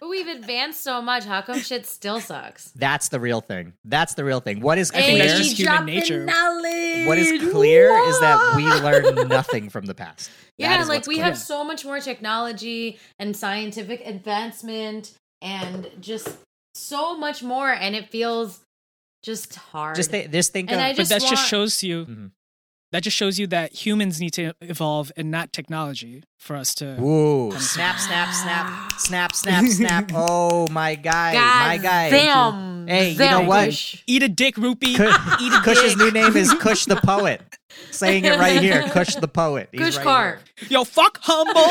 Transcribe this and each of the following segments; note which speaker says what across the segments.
Speaker 1: But we've advanced so much. How come shit still sucks?
Speaker 2: That's the real thing. That's the real thing. What is
Speaker 1: I think
Speaker 2: clear?
Speaker 1: that's
Speaker 2: What
Speaker 1: just
Speaker 2: is,
Speaker 1: human
Speaker 3: dropping
Speaker 1: nature.
Speaker 3: Knowledge.
Speaker 2: clear is that we learn nothing from the past. That
Speaker 1: Yeah,
Speaker 2: is
Speaker 1: like
Speaker 2: what's
Speaker 1: we
Speaker 2: clear.
Speaker 1: have so much more technology and scientific advancement and just so much more, and it feels just hard.
Speaker 2: just th- just think
Speaker 1: And
Speaker 2: of
Speaker 1: I
Speaker 2: but
Speaker 1: just
Speaker 3: but that
Speaker 1: want-
Speaker 3: just shows you
Speaker 2: Mhm.
Speaker 3: that just shows you that humans need to evolve and not technology for us to
Speaker 2: Ooh,
Speaker 3: Kinda
Speaker 2: snap, snap, snap, snap, snap, snap. Oh, my guy,
Speaker 1: God
Speaker 2: my guy.
Speaker 1: Damn.
Speaker 2: Hey, you know what?
Speaker 1: Zanguish.
Speaker 3: eat a dick rupee.
Speaker 2: Kush-
Speaker 3: eat a
Speaker 2: Kush's new
Speaker 3: dick.
Speaker 2: name is Kush the Poet. Saying it right here, Kush the Poet. He's
Speaker 1: Kush
Speaker 2: right
Speaker 1: Car.
Speaker 3: Yo, fuck humble.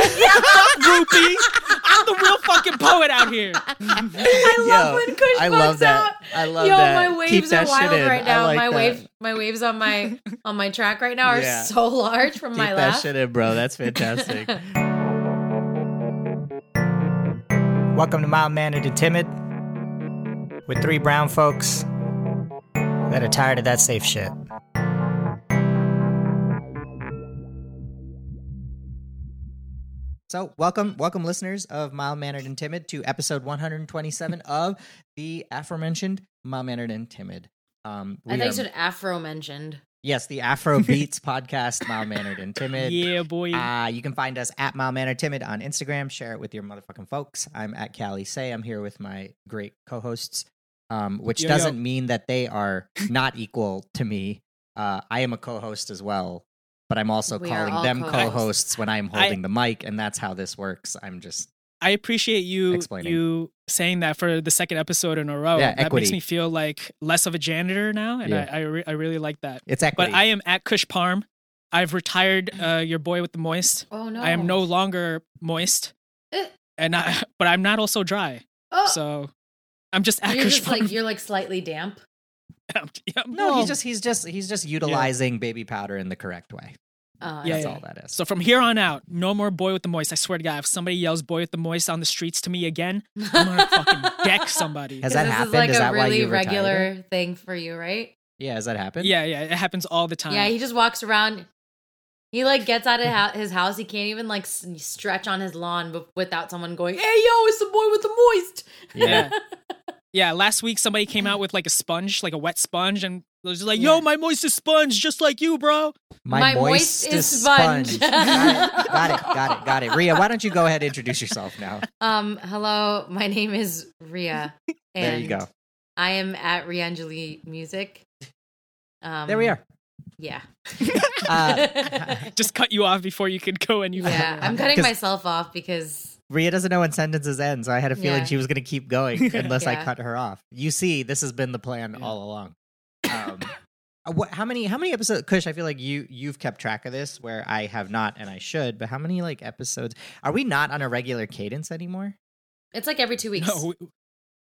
Speaker 3: fuck rupee. I'm the real fucking poet out here.
Speaker 2: I
Speaker 1: love when Kush
Speaker 2: I
Speaker 1: bugs
Speaker 2: love that.
Speaker 1: out.
Speaker 2: I love
Speaker 1: Yo,
Speaker 2: that.
Speaker 1: my waves
Speaker 2: Keep that
Speaker 1: are
Speaker 2: shit
Speaker 1: wild
Speaker 2: in.
Speaker 1: right
Speaker 2: I
Speaker 1: now.
Speaker 2: like
Speaker 1: my
Speaker 2: that.
Speaker 1: waves, my waves on my on my track right now are
Speaker 2: Yeah.
Speaker 1: so large from
Speaker 2: Keep
Speaker 1: my
Speaker 2: that
Speaker 1: laugh.
Speaker 2: shit in, bro. That's fantastic. Welcome to Mild Mannered and Timid with three brown folks that are tired of that safe shit. So, welcome, welcome, listeners of Mild Mannered and Timid, to episode 127 of the aforementioned Mild Mannered and Timid. Um,
Speaker 1: I
Speaker 2: we
Speaker 1: think
Speaker 2: are-
Speaker 1: you should afro mentioned.
Speaker 2: yes, the Afro Beats podcast, Mild Mannered and Timid.
Speaker 3: Yeah, boy.
Speaker 2: Uh, you can find us at Mild Manner Timid on Instagram. Share it with your motherfucking folks. I'm at Callie Say. I'm here with my great co hosts, um, which
Speaker 3: Yo, yo.
Speaker 2: doesn't mean that they are not equal to me. Uh, I am a co host as well, but I'm also
Speaker 1: We are
Speaker 2: calling
Speaker 1: all
Speaker 2: them co
Speaker 1: co-hosts.
Speaker 2: hosts when I'm holding the mic, and that's how this works. I'm just,
Speaker 3: I appreciate you
Speaker 2: Explaining.
Speaker 3: you saying that for the second episode in a row.
Speaker 2: Yeah,
Speaker 3: that
Speaker 2: equity.
Speaker 3: makes me feel like less of a janitor now, and
Speaker 2: Yeah.
Speaker 3: I I, re- I really like that.
Speaker 2: it's
Speaker 3: But
Speaker 2: equity.
Speaker 3: I am at Kush Parm. I've retired uh, your boy with the moist.
Speaker 1: Oh no.
Speaker 3: I am no longer moist,
Speaker 1: Eh.
Speaker 3: and I but I'm not also dry.
Speaker 1: Oh,
Speaker 3: So I'm just at
Speaker 1: you're
Speaker 3: Kush
Speaker 1: just like
Speaker 3: Parm.
Speaker 1: you're like slightly damp.
Speaker 3: Yeah,
Speaker 2: no,
Speaker 3: well,
Speaker 2: he's just he's just he's just utilizing baby powder in the correct way.
Speaker 1: Uh,
Speaker 3: Yeah,
Speaker 2: That's
Speaker 3: yeah.
Speaker 2: all that is.
Speaker 3: So from here on out, no more boy with the moist. I swear to God, if somebody yells boy with the moist on the streets to me again, I'm gonna fucking deck somebody.
Speaker 2: Has that
Speaker 1: this
Speaker 2: happened?
Speaker 1: Is like
Speaker 2: Is
Speaker 1: a
Speaker 2: that why
Speaker 1: really
Speaker 2: you retired
Speaker 1: regular thing for you, right?
Speaker 2: yeah, has that happened?
Speaker 3: Yeah, yeah, it happens all the time.
Speaker 1: Yeah, he just walks around. He like gets out of hou- his house. He can't even like s- stretch on his lawn bef- without someone going, "Hey, yo, it's the boy with the moist."
Speaker 3: yeah. Yeah, last week somebody came out with like a sponge, like a wet sponge, and was just like,
Speaker 1: Yeah.
Speaker 3: "Yo, my moistest sponge, just like you, bro."
Speaker 1: My moist is sponge.
Speaker 2: got, it, got it, got it, got it. Ria, why don't you go ahead and introduce yourself now?
Speaker 1: Um, hello, my name is Ria. And
Speaker 2: there you go.
Speaker 1: I am at Riangeli Music. Um,
Speaker 2: There we are.
Speaker 1: Yeah.
Speaker 2: Uh,
Speaker 3: Just cut you off before you could go any
Speaker 1: yeah,
Speaker 3: further.
Speaker 1: I'm cutting
Speaker 2: 'Cause-
Speaker 1: myself off because
Speaker 2: Ria doesn't know when sentences end, so I had a feeling
Speaker 1: Yeah.
Speaker 2: she was going to keep going unless I
Speaker 1: Yeah.
Speaker 2: cut her off. You see, this has been the plan
Speaker 3: Yeah.
Speaker 2: all along. Um, uh, what, how many? How many episodes? Kush, I feel like you you've kept track of this, where I have not, and I should. But how many like episodes? Are we not on a regular cadence anymore?
Speaker 1: it's like every two weeks.
Speaker 3: No, we-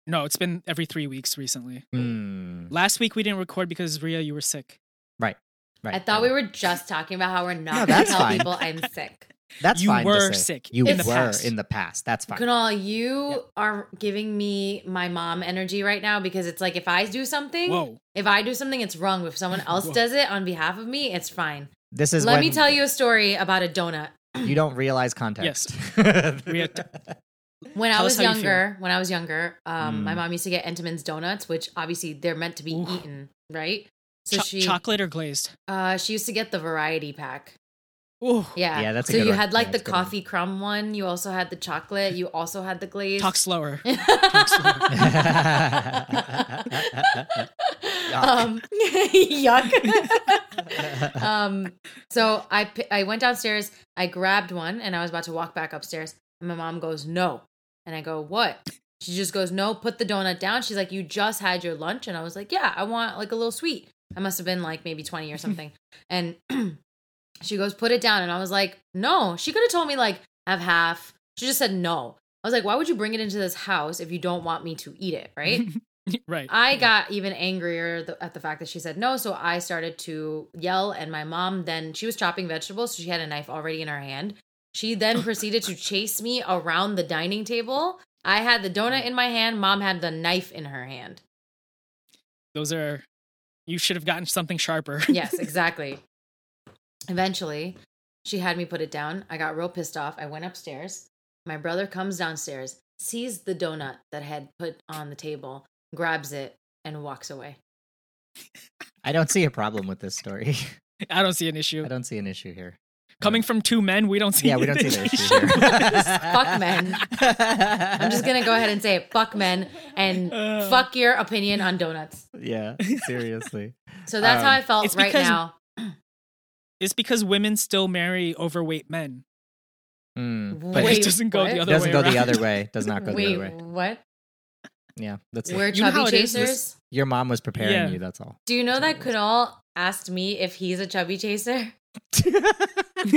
Speaker 3: no, it's been every three weeks recently.
Speaker 2: Mm,
Speaker 3: Last week we didn't record because Ria, you were sick.
Speaker 2: right.
Speaker 1: I thought we were just talking about how we're not
Speaker 2: No,
Speaker 1: going
Speaker 2: that's
Speaker 1: to tell
Speaker 2: fine.
Speaker 1: people I'm sick.
Speaker 2: That's
Speaker 3: You
Speaker 2: fine to
Speaker 3: were
Speaker 2: say.
Speaker 3: sick
Speaker 2: You
Speaker 3: in
Speaker 2: were
Speaker 3: the past.
Speaker 2: in the past. That's fine.
Speaker 1: Kunal, you
Speaker 2: Yep.
Speaker 1: are giving me my mom energy right now because it's like if I do something,
Speaker 3: Whoa.
Speaker 1: if I do something, it's wrong. If someone else
Speaker 3: Whoa.
Speaker 1: does it on behalf of me, it's fine.
Speaker 2: This is
Speaker 1: Let
Speaker 2: when
Speaker 1: me tell you a story about a donut.
Speaker 2: You don't realize context. Yes.
Speaker 3: Ria, t-
Speaker 1: When I
Speaker 3: Tell
Speaker 1: was
Speaker 3: us how you feel.
Speaker 1: younger, when I was younger, um, my
Speaker 2: Mm.
Speaker 1: mom used to get Entenmann's donuts, which obviously they're meant to be
Speaker 3: Oof.
Speaker 1: eaten, right? So
Speaker 3: cho-
Speaker 1: she
Speaker 3: chocolate or glazed?
Speaker 1: uh, she used to get the variety pack.
Speaker 3: Ooh,
Speaker 1: Yeah,
Speaker 2: Yeah, that's a
Speaker 1: so
Speaker 2: good
Speaker 1: you
Speaker 2: one.
Speaker 1: had like
Speaker 2: Yeah,
Speaker 1: the
Speaker 2: that's a good one.
Speaker 1: coffee crumb one. You also had the chocolate. You also had the glaze.
Speaker 3: talk slower.
Speaker 1: um, yuck. um, so I pi- I went downstairs. I grabbed one, and I was about to walk back upstairs. And my mom goes, "No," and I go, "What?" She just goes, "No, put the donut down." She's like, "You just had your lunch," and I was like, "Yeah, I want like a little sweet." I must have been like maybe twenty or something, and she goes, "Put it down," and I was like, "No." She could have told me like have half. She just said no. I was like, "Why would you bring it into this house if you don't want me to eat it?" Right.
Speaker 3: right.
Speaker 1: I got even angrier th- at the fact that she said no, so I started to yell. And my mom then she was chopping vegetables, so she had a knife already in her hand. She then proceeded to chase me around the dining table. I had the donut in my hand. Mom had the knife in her hand.
Speaker 3: Those are. You should have gotten something sharper.
Speaker 1: Yes, exactly. Eventually, she had me put it down. I got real pissed off. I went upstairs. My brother comes downstairs sees the donut that had put on the table, grabs it, and walks away.
Speaker 2: I don't see a problem with this story.
Speaker 3: I don't see an issue.
Speaker 2: I don't see an issue here.
Speaker 3: Coming from two men, we don't see.
Speaker 2: Yeah, we don't
Speaker 3: an
Speaker 2: see the
Speaker 3: issue.
Speaker 2: issue here.
Speaker 1: Fuck men. I'm
Speaker 2: I'm
Speaker 1: just gonna go ahead and say it. Fuck men and
Speaker 3: Uh,
Speaker 1: fuck your opinion on donuts.
Speaker 2: Yeah, seriously.
Speaker 1: So that's how
Speaker 2: Um,
Speaker 1: I felt
Speaker 3: it's
Speaker 1: right
Speaker 3: because-
Speaker 1: now.
Speaker 3: It's because women still marry overweight men.
Speaker 2: Mm,
Speaker 3: But
Speaker 2: but
Speaker 1: Wait,
Speaker 3: it doesn't go
Speaker 1: what?
Speaker 3: the
Speaker 2: it
Speaker 3: other
Speaker 2: doesn't
Speaker 3: way.
Speaker 2: go the
Speaker 3: around.
Speaker 2: other way. Does not go the
Speaker 1: Wait,
Speaker 2: other way.
Speaker 1: what?
Speaker 2: Yeah, that's it.
Speaker 1: We're
Speaker 3: You know how
Speaker 1: chubby
Speaker 3: it is.
Speaker 1: chasers.
Speaker 2: Your mom was preparing
Speaker 3: Yeah.
Speaker 2: you. That's all.
Speaker 1: Do you know that Kunal asked me if he's a chubby chaser?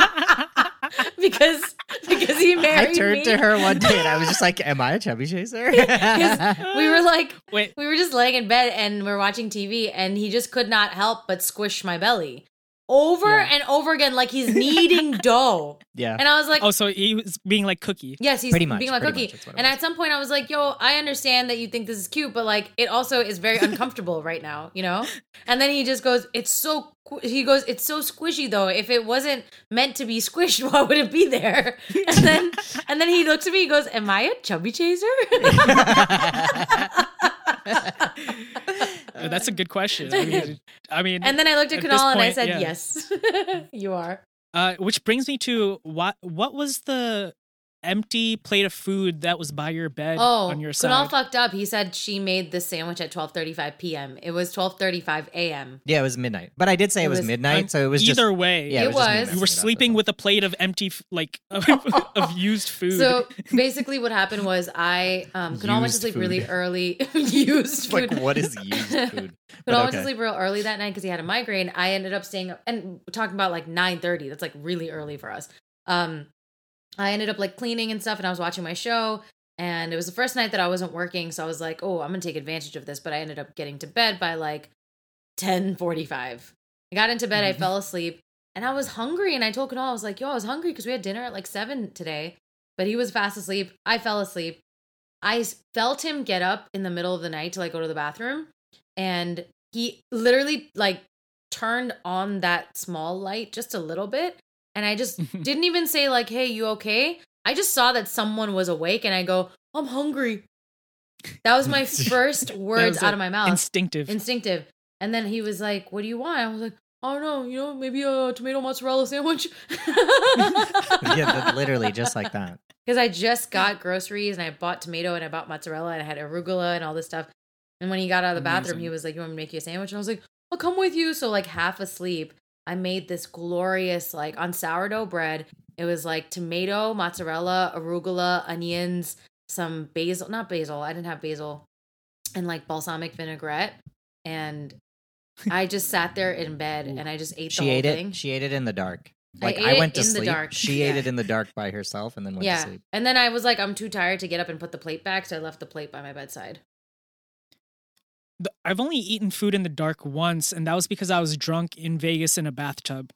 Speaker 1: because because he married
Speaker 2: I turned
Speaker 1: me.
Speaker 2: to her one day and I was just like, "Am I a chubby chaser?"
Speaker 1: We were like
Speaker 3: Wait,
Speaker 1: we were just laying in bed and we're watching TV and he just could not help but squish my belly over
Speaker 2: Yeah.
Speaker 1: and over again like he's kneading dough.
Speaker 2: yeah,
Speaker 1: And I was like,
Speaker 3: oh, so he was being like cookie.
Speaker 1: Yes, he's
Speaker 2: Pretty much,
Speaker 1: being like
Speaker 2: pretty much,
Speaker 1: cookie.
Speaker 2: that's what it
Speaker 1: and
Speaker 2: was.
Speaker 1: at some point, I was like, "Yo, I understand that you think this is cute, but like, it also is very uncomfortable right now, you know." And then he just goes, "It's so." qu- He goes, "It's so squishy, though. If it wasn't meant to be squished, why would it be there?" And then, and then he looks at me. He goes, "Am I a chubby chaser?"
Speaker 3: Uh, That's a good question. I mean, I mean
Speaker 1: and then I looked at,
Speaker 3: At this
Speaker 1: Kunal and I
Speaker 3: point,
Speaker 1: said,
Speaker 3: yeah.
Speaker 1: "Yes, you are."
Speaker 3: uh, which brings me to what what was the empty plate of food that was by your bed
Speaker 1: Oh,
Speaker 3: on your
Speaker 1: Kunal
Speaker 3: side?
Speaker 1: fucked up. He said she made this sandwich at twelve thirty-five p.m. It was twelve thirty-five a.m.
Speaker 2: yeah, it was midnight. But I did say it,
Speaker 1: It
Speaker 2: was,
Speaker 1: was-
Speaker 2: midnight,
Speaker 3: I'm-
Speaker 2: so it was
Speaker 3: Either
Speaker 2: just
Speaker 3: way,
Speaker 2: yeah,
Speaker 1: It
Speaker 2: it was. just
Speaker 1: was.
Speaker 2: me messing
Speaker 3: you
Speaker 2: it
Speaker 3: were
Speaker 2: up, that's
Speaker 3: sleeping
Speaker 2: all.
Speaker 3: with a plate of empty f- like of, of used food.
Speaker 1: Oh. So basically, what happened was I um, Kunal went to
Speaker 2: Used
Speaker 1: sleep
Speaker 2: food.
Speaker 1: really early. used food.
Speaker 2: like what is used food?
Speaker 1: Kunal went to
Speaker 2: okay.
Speaker 1: sleep real early that night because he had a migraine. I ended up staying up and talking about like nine thirty. That's like really early for us. Um, I ended up like cleaning and stuff, and I was watching my show. And it was the first night that I wasn't working, so I was like, "Oh, I'm gonna take advantage of this." But I ended up getting to bed by like ten forty-five. I got into bed, I
Speaker 3: Mhm.
Speaker 1: fell asleep, and I was hungry. And I told Kunal, I was like, "Yo, I was hungry because we had dinner at like seven today." But he was fast asleep. I fell asleep. I s- felt him get up in the middle of the night to like go to the bathroom, and he literally like turned on that small light just a little bit, and I just didn't even say like, "Hey, you okay?" I just saw that someone was awake, and I go, "I'm hungry." That was my first words
Speaker 3: was
Speaker 1: out
Speaker 3: a
Speaker 1: of my mouth
Speaker 3: instinctive.
Speaker 1: instinctive. And then he was like, "What do you want?" I was like, "I don't know. You know, maybe a tomato mozzarella sandwich."
Speaker 2: yeah, but literally just like that.
Speaker 1: because I just got groceries and I bought tomato and I bought mozzarella and I had arugula and all this stuff. And when he got out of the bathroom,
Speaker 3: Amazing.
Speaker 1: he was like, "You want me to make you a sandwich?" And I was like, "I'll come with you." So like half asleep, I made this glorious like on sourdough bread. It was like tomato, mozzarella, arugula, onions, some basil, not basil. I didn't have basil, and like balsamic vinaigrette. And I just sat there in bed and I just ate the
Speaker 2: She
Speaker 1: whole
Speaker 2: ate
Speaker 1: thing.
Speaker 2: it. She ate it in the dark.
Speaker 1: I
Speaker 2: Like
Speaker 1: ate
Speaker 2: I,
Speaker 1: it
Speaker 2: went to
Speaker 1: in the
Speaker 2: sleep.
Speaker 1: dark.
Speaker 2: She
Speaker 1: Yeah.
Speaker 2: ate it in the dark by herself and then went to
Speaker 1: yeah.
Speaker 2: sleep.
Speaker 1: And then I was like, I'm too tired to get up and put the plate back, so I left the plate by my bedside.
Speaker 3: The- I've only eaten food in the dark once, and that was because I was drunk in Vegas in a bathtub.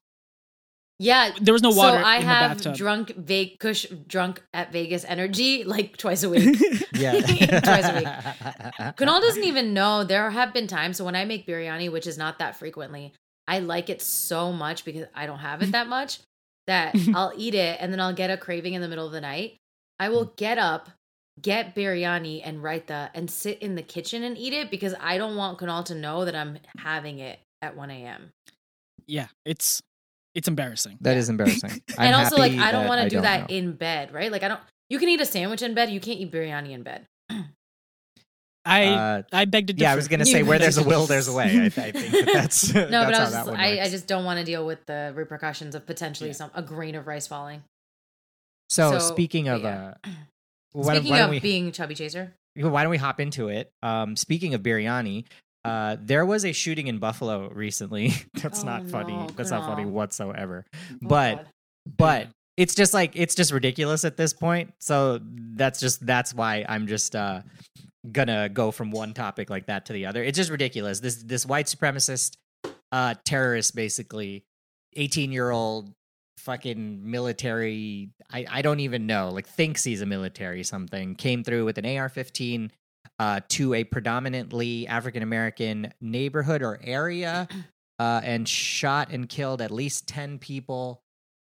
Speaker 1: Yeah.
Speaker 3: There was no water
Speaker 1: so I
Speaker 3: in
Speaker 1: have
Speaker 3: the bathtub.
Speaker 1: drunk vague cush drunk at Vegas energy like twice a week. Twice a week.
Speaker 2: Yeah.
Speaker 1: Kunal doesn't even know there have been times. So when I make biryani, which is not that frequently, I like it so much because I don't have it that much that I'll eat it and then I'll get a craving in the middle of the night. I will
Speaker 3: Mm.
Speaker 1: get up, get biryani and raita and sit in the kitchen and eat it because I don't want Kunal to know that I'm having it at 1 a.m.
Speaker 3: yeah, it's it's embarrassing.
Speaker 2: That is embarrassing. I'm
Speaker 1: and also, like,
Speaker 2: happy
Speaker 1: I don't
Speaker 2: that
Speaker 1: want to do that
Speaker 2: know.
Speaker 1: in bed, right? Like, I don't. You can eat a sandwich in bed. You can't eat biryani in bed.
Speaker 3: I
Speaker 2: Uh,
Speaker 3: I beg to differ.
Speaker 2: yeah, I was gonna say
Speaker 1: You-
Speaker 2: where there's a will, there's a way. I, I think that that's no,
Speaker 1: No,
Speaker 2: that's
Speaker 1: but I
Speaker 2: how
Speaker 1: was.
Speaker 2: that
Speaker 1: Just,
Speaker 2: one
Speaker 1: I, I
Speaker 2: works.
Speaker 1: just don't want to deal with the repercussions of potentially
Speaker 3: Yeah.
Speaker 1: some a grain of rice falling.
Speaker 2: so,
Speaker 1: so,
Speaker 2: speaking of
Speaker 1: yeah.
Speaker 2: uh, why, don't-
Speaker 1: Speaking
Speaker 2: why don't
Speaker 1: of
Speaker 2: we
Speaker 1: being chubby chaser,
Speaker 2: why don't we hop into it? Um, speaking of biryani. Uh, there was a shooting in Buffalo recently. That's
Speaker 1: Oh,
Speaker 2: not funny.
Speaker 1: no,
Speaker 2: That's not funny
Speaker 1: girl.
Speaker 2: whatsoever.
Speaker 1: Oh,
Speaker 2: But uh,
Speaker 1: God.
Speaker 2: but it's just like it's just ridiculous at this point so that's just that's why i'm just uh gonna go from one topic like that to the other it's just ridiculous this this white supremacist uh terrorist basically 18 year old fucking military I, I don't even know like thinks he's a military something came through with an ar-15 uh, to a predominantly african american neighborhood or area uh, and shot and killed at least 10 people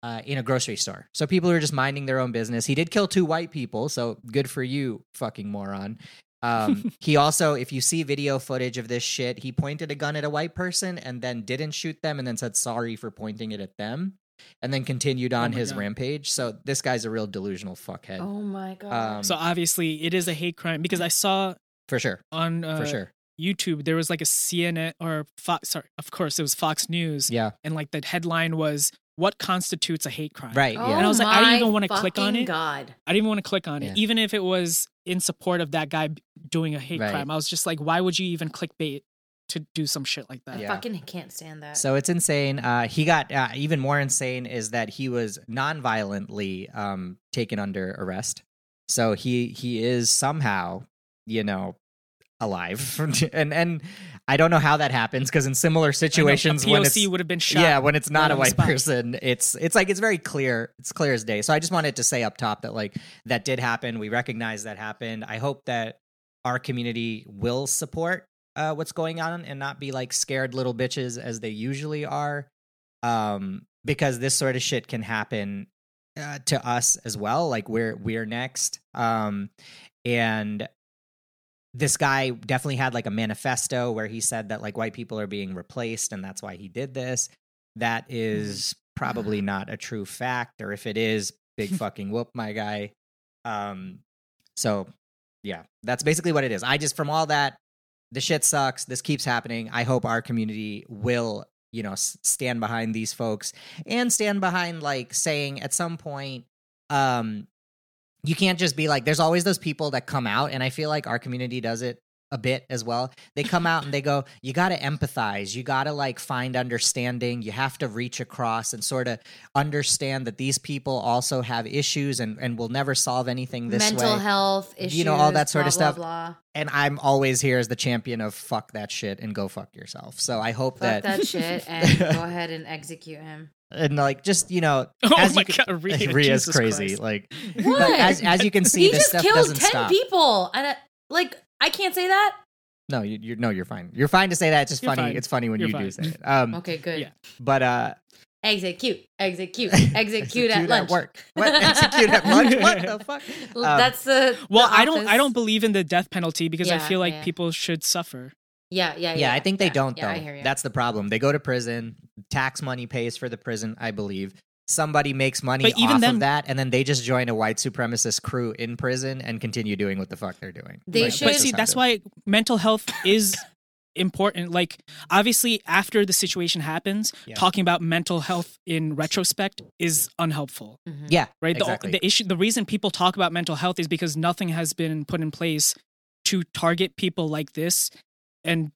Speaker 2: uh, in a grocery store. So people who are just minding their own business. He did kill two white people, so good for you, fucking moron. Um, he also, if you see video footage of this shit, he pointed a gun at a white person and then didn't shoot them and then said sorry for pointing it at them and then continued on
Speaker 3: Oh my
Speaker 2: his
Speaker 3: God.
Speaker 2: rampage. So this guy's a real delusional fuckhead
Speaker 1: Oh my god.
Speaker 2: Um,
Speaker 3: So obviously, it is a hate crime because I saw
Speaker 2: for sure.
Speaker 3: on uh,
Speaker 2: For sure.
Speaker 3: YouTube there was like a CNN or Fox. Sorry, of course it was Fox News,
Speaker 2: Yeah.
Speaker 3: and like the headline was "What constitutes a hate crime?"
Speaker 2: Right.
Speaker 1: oh
Speaker 2: Yeah.
Speaker 3: And I was like, I didn't
Speaker 1: my
Speaker 3: even wanna click on
Speaker 1: fucking
Speaker 3: it.
Speaker 1: God.
Speaker 3: I didn't want to click on it,
Speaker 2: Yeah.
Speaker 3: even if it was in support of that guy b- doing a hate
Speaker 2: Right.
Speaker 3: crime. I was just like, why would you even clickbait to do some shit like
Speaker 1: I
Speaker 3: that?
Speaker 2: Yeah.
Speaker 1: fucking can't stand that.
Speaker 2: So it's insane. Uh, he got uh, even more insane is that he was nonviolently um, taken under arrest. So he he is somehow you know alive and and I don't know how that happens because in similar
Speaker 3: I know,
Speaker 2: situations
Speaker 3: a
Speaker 2: when
Speaker 3: POC
Speaker 2: it's
Speaker 3: would have been shot.
Speaker 2: yeah when it's
Speaker 3: right
Speaker 2: not a
Speaker 3: on the
Speaker 2: white
Speaker 3: spot.
Speaker 2: person it's it's like it's very clear it's clear as day. So I just wanted to say up top that like that did happen. We recognize that happened. I hope that our community will support uh, what's going on and not be like scared little bitches as they usually are, um, because this sort of shit can happen uh, to us as well. Like we're we're next, um, and this guy definitely had like a manifesto where he said that like white people are being replaced and that's why he did this. That is probably not a true fact, or if it is, big fucking whoop, my guy. Um, so yeah, that's basically what it is. I just from all that, the shit sucks. This keeps happening. I hope our community will, you know, s- stand behind these folks and stand behind like saying at some point, um, you can't just be like. There's always those people that come out, and I feel like our community does it a bit as well. They come out and they go, you got to empathize. You got to like find understanding. You have to reach across and sort of understand that these people also have issues and and will never solve anything this
Speaker 1: Mental
Speaker 2: way
Speaker 1: health issues.
Speaker 2: You know, all that sort
Speaker 1: blah,
Speaker 2: of stuff.
Speaker 1: Blah, blah.
Speaker 2: and I'm always here as the champion of fuck that shit and go fuck yourself. So I hope
Speaker 1: Fuck
Speaker 2: that,
Speaker 1: that shit and go ahead and execute him.
Speaker 2: and like just you know
Speaker 3: Oh
Speaker 2: as
Speaker 3: my
Speaker 2: you can-
Speaker 3: god, Rhea,
Speaker 2: Rhea's
Speaker 3: Jesus
Speaker 2: crazy.
Speaker 3: Christ.
Speaker 2: Like
Speaker 1: What?
Speaker 2: but as as you can see,
Speaker 1: he
Speaker 2: this
Speaker 1: just
Speaker 2: stuff
Speaker 1: killed
Speaker 2: doesn't
Speaker 1: ten
Speaker 2: stop.
Speaker 1: people, and I, like I can't say that.
Speaker 2: No, you, you're no, you're fine. You're fine to say that. It's just
Speaker 3: You're
Speaker 2: funny.
Speaker 3: fine.
Speaker 2: It's funny when
Speaker 3: You're
Speaker 2: you do
Speaker 3: fine.
Speaker 2: say it. Um,
Speaker 1: Okay, good.
Speaker 3: Yeah.
Speaker 2: but uh,
Speaker 1: Execute, execute, execute at lunch.
Speaker 2: work. What execute at lunch? What the fuck?
Speaker 1: L-
Speaker 2: Um,
Speaker 1: That's the
Speaker 3: Well,
Speaker 1: the
Speaker 3: I don't. I
Speaker 1: office.
Speaker 3: don't believe in the death penalty because I
Speaker 1: Yeah,
Speaker 3: feel like
Speaker 1: yeah.
Speaker 3: people should suffer.
Speaker 1: Yeah, yeah, yeah.
Speaker 2: yeah, I think they
Speaker 1: yeah,
Speaker 2: don't
Speaker 1: yeah,
Speaker 2: though.
Speaker 1: I hear you.
Speaker 2: That's the problem. They go to prison. Tax money pays for the prison, I believe. Somebody makes money
Speaker 3: But even
Speaker 2: off
Speaker 3: then-
Speaker 2: of that, and then they just join a white supremacist crew in prison and continue doing what the fuck they're doing.
Speaker 1: They
Speaker 2: Like,
Speaker 1: should-
Speaker 2: that
Speaker 1: Sure.
Speaker 3: But
Speaker 2: just
Speaker 3: see, that's
Speaker 2: happened.
Speaker 3: why mental health is important. Like, obviously, after the situation happens,
Speaker 2: Yeah.
Speaker 3: talking about mental health in retrospect is unhelpful.
Speaker 1: Mhm.
Speaker 2: Yeah,
Speaker 3: right
Speaker 2: Exactly.
Speaker 3: the, the issue the reason people talk about mental health is because nothing has been put in place to target people like this and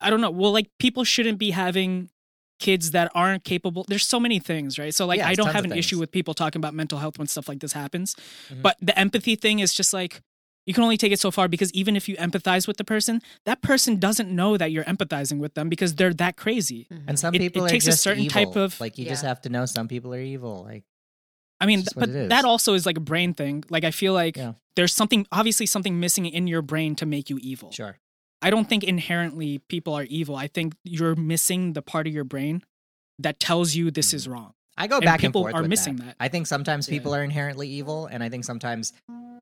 Speaker 3: i don't know well like people shouldn't be having kids that aren't capable there's so many things right so like
Speaker 2: Yeah,
Speaker 3: i
Speaker 2: there's
Speaker 3: don't
Speaker 2: tons
Speaker 3: have
Speaker 2: of
Speaker 3: an issue
Speaker 2: things.
Speaker 3: with people talking about mental health when stuff like this happens
Speaker 2: Mhm.
Speaker 3: but the empathy thing is just like you can only take it so far because even if you empathize with the person that person doesn't know that you're empathizing with them because they're that crazy
Speaker 1: Mhm.
Speaker 2: and some
Speaker 3: It- it
Speaker 2: people are
Speaker 3: takes a
Speaker 2: just
Speaker 3: certain
Speaker 2: evil.
Speaker 3: type of-
Speaker 2: like you just
Speaker 1: Yeah.
Speaker 2: have to know some people are evil. Like
Speaker 3: I mean,
Speaker 2: It's just what
Speaker 3: but
Speaker 2: it is.
Speaker 3: that also is like a brain thing. Like I feel like
Speaker 2: Yeah.
Speaker 3: there's something obviously something missing in your brain to make you evil.
Speaker 2: sure,
Speaker 3: I don't think inherently people are evil. I think you're missing the part of your brain that tells you this
Speaker 2: Mm-hmm.
Speaker 3: is wrong.
Speaker 2: I go
Speaker 3: And
Speaker 2: back
Speaker 3: people
Speaker 2: and forth.
Speaker 3: are
Speaker 2: with
Speaker 3: missing that.
Speaker 2: I think sometimes
Speaker 3: Yeah.
Speaker 2: people are inherently evil, and I think sometimes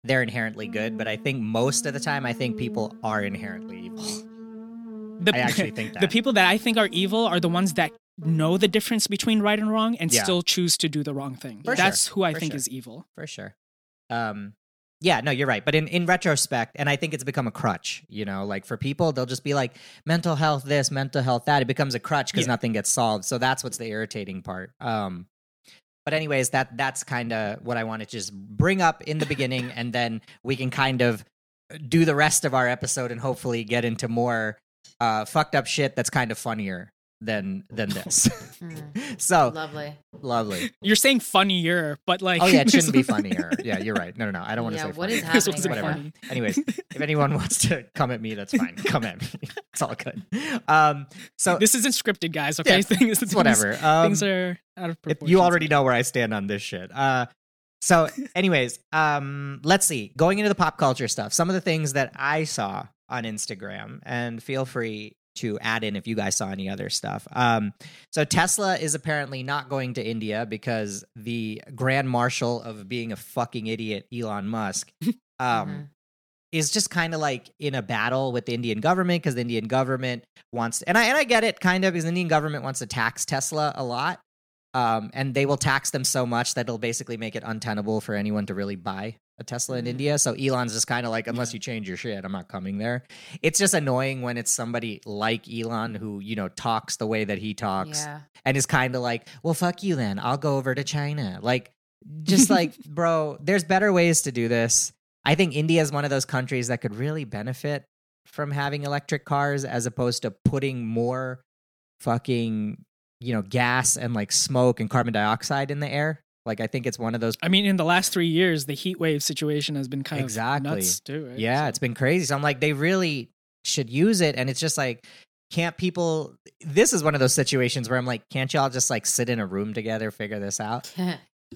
Speaker 2: they're inherently good. But I think most of the time, I think people are inherently evil.
Speaker 3: The,
Speaker 2: I actually think
Speaker 3: the
Speaker 2: that.
Speaker 3: people that I think are evil are the ones that know the difference between right and wrong and
Speaker 2: Yeah.
Speaker 3: still choose to do the wrong thing.
Speaker 2: For
Speaker 3: That's
Speaker 2: sure.
Speaker 3: who I
Speaker 2: For
Speaker 3: think
Speaker 2: sure.
Speaker 3: is evil.
Speaker 2: for sure. Um, yeah, no, you're right. But in, in retrospect, and I think it's become a crutch, you know, like for people, they'll just be like mental health this, mental health that. It becomes a crutch because
Speaker 3: Yeah.
Speaker 2: nothing gets solved. So that's what's the irritating part. Um, but anyways, that that's kind of what I want to just bring up in the beginning, and then we can kind of uh, do the rest of our episode and hopefully get into more uh, fucked up shit that's kind of funnier than than this.
Speaker 1: Mm.
Speaker 2: so
Speaker 1: Lovely.
Speaker 2: lovely.
Speaker 3: You're saying funnier, but like
Speaker 2: Oh yeah, it shouldn't be funnier. Yeah, you're right. No, no, no. I don't want
Speaker 1: Yeah,
Speaker 2: to say.
Speaker 1: what
Speaker 2: funny.
Speaker 1: is
Speaker 3: This
Speaker 1: happening
Speaker 3: wasn't
Speaker 1: right
Speaker 2: Whatever.
Speaker 1: now?
Speaker 3: funny.
Speaker 2: Anyways, if anyone wants to come at me, that's fine. Come at me. It's all good. Um, so
Speaker 3: This isn't scripted, guys. Okay,
Speaker 2: Yeah,
Speaker 3: things,
Speaker 2: it's whatever. Um,
Speaker 3: Things are out of
Speaker 2: if
Speaker 3: proportion.
Speaker 2: you already know where I stand on this shit. Uh, so, anyways, um, let's see. Going into the pop culture stuff, some of the things that I saw on Instagram, and feel free to add in if you guys saw any other stuff. Um, so Tesla is apparently not going to India because the grand marshal of being a fucking idiot, Elon Musk, um,
Speaker 3: Mm-hmm.
Speaker 1: Mhm.
Speaker 2: is just kind of like in a battle with the Indian government because the Indian government wants and I and I get it kind of because the Indian government wants to tax Tesla a lot. Um, and they will tax them so much that it'll basically make it untenable for anyone to really buy a Tesla in
Speaker 1: Mhm.
Speaker 2: India. So Elon's just kind of like, unless
Speaker 3: Yeah.
Speaker 2: you change your shit, I'm not coming there. It's just annoying when it's somebody like Elon who, you know, talks the way that he talks
Speaker 1: Yeah.
Speaker 2: and is kind of like, well, fuck you then. I'll go over to China. Like, just like, bro, there's better ways to do this. I think India is one of those countries that could really benefit from having electric cars as opposed to putting more fucking, you know, gas and like smoke and carbon dioxide in the air. Like, I think it's one of those.
Speaker 3: I mean, in the last three years, the heat wave situation has been kind
Speaker 2: Exactly.
Speaker 3: of nuts too. Right?
Speaker 2: Yeah,
Speaker 3: So-
Speaker 2: it's been crazy. So I'm like, they really should use it. And it's just like, can't people? This is one of those situations where I'm like, can't y'all just like sit in a room together, figure this out?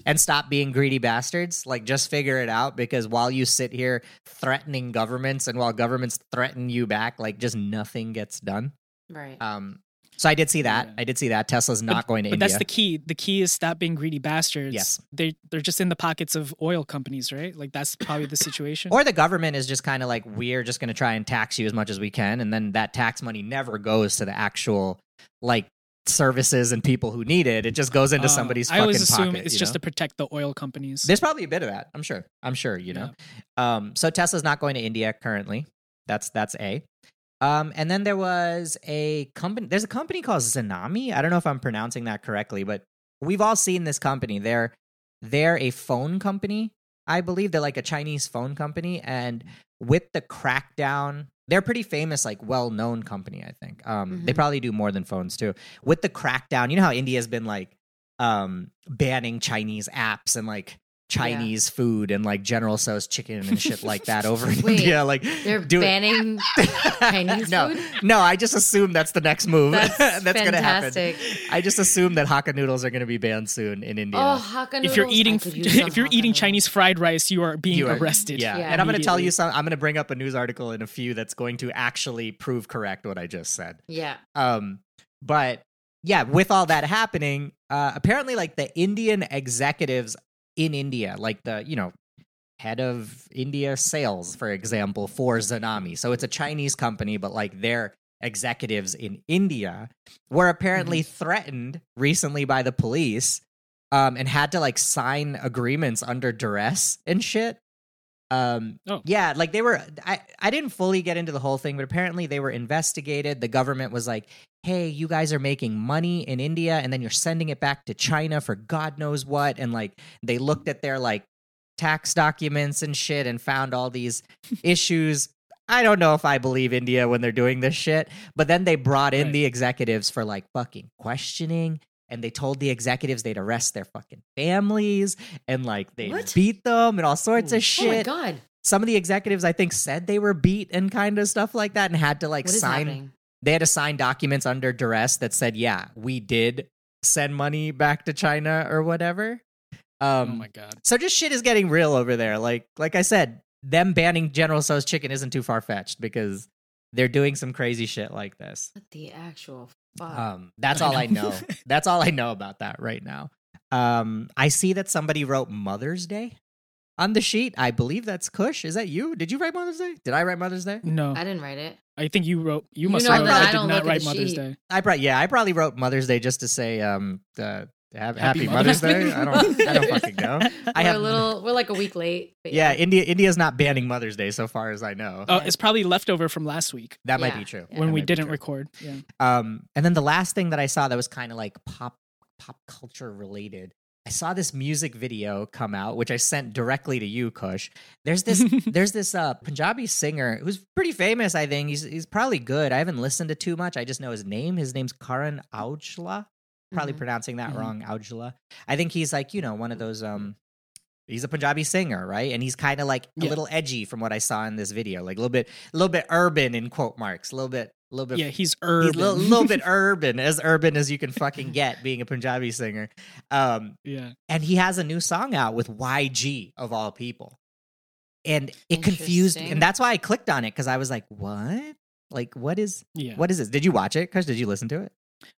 Speaker 2: and stop being greedy bastards. Like, just figure it out because while you sit here threatening governments and while governments threaten you back, like, just nothing gets done.
Speaker 1: right.
Speaker 2: Um, so I did see that.
Speaker 3: Yeah.
Speaker 2: I did see that Tesla's not going to
Speaker 3: But
Speaker 2: India.
Speaker 3: that's the key. The key is stop being greedy bastards.
Speaker 2: Yes.
Speaker 3: They they're just in the pockets of oil companies, right? Like that's probably the situation.
Speaker 2: or the government is just kind of like, we're just going to try and tax you as much as we can, and then that tax money never goes to the actual like services and people who need it. It just goes into
Speaker 3: Uh,
Speaker 2: somebody's.
Speaker 3: I always
Speaker 2: fucking
Speaker 3: assume
Speaker 2: pocket,
Speaker 3: it's
Speaker 2: you
Speaker 3: just
Speaker 2: know?
Speaker 3: to protect the oil companies.
Speaker 2: There's probably a bit of that. I'm sure. I'm sure, you know. Um, so Tesla's not going to India currently. That's that's A. Um, and then there was a company there's a company called Zenami. I don't know if I'm pronouncing that correctly, but we've all seen this company. They're they're a phone company, I believe. They're like a Chinese phone company. And with the crackdown, they're a pretty famous, like well known company, I think. Um, they
Speaker 1: Mhm.
Speaker 2: probably do more than phones too. With the crackdown, you know how India's been like um banning Chinese apps and like Chinese food and like General So's chicken and shit like that over in
Speaker 1: Wait,
Speaker 2: India. Like
Speaker 1: They're
Speaker 2: do it-
Speaker 1: banning. Chinese
Speaker 2: no,
Speaker 1: food?
Speaker 2: No, I just assume that's the next move.
Speaker 1: That's,
Speaker 2: gonna happen.
Speaker 1: fantastic.
Speaker 2: I just assume that Hakka noodles are gonna be banned soon in India.
Speaker 1: Oh, haka
Speaker 3: if you're
Speaker 1: noodles, I
Speaker 3: eating
Speaker 1: could use some
Speaker 3: if you're
Speaker 1: haka
Speaker 3: eating
Speaker 1: noodles.
Speaker 3: Chinese fried rice, you are being
Speaker 2: You are-
Speaker 3: arrested.
Speaker 2: Yeah.
Speaker 1: Yeah.
Speaker 2: and I'm going to tell
Speaker 3: Immediately.
Speaker 2: you some. I'm going to bring up a news article in a few that's going to actually prove correct what I just said.
Speaker 1: Yeah.
Speaker 2: Um, but yeah, with all that happening, uh, apparently, like the Indian executives in India, like the you know head of India sales, for example, for Zanami. So it's a Chinese company, but like their executives in India were apparently threatened recently by the police, um, and had to like sign agreements under duress and shit. Um,
Speaker 3: Oh.
Speaker 2: yeah, like they were. I I didn't fully get into the whole thing, but apparently they were investigated. The government was like, hey, you guys are making money in India and then you're sending it back to China for God knows what. And like they looked at their like tax documents and shit and found all these issues. I don't know if I believe India when they're doing this shit, but then they brought in
Speaker 3: Right.
Speaker 2: the executives for like fucking questioning. And they told the executives they'd arrest their fucking families and like they
Speaker 1: What?
Speaker 2: beat them and all sorts
Speaker 3: Ooh. Oh my
Speaker 1: Oh
Speaker 2: of
Speaker 1: my
Speaker 2: shit.
Speaker 1: god.
Speaker 2: Some of the executives I think said they were beat and kind of stuff like that and had to like
Speaker 1: What is
Speaker 2: sign
Speaker 1: happening?
Speaker 2: they had to sign documents under duress that said, yeah, we did send money back to China or whatever.
Speaker 3: Oh
Speaker 2: Um,
Speaker 3: my god.
Speaker 2: so just shit is getting real over there. Like, like I said, them banning General So's chicken isn't too far fetched because they're doing some crazy shit like this.
Speaker 1: What the actual fuck?
Speaker 2: Um, that's
Speaker 3: I
Speaker 2: all I
Speaker 3: know.
Speaker 2: know. that's all I know about that right now. Um, I see that somebody wrote Mother's Day on the sheet. I believe that's Kush. Is that you? Did you write Mother's Day? Did I write Mother's Day?
Speaker 3: No.
Speaker 1: I didn't write it.
Speaker 3: I think you wrote you
Speaker 1: You
Speaker 3: must
Speaker 1: know
Speaker 3: have
Speaker 2: that
Speaker 3: wrote,
Speaker 2: I
Speaker 3: I did
Speaker 1: don't look
Speaker 3: not
Speaker 1: at
Speaker 3: write
Speaker 1: the
Speaker 3: Mother's
Speaker 1: sheet.
Speaker 3: Day.
Speaker 2: I probably yeah, I probably wrote Mother's Day just to say um uh, have, happy, Mother's, Day. I don't I don't fucking know. I
Speaker 1: we're
Speaker 2: have
Speaker 1: a little. We're like a week late. but
Speaker 2: yeah. India India's not banning Mother's Day so far as I know.
Speaker 3: Oh, it's probably leftover from last week
Speaker 2: that might
Speaker 1: yeah,
Speaker 2: be true.
Speaker 1: yeah.
Speaker 2: That
Speaker 3: when we
Speaker 2: might be
Speaker 3: didn't
Speaker 2: true.
Speaker 3: record. Yeah.
Speaker 2: Um, and then the last thing that I saw that was kind of like pop pop culture related. I saw this music video come out, which I sent directly to you, Kush. There's this there's this uh, Punjabi singer who's pretty famous. I think he's he's probably good. I haven't listened to too much. I just know his name. His name's Karan Aujla. Probably
Speaker 1: Mhm.
Speaker 2: pronouncing that
Speaker 3: Mhm.
Speaker 2: wrong, Aujla. I think he's like you know one of
Speaker 3: Mm-hmm.
Speaker 2: those um. He's a Punjabi singer, right? And he's kind of like a
Speaker 3: Yeah.
Speaker 2: little edgy from what I saw in this video, like a little bit, a little bit urban in quote marks, a little bit, a little bit
Speaker 3: Yeah, he's urban.
Speaker 2: He's a little, little bit urban, as urban as you can fucking get being a Punjabi singer. Um,
Speaker 3: yeah.
Speaker 2: and he has a new song out with YG of all people. And it confused me.
Speaker 1: Interesting.
Speaker 2: And that's why I clicked on it because I was like, what? Like, what is
Speaker 3: Yeah.
Speaker 2: what is this? Did you watch it? Cause did you listen to it?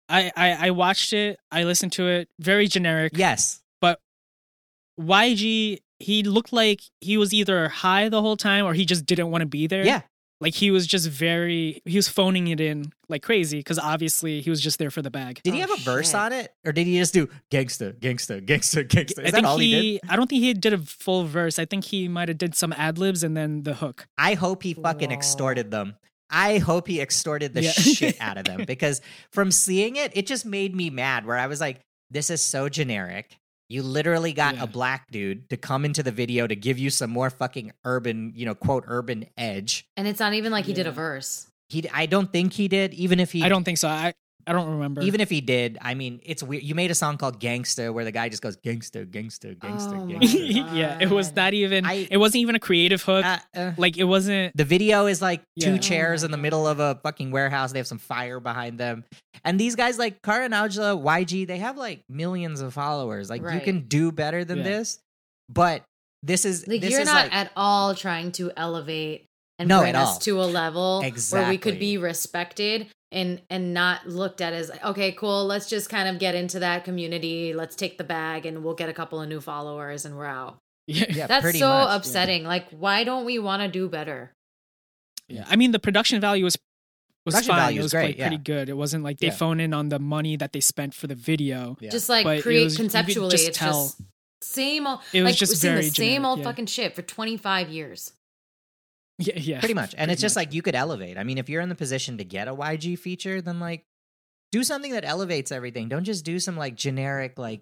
Speaker 3: I, I I watched it. I listened to it. Very generic.
Speaker 2: Yes.
Speaker 3: YG. He looked like he was either high the whole time or he just didn't want to be there.
Speaker 2: Yeah.
Speaker 3: Like he was just very. He was phoning it in like crazy because obviously he was just there for the bag.
Speaker 2: Did he
Speaker 1: Oh,
Speaker 2: have a verse
Speaker 1: shit.
Speaker 2: on it, or did he just do gangsta, gangsta, gangsta, gangsta? Is
Speaker 3: I
Speaker 2: that
Speaker 3: think
Speaker 2: all he, did?
Speaker 3: I don't think he did a full verse. I think he might have did some ad libs and then the hook.
Speaker 2: I hope he fucking
Speaker 1: Whoa.
Speaker 2: extorted them. I hope he extorted the
Speaker 3: Yeah.
Speaker 2: shit out of them because from seeing it, it just made me mad. Where I was like, this is so generic. You literally got
Speaker 3: Yeah.
Speaker 2: a black dude to come into the video to give you some more fucking urban, you know, quote, urban edge.
Speaker 1: And it's not even like he did a
Speaker 3: Yeah.
Speaker 1: verse.
Speaker 2: He, I don't think he did. Even if he,
Speaker 3: I don't think so. I I don't remember.
Speaker 2: Even if he did, I mean, it's weird. You made a song called Gangsta where the guy just goes, Gangsta, Gangsta, Gangsta,
Speaker 1: Oh my
Speaker 2: Gangsta.
Speaker 3: yeah, it was
Speaker 1: God.
Speaker 3: not even.
Speaker 2: I-
Speaker 3: it wasn't even a creative hook.
Speaker 2: Uh, uh.
Speaker 3: like it wasn't.
Speaker 2: The video is like
Speaker 3: Yeah. Oh
Speaker 2: two
Speaker 3: my
Speaker 2: chairs in the
Speaker 1: God.
Speaker 2: middle of a fucking warehouse. They have some fire behind them. And these guys like Karan Aujla, YG, they have like millions of followers. Like you
Speaker 1: Right.
Speaker 2: can do better than
Speaker 3: Yeah.
Speaker 2: this. But this is
Speaker 1: Like
Speaker 2: this
Speaker 1: you're
Speaker 2: is
Speaker 1: not
Speaker 2: like,
Speaker 1: at all trying to elevate and
Speaker 2: No,
Speaker 1: bring
Speaker 2: at
Speaker 1: us
Speaker 2: all.
Speaker 1: to a level where we
Speaker 2: Exactly.
Speaker 1: could be respected and and not looked at as okay, cool. Let's just kind of get into that community. Let's take the bag and we'll get a couple of new followers and we're out.
Speaker 3: Yeah.
Speaker 2: yeah,
Speaker 1: That's
Speaker 2: pretty
Speaker 1: so
Speaker 2: much.
Speaker 1: upsetting. Like, why don't we want to do better?
Speaker 3: Yeah. I mean, the production value was was
Speaker 2: Production
Speaker 3: fine.
Speaker 2: value
Speaker 3: it
Speaker 2: is
Speaker 3: was
Speaker 2: great,
Speaker 3: like, pretty good. It wasn't like they
Speaker 2: Yeah.
Speaker 3: phoned in on the money that they spent for the video.
Speaker 2: Yeah.
Speaker 1: Just like
Speaker 3: But it
Speaker 1: create
Speaker 3: was- you could
Speaker 1: conceptually.
Speaker 3: just
Speaker 1: it's
Speaker 3: tell.
Speaker 1: just same old.
Speaker 3: It was
Speaker 1: like,
Speaker 3: just
Speaker 1: we've seen
Speaker 3: very
Speaker 1: the same
Speaker 3: generic,
Speaker 1: old
Speaker 3: yeah.
Speaker 1: fucking shit for 25 years.
Speaker 3: Yeah, yeah.
Speaker 2: Pretty much. And
Speaker 3: Pretty
Speaker 2: it's just
Speaker 3: much.
Speaker 2: like you could elevate. I mean, if you're in the position to get a YG feature, then like do something that elevates everything. Don't just do some like generic, like,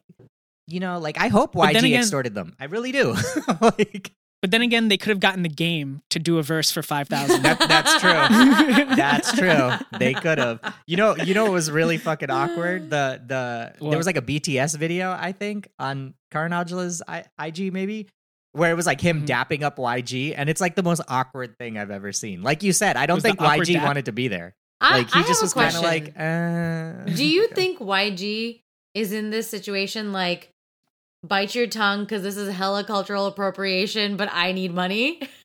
Speaker 2: you know, like I hope
Speaker 3: But
Speaker 2: YG
Speaker 3: then again-
Speaker 2: extorted them. I really do. like,
Speaker 3: But then again, they could have gotten the game to do a verse for five thousand.
Speaker 2: That- that's true. That's true. They could have. You know, you know, it was really fucking awkward. The the
Speaker 3: What?
Speaker 2: there was like a BTS video, I think, on Karan Aujla's I- IG maybe, where it was like him
Speaker 1: Mm-hmm.
Speaker 3: Mhm.
Speaker 2: dapping up YG, and it's like the most awkward thing I've ever seen. Like you said, I don't
Speaker 3: was the
Speaker 2: think
Speaker 3: awkward
Speaker 2: YG
Speaker 3: dap.
Speaker 2: wanted to be there.
Speaker 1: I,
Speaker 2: Like he
Speaker 1: I have
Speaker 2: just
Speaker 1: a
Speaker 2: was kind of
Speaker 1: question.
Speaker 2: like, uh,
Speaker 1: Do you
Speaker 2: okay.
Speaker 1: think YG is in this situation like bite your tongue because this is hella cultural appropriation, but I need money?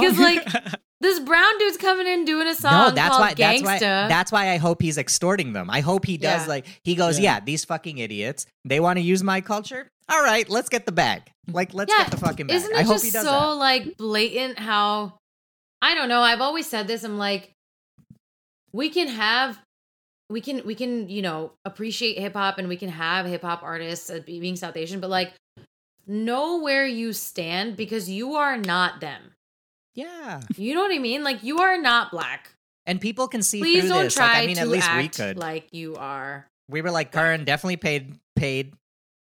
Speaker 1: Because like this brown dude's coming in doing a song
Speaker 2: no, that's
Speaker 1: called
Speaker 2: why. That's
Speaker 1: Gangsta.
Speaker 2: why. That's why I hope he's extorting them. I hope he does.
Speaker 1: Yeah.
Speaker 2: Like he goes,
Speaker 3: Yeah.
Speaker 2: yeah. these fucking idiots. They want to use my culture. All right, let's get the bag. Like let's
Speaker 1: Yeah,
Speaker 2: get the fucking bag.
Speaker 1: Isn't it
Speaker 2: I hope
Speaker 1: just
Speaker 2: he does
Speaker 1: so
Speaker 2: that.
Speaker 1: like blatant how I don't know, I've always said this, I'm like, we can have we can we can, you know, appreciate hip hop and we can have hip hop artists uh, be- being South Asian, but like know where you stand because you are not them.
Speaker 2: Yeah.
Speaker 1: You know what I mean? Like you are not black.
Speaker 2: And people can see
Speaker 1: Please
Speaker 2: through
Speaker 1: don't
Speaker 2: this.
Speaker 1: try
Speaker 2: like, I mean,
Speaker 1: to
Speaker 2: at least
Speaker 1: act
Speaker 2: we could.
Speaker 1: like you are.
Speaker 2: we were like, Curran definitely paid. Paid.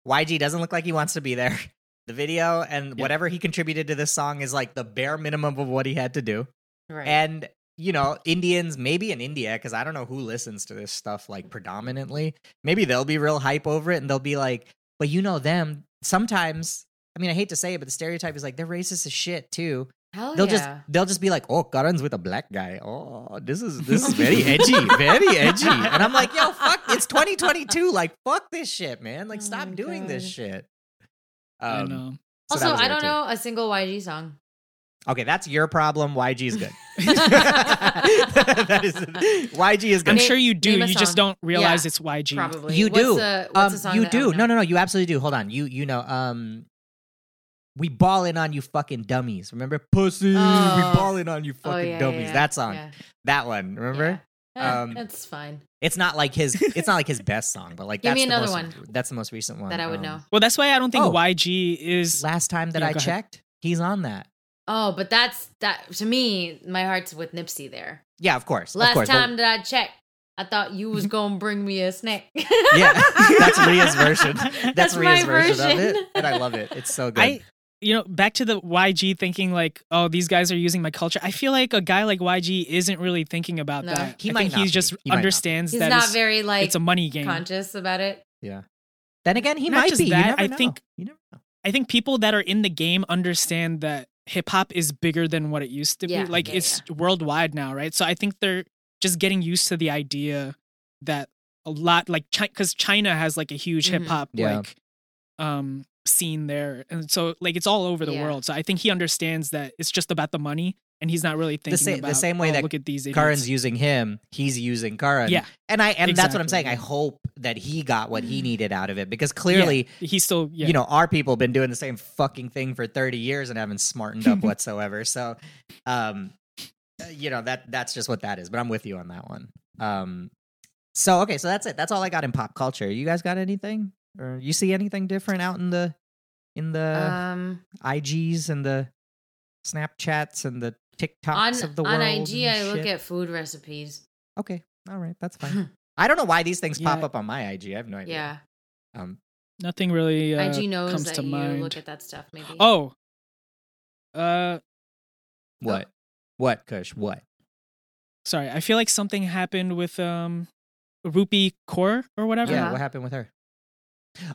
Speaker 2: YG doesn't look like he wants to be there. The video and
Speaker 3: Yeah.
Speaker 2: whatever he contributed to this song is like the bare minimum of what he had to do.
Speaker 1: Right.
Speaker 2: And you know, Indians, maybe in India, because I don't know who listens to this stuff like predominantly. Maybe they'll be real hype over it and they'll be like, but you know them. Sometimes, I mean, I hate to say it, but the stereotype is like they're racist as shit too.
Speaker 1: Hell
Speaker 2: they'll
Speaker 1: Oh, yeah.
Speaker 2: just they'll just be like, "Oh, Karan's with a black guy. Oh, this is this is very edgy, very edgy." And I'm like, "Yo, fuck! It's 2022. Like, fuck this shit, man. Like,
Speaker 1: Oh
Speaker 2: stop
Speaker 1: my
Speaker 2: doing this
Speaker 1: God.
Speaker 2: shit."
Speaker 3: I
Speaker 2: Um,
Speaker 3: know.
Speaker 2: so that
Speaker 1: also,
Speaker 2: was
Speaker 1: I don't
Speaker 2: irritating.
Speaker 1: know a single YG song.
Speaker 2: Okay, that's your problem. YG is good. that is YG is good.
Speaker 3: I'm
Speaker 1: Name-
Speaker 3: sure you do.
Speaker 1: name
Speaker 3: You
Speaker 1: a
Speaker 3: just
Speaker 1: song.
Speaker 3: don't realize
Speaker 1: um, Yeah,
Speaker 3: it's YG.
Speaker 1: Probably.
Speaker 2: You
Speaker 1: what's
Speaker 2: do.
Speaker 1: A, what's a
Speaker 2: Um,
Speaker 1: song
Speaker 2: you
Speaker 1: that I
Speaker 2: do.
Speaker 1: don't
Speaker 2: No,
Speaker 1: know?
Speaker 2: no, no. You absolutely do. Hold on. You you know. Um, we ballin' on you fucking dummies. Remember, pussy.
Speaker 1: Oh.
Speaker 2: We ballin' on you
Speaker 1: Oh,
Speaker 2: fucking
Speaker 1: yeah,
Speaker 2: dummies.
Speaker 1: yeah,
Speaker 2: That song.
Speaker 1: yeah,
Speaker 2: That one.
Speaker 1: yeah.
Speaker 2: Remember.
Speaker 1: Eh,
Speaker 2: Um,
Speaker 1: that's fine.
Speaker 2: It's not like his. It's not like his best song, but like
Speaker 1: Give
Speaker 2: that's
Speaker 1: me
Speaker 2: the
Speaker 1: another
Speaker 2: most, That's the most recent one
Speaker 1: That I would
Speaker 2: um,
Speaker 1: know.
Speaker 3: Well, that's why I don't think
Speaker 2: Oh.
Speaker 3: YG is.
Speaker 2: Last time that
Speaker 3: Yeah,
Speaker 2: I
Speaker 3: go ahead.
Speaker 2: checked, he's on that.
Speaker 1: Oh, but that's that to me. My heart's with Nipsey there.
Speaker 2: Yeah, of course.
Speaker 1: Last
Speaker 2: of course. but-
Speaker 1: time that I checked, I thought you was gonna bring me a snack.
Speaker 2: yeah, that's Ria's version. That's,
Speaker 1: That's
Speaker 2: Ria's
Speaker 1: my
Speaker 2: version. of
Speaker 1: version.
Speaker 2: it, and I love it. It's so good.
Speaker 3: I, you know, back to the YG thinking like, oh, these guys are using my culture. I feel like a guy like YG isn't really thinking about
Speaker 1: No.
Speaker 3: that.
Speaker 2: He
Speaker 3: I
Speaker 2: might
Speaker 3: think
Speaker 2: not
Speaker 3: he just
Speaker 2: be. He might not.
Speaker 3: understands
Speaker 1: He's
Speaker 3: that
Speaker 1: not
Speaker 3: it's,
Speaker 1: very like
Speaker 3: it's a money game.
Speaker 1: conscious about it.
Speaker 2: yeah. Then again, he
Speaker 3: Not
Speaker 2: might
Speaker 3: just
Speaker 2: be.
Speaker 3: that,
Speaker 2: you never
Speaker 3: I
Speaker 2: know.
Speaker 3: think-
Speaker 2: you never know.
Speaker 3: I think people that are in the game understand that hip hop is bigger than what it used to
Speaker 1: Yeah,
Speaker 3: be. Like
Speaker 1: yeah,
Speaker 3: it's worldwide now, right? So I think they're just getting used to the idea that a lot like because China has like a huge
Speaker 1: Mhm.
Speaker 3: hip hop
Speaker 2: Yeah.
Speaker 3: like um scene there, and so like it's all over the
Speaker 1: Yeah.
Speaker 3: world. So I think he understands that it's just about the money, and he's not really thinking
Speaker 2: sa- the
Speaker 3: about
Speaker 2: same way
Speaker 3: "Oh,
Speaker 2: that
Speaker 3: look at these idiots.
Speaker 2: Karin's using him, he's using Karin.
Speaker 3: Yeah,
Speaker 2: And I and that's what I'm
Speaker 3: exactly.
Speaker 2: saying. I hope that he got what
Speaker 1: Mm.
Speaker 2: he needed out of it because clearly,
Speaker 3: he's still yeah.
Speaker 2: you know, our people have been doing the same fucking thing for 30 years and haven't smartened up whatsoever. So um uh, you know, that that's just what that is. But I'm with you on that one. Um so okay, so that's it. That's all I got in pop culture. You guys got anything? Or you see anything different out in the in
Speaker 3: Uh,
Speaker 2: the
Speaker 1: um,
Speaker 2: IGs and the Snapchats and the TikToks
Speaker 1: on
Speaker 2: of the
Speaker 1: on
Speaker 2: world?
Speaker 1: IG,
Speaker 2: and
Speaker 1: I look
Speaker 2: shit?
Speaker 1: at food recipes.
Speaker 2: Okay. All right. That's fine. I don't know why these things pop
Speaker 3: Yeah.
Speaker 2: up on my IG. I have no idea.
Speaker 1: Yeah,
Speaker 2: Yeah. Um,
Speaker 3: nothing really uh,
Speaker 1: IG knows
Speaker 3: comes
Speaker 1: that
Speaker 3: to
Speaker 1: you
Speaker 3: mind.
Speaker 1: look at that stuff. Maybe.
Speaker 3: oh, uh,
Speaker 2: what? What, Kush? What?
Speaker 3: sorry. I feel like something happened with um, Rupi Kaur or whatever.
Speaker 2: Yeah.
Speaker 1: Uh-huh.
Speaker 2: What happened with her?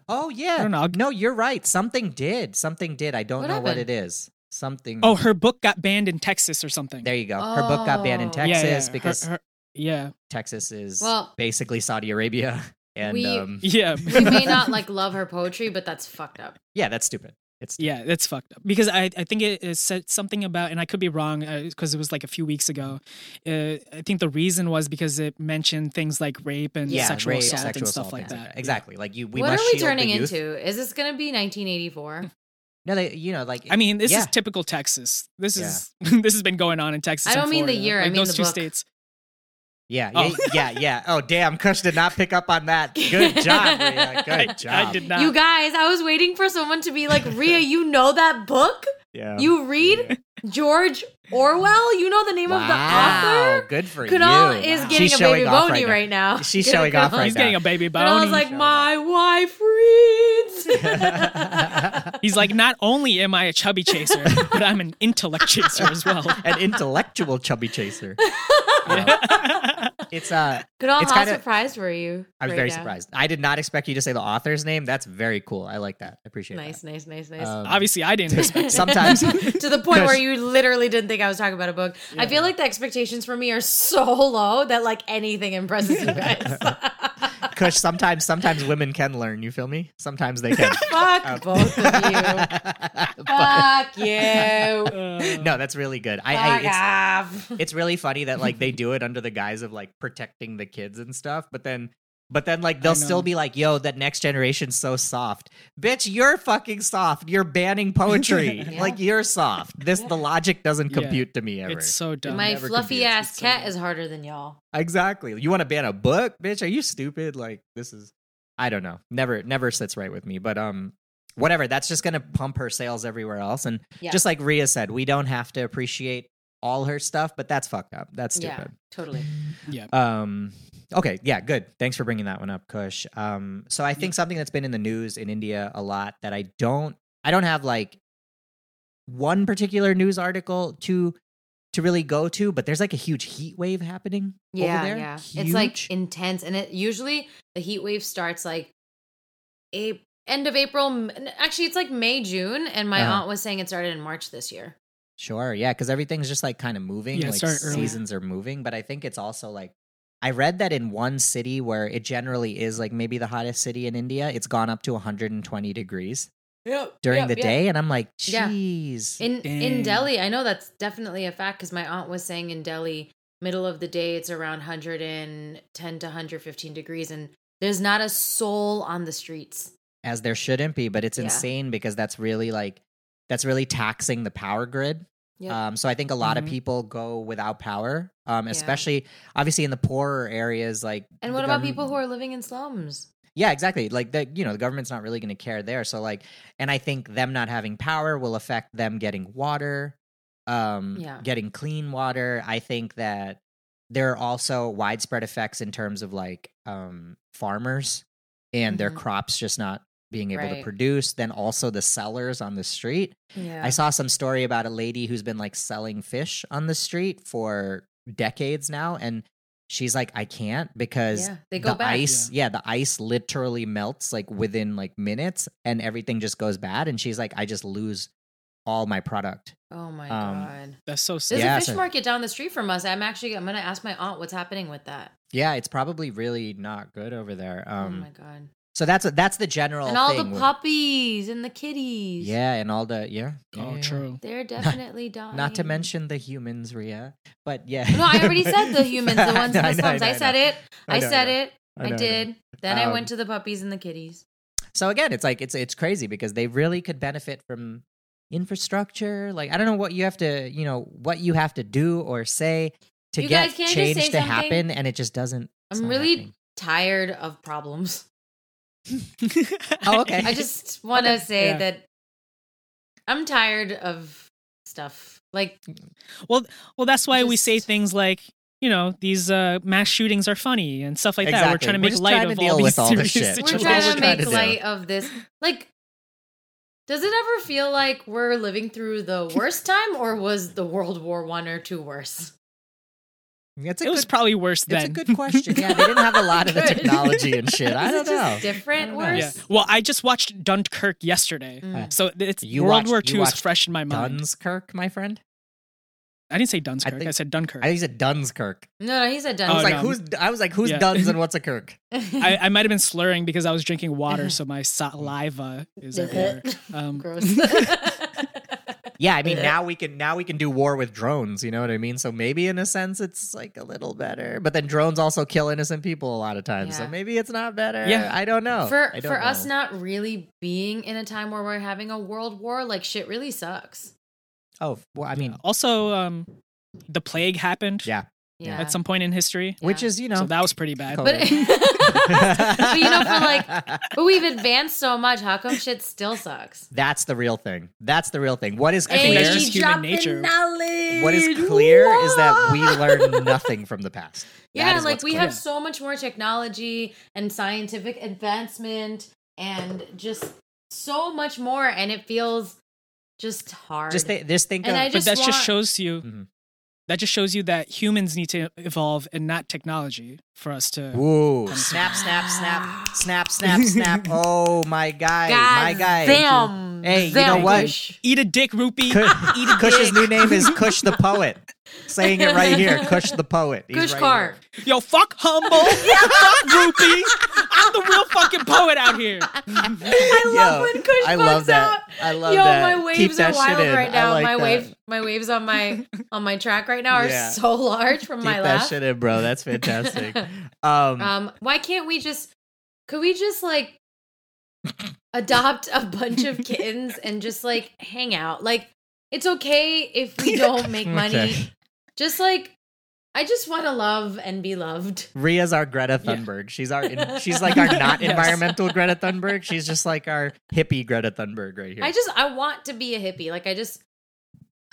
Speaker 2: Oh, yeah.
Speaker 3: I don't know. I'll-
Speaker 2: No, you're right. Something did. Something did. I don't
Speaker 1: What
Speaker 2: know what it
Speaker 1: happened?
Speaker 2: is. Something.
Speaker 3: Oh, her book got banned in Texas or something.
Speaker 2: There you go. Her book got banned in
Speaker 1: Oh.
Speaker 2: Texas
Speaker 3: yeah, yeah. her-
Speaker 2: because
Speaker 3: her- yeah,
Speaker 2: Texas is
Speaker 1: Well-
Speaker 2: basically Saudi Arabia. And
Speaker 1: We-
Speaker 2: um,
Speaker 3: yeah.
Speaker 1: we may not like love her poetry, but that's fucked up.
Speaker 2: yeah, that's stupid. It's
Speaker 3: Yeah, that's fucked up. Because I, I think it, it said something about, and I could be wrong because it was like a few weeks ago. Uh, I think the reason was because it mentioned things like rape and
Speaker 2: yeah,
Speaker 3: sexual
Speaker 2: rape,
Speaker 3: assault
Speaker 2: sexual
Speaker 3: and stuff
Speaker 2: assault,
Speaker 3: like
Speaker 2: things
Speaker 3: that.
Speaker 2: Exactly. Like you, we
Speaker 1: what
Speaker 2: must
Speaker 1: are we
Speaker 2: shield the
Speaker 1: turning
Speaker 2: youth.
Speaker 1: into? Is this gonna be 1984?
Speaker 2: No, they, you know, like
Speaker 3: I mean, this
Speaker 2: Yeah.
Speaker 3: is typical Texas. This is this has been going on in Texas.
Speaker 1: I don't
Speaker 3: and
Speaker 1: mean the
Speaker 3: Florida.
Speaker 1: year, I
Speaker 3: Like
Speaker 1: mean
Speaker 3: those
Speaker 1: the
Speaker 3: two
Speaker 1: book.
Speaker 3: states.
Speaker 2: Yeah,
Speaker 3: Oh.
Speaker 2: yeah, yeah, yeah. Oh, damn. Kush did not pick up on that. Good job, Rhea.
Speaker 1: I-
Speaker 2: Good job.
Speaker 3: I, did not.
Speaker 1: You guys, I was waiting for someone to be like, Ria, you know that book?
Speaker 2: Um, Yeah.
Speaker 1: You read George Orwell? You know the name of the author?
Speaker 2: Good for
Speaker 1: Kunal
Speaker 2: you.
Speaker 1: is
Speaker 2: Wow.
Speaker 1: getting
Speaker 2: She's
Speaker 1: a baby
Speaker 2: showing off
Speaker 1: bony right,
Speaker 2: now.
Speaker 1: now.
Speaker 2: She's
Speaker 1: Get a
Speaker 2: showing off
Speaker 1: girl.
Speaker 2: right
Speaker 3: He's
Speaker 2: now.
Speaker 3: getting a baby
Speaker 1: And I was
Speaker 3: bone.
Speaker 1: like, my wife reads.
Speaker 3: He's like, not only am I a chubby chaser, but I'm an intellect chaser as well.
Speaker 2: An intellectual chubby chaser. It's uh
Speaker 1: Kunal,
Speaker 2: It's
Speaker 1: how
Speaker 2: kinda-
Speaker 1: surprised were you?
Speaker 2: I was
Speaker 1: right
Speaker 2: very
Speaker 1: now?
Speaker 2: surprised. I did not expect you to say the author's name. That's very cool. I like that. I appreciate
Speaker 1: Nice, nice, nice,
Speaker 2: that.
Speaker 1: nice.
Speaker 2: Um,
Speaker 3: Obviously, I didn't expect.
Speaker 2: sometimes
Speaker 1: to the point where
Speaker 2: Because-
Speaker 1: you literally didn't think I was talking about a book. I feel like the expectations for me are so low that like anything impresses you guys.
Speaker 2: Kush, sometimes sometimes women can learn, you feel me? Sometimes they can.
Speaker 1: Fuck both of you.
Speaker 2: But-
Speaker 1: Fuck you.
Speaker 3: Uh,
Speaker 2: no, that's really good. I, I
Speaker 1: Fuck
Speaker 2: it's,
Speaker 1: off.
Speaker 2: it's really funny that like they do it under the guise of like protecting the kids and stuff, but then but then like they'll
Speaker 3: I
Speaker 2: still
Speaker 3: know.
Speaker 2: be like, "Yo, that next generation's so soft." Bitch, you're fucking soft. You're banning poetry.
Speaker 1: Yeah.
Speaker 2: Like you're soft. This the logic doesn't
Speaker 3: Yeah.
Speaker 2: compute to me ever.
Speaker 3: it's so dumb.
Speaker 1: My
Speaker 2: never
Speaker 1: fluffy
Speaker 2: confused.
Speaker 1: ass cat is harder than y'all.
Speaker 2: exactly. You want to ban a book? Bitch, are you stupid? Like this is I don't know. Never never sits right with me, but um whatever. That's just going to pump her sales everywhere else and
Speaker 1: Yeah.
Speaker 2: just like Ria said, we don't have to appreciate all her stuff, but that's fucked up. That's stupid.
Speaker 1: Yeah, totally.
Speaker 2: Um, okay, yeah, good. Thanks for bringing that one up, Kush. Um, so I think something that's been in the news in India a lot that I don't, I don't have like one particular news article to to really go to, but there's like a huge heat wave happening
Speaker 1: Yeah,
Speaker 2: over there.
Speaker 1: yeah. It's like
Speaker 2: Huge.
Speaker 1: intense, and it usually the heat wave starts like a end of April. m- Actually, it's like May, June, and my
Speaker 2: Uh-huh.
Speaker 1: aunt was saying it started in March this year.
Speaker 2: Sure, yeah, because everything's just like kind of moving.
Speaker 3: Yeah,
Speaker 2: like
Speaker 3: start early.
Speaker 2: seasons are moving, but I think it's also like I read that in one city where it generally is like maybe the hottest city in India, it's gone up to 120 degrees
Speaker 1: Yep.
Speaker 2: during the day, and I'm like,
Speaker 1: Yeah.
Speaker 2: jeez.
Speaker 1: In in
Speaker 3: Dang.
Speaker 1: Delhi, I know that's definitely a fact because my aunt was saying in Delhi, middle of the day, it's around 110 to 115 degrees, and there's not a soul on the streets.
Speaker 2: as there shouldn't be, but it's
Speaker 1: Yeah.
Speaker 2: insane because that's really like that's really taxing the power grid.
Speaker 1: Yep. Mm-hmm.
Speaker 2: Um, so I think a lot
Speaker 3: Mhm.
Speaker 2: of people go without power, um,
Speaker 1: Yeah.
Speaker 2: especially obviously in the poorer areas. Like,
Speaker 1: and
Speaker 2: the
Speaker 1: what about
Speaker 2: govern-
Speaker 1: people who are living in slums?
Speaker 2: Yeah, exactly. Like that, you know, the government's not really going to care there. So like, and I think them not having power will affect them getting water, um,
Speaker 1: Yeah.
Speaker 2: getting clean water. I think that there are also widespread effects in terms of like um, farmers and their
Speaker 1: Mhm.
Speaker 2: crops just not being able to
Speaker 1: Right.
Speaker 2: produce. Then also the sellers on the street.
Speaker 1: Yeah.
Speaker 2: I saw some story about a lady who's been like selling fish on the street for decades now, and she's like, I can't because
Speaker 1: yeah. They go
Speaker 2: the
Speaker 1: back.
Speaker 2: ice yeah. the ice literally melts like within like minutes and everything just goes bad and she's like i just lose all my product
Speaker 1: Oh my
Speaker 2: Um,
Speaker 1: god.
Speaker 3: That's so
Speaker 1: There's
Speaker 3: sad.
Speaker 2: Yeah,
Speaker 1: a fish
Speaker 2: so-
Speaker 1: market down the street from us. I'm actually I'm gonna ask my aunt what's happening with that.
Speaker 2: yeah it's probably really not good over there um
Speaker 1: oh my god.
Speaker 2: So that's that's the general
Speaker 1: and all
Speaker 2: thing
Speaker 1: the
Speaker 2: with-
Speaker 1: puppies and the kitties.
Speaker 2: Yeah, and all the yeah. yeah,
Speaker 3: Oh,
Speaker 2: yeah,
Speaker 3: true.
Speaker 1: They're definitely
Speaker 2: yeah.
Speaker 1: dying.
Speaker 2: Not to mention the humans, Ria. But yeah.
Speaker 1: No, I already said the humans, the ones in
Speaker 2: I
Speaker 1: the
Speaker 2: know, I
Speaker 1: slums.
Speaker 2: know,
Speaker 1: I
Speaker 2: know.
Speaker 1: said it. I
Speaker 2: know,
Speaker 1: said
Speaker 2: know.
Speaker 1: it. I
Speaker 2: know, know.
Speaker 1: did. Then I
Speaker 2: Um,
Speaker 1: went to the puppies and the kitties.
Speaker 2: So again, it's like it's it's crazy because they really could benefit from infrastructure. Like I don't know what you have to, you know, what you have to do or say to
Speaker 1: You
Speaker 2: get
Speaker 1: guys can't just
Speaker 2: change
Speaker 1: say
Speaker 2: to
Speaker 1: something.
Speaker 2: happen, and it just doesn't. it's
Speaker 1: I'm
Speaker 2: not
Speaker 1: really
Speaker 2: happening.
Speaker 1: tired of problems.
Speaker 2: Oh, okay.
Speaker 1: I just want to say
Speaker 3: Yeah.
Speaker 1: that I'm tired of stuff. Like
Speaker 3: Well, that's why we
Speaker 1: Just-
Speaker 3: say things like, you know, these uh, mass shootings are funny and stuff like that. We're
Speaker 2: Exactly.
Speaker 3: trying to
Speaker 2: We're
Speaker 3: make
Speaker 2: just
Speaker 3: light
Speaker 2: trying to
Speaker 3: of
Speaker 2: deal
Speaker 3: all these
Speaker 2: with all this
Speaker 3: serious
Speaker 2: shit.
Speaker 1: we're
Speaker 2: Which is what
Speaker 3: situations.
Speaker 1: trying
Speaker 2: we're
Speaker 1: to
Speaker 2: trying
Speaker 1: make
Speaker 2: to do.
Speaker 1: light of this. Like, does it ever feel like we're living through the worst time, or was the World War One or two worse?
Speaker 2: It's a
Speaker 3: It was
Speaker 2: good.
Speaker 3: probably worse
Speaker 2: It's
Speaker 3: then.
Speaker 2: a good question. Yeah, they didn't have a lot of the
Speaker 1: Good.
Speaker 2: technology and shit. I
Speaker 1: Is
Speaker 2: don't
Speaker 1: it
Speaker 2: know.
Speaker 1: just different
Speaker 2: I don't know.
Speaker 3: Yeah.
Speaker 1: worse?
Speaker 3: Well, I just watched Dunkirk yesterday,
Speaker 1: Mm.
Speaker 3: so it's
Speaker 2: You watched-
Speaker 3: World War
Speaker 2: you
Speaker 3: II is
Speaker 2: watched
Speaker 3: fresh in my mind.
Speaker 2: Dunskirk, my friend.
Speaker 3: I didn't say Dunkirk. I,
Speaker 2: think-
Speaker 3: said Dunkirk.
Speaker 2: I
Speaker 3: I,
Speaker 2: think he said Dunskirk.
Speaker 1: No, no, he said
Speaker 2: I was
Speaker 3: Oh,
Speaker 1: done.
Speaker 2: like,
Speaker 3: no.
Speaker 2: who's? I was like, who's
Speaker 3: Yeah.
Speaker 2: Duns and what's a Kirk?
Speaker 3: I, might have been slurring because I was drinking
Speaker 1: Uh-huh.
Speaker 3: water, so my saliva is everywhere. Um,
Speaker 1: Gross.
Speaker 2: Yeah, I mean
Speaker 1: Eh.
Speaker 2: now we can now we can do war with drones. You know what I mean? So maybe in a sense it's like a little better. But then drones also kill innocent people a lot of times. So
Speaker 1: Yeah.
Speaker 2: maybe it's not better.
Speaker 3: Yeah.
Speaker 2: I don't know.
Speaker 1: for
Speaker 2: Oh, I
Speaker 1: for
Speaker 2: don't
Speaker 1: us
Speaker 2: know.
Speaker 1: not really being in a time where we're having a world war, like shit really sucks.
Speaker 2: Oh well, I mean,
Speaker 3: also, um, the plague happened
Speaker 2: yeah,
Speaker 1: Yeah.
Speaker 3: at some point in history,
Speaker 1: Yeah.
Speaker 2: which is you know,
Speaker 3: so that was pretty bad.
Speaker 2: Cool.
Speaker 1: but, but you know, for like but we've advanced so much. How come shit still sucks?
Speaker 2: that's the real thing. That's the real thing. What is
Speaker 3: I think
Speaker 2: clear?
Speaker 3: that's just human
Speaker 1: Age-dropping
Speaker 3: nature.
Speaker 1: Knowledge.
Speaker 2: what is clear is that we learn nothing from the past. That
Speaker 1: Yeah,
Speaker 2: is
Speaker 1: like
Speaker 2: what's
Speaker 1: we
Speaker 2: clear.
Speaker 1: have so much more technology and scientific advancement and just so much more, and it feels just hard.
Speaker 2: just th- just think
Speaker 1: And
Speaker 2: of
Speaker 1: I
Speaker 3: but
Speaker 1: just
Speaker 3: that
Speaker 1: want-
Speaker 3: just shows you
Speaker 2: Mhm.
Speaker 3: that just shows you that humans need to evolve and not technology for us to.
Speaker 2: Ooh,
Speaker 3: Kinda
Speaker 2: snap, snap, snap, snap, snap, snap. Oh, my guy. my guy.
Speaker 1: Damn.
Speaker 2: Hey, you know what?
Speaker 1: Kush.
Speaker 3: Eat a dick, rupee.
Speaker 2: Kush,
Speaker 3: Eat a
Speaker 2: Kush's
Speaker 3: dick.
Speaker 2: new name is Kush the Poet. Saying it right here. Kush the Poet. He's
Speaker 1: Kush
Speaker 2: right
Speaker 1: Car.
Speaker 3: Yo, fuck humble. fuck rupee. I'm the real fucking poet out here.
Speaker 1: I
Speaker 2: here.
Speaker 1: love
Speaker 2: Yo,
Speaker 1: when Kush
Speaker 2: I
Speaker 1: comes
Speaker 2: love that.
Speaker 1: out.
Speaker 2: I love
Speaker 1: Yo,
Speaker 2: that.
Speaker 1: my
Speaker 2: Keep
Speaker 1: waves
Speaker 2: that
Speaker 1: are
Speaker 2: shit
Speaker 1: wild
Speaker 2: in.
Speaker 1: right
Speaker 2: I
Speaker 1: now.
Speaker 2: like
Speaker 1: my
Speaker 2: that.
Speaker 1: wave, my waves on my on my track right now are
Speaker 2: Yeah.
Speaker 1: so large from
Speaker 2: Keep
Speaker 1: my
Speaker 2: that
Speaker 1: laugh.
Speaker 2: shit in, bro. That's fantastic. Um,
Speaker 1: Um, why can't we just? Could we just like adopt a bunch of kittens and just like hang out? Like, it's okay if we don't make money.
Speaker 2: Okay.
Speaker 1: Just like, I just want to love and be loved.
Speaker 2: Ria's our Greta Thunberg. She's our she's like our not
Speaker 3: Yes.
Speaker 2: environmental Greta Thunberg. She's just like our hippie Greta Thunberg right here.
Speaker 1: I just I want to be a hippie. Like, I just.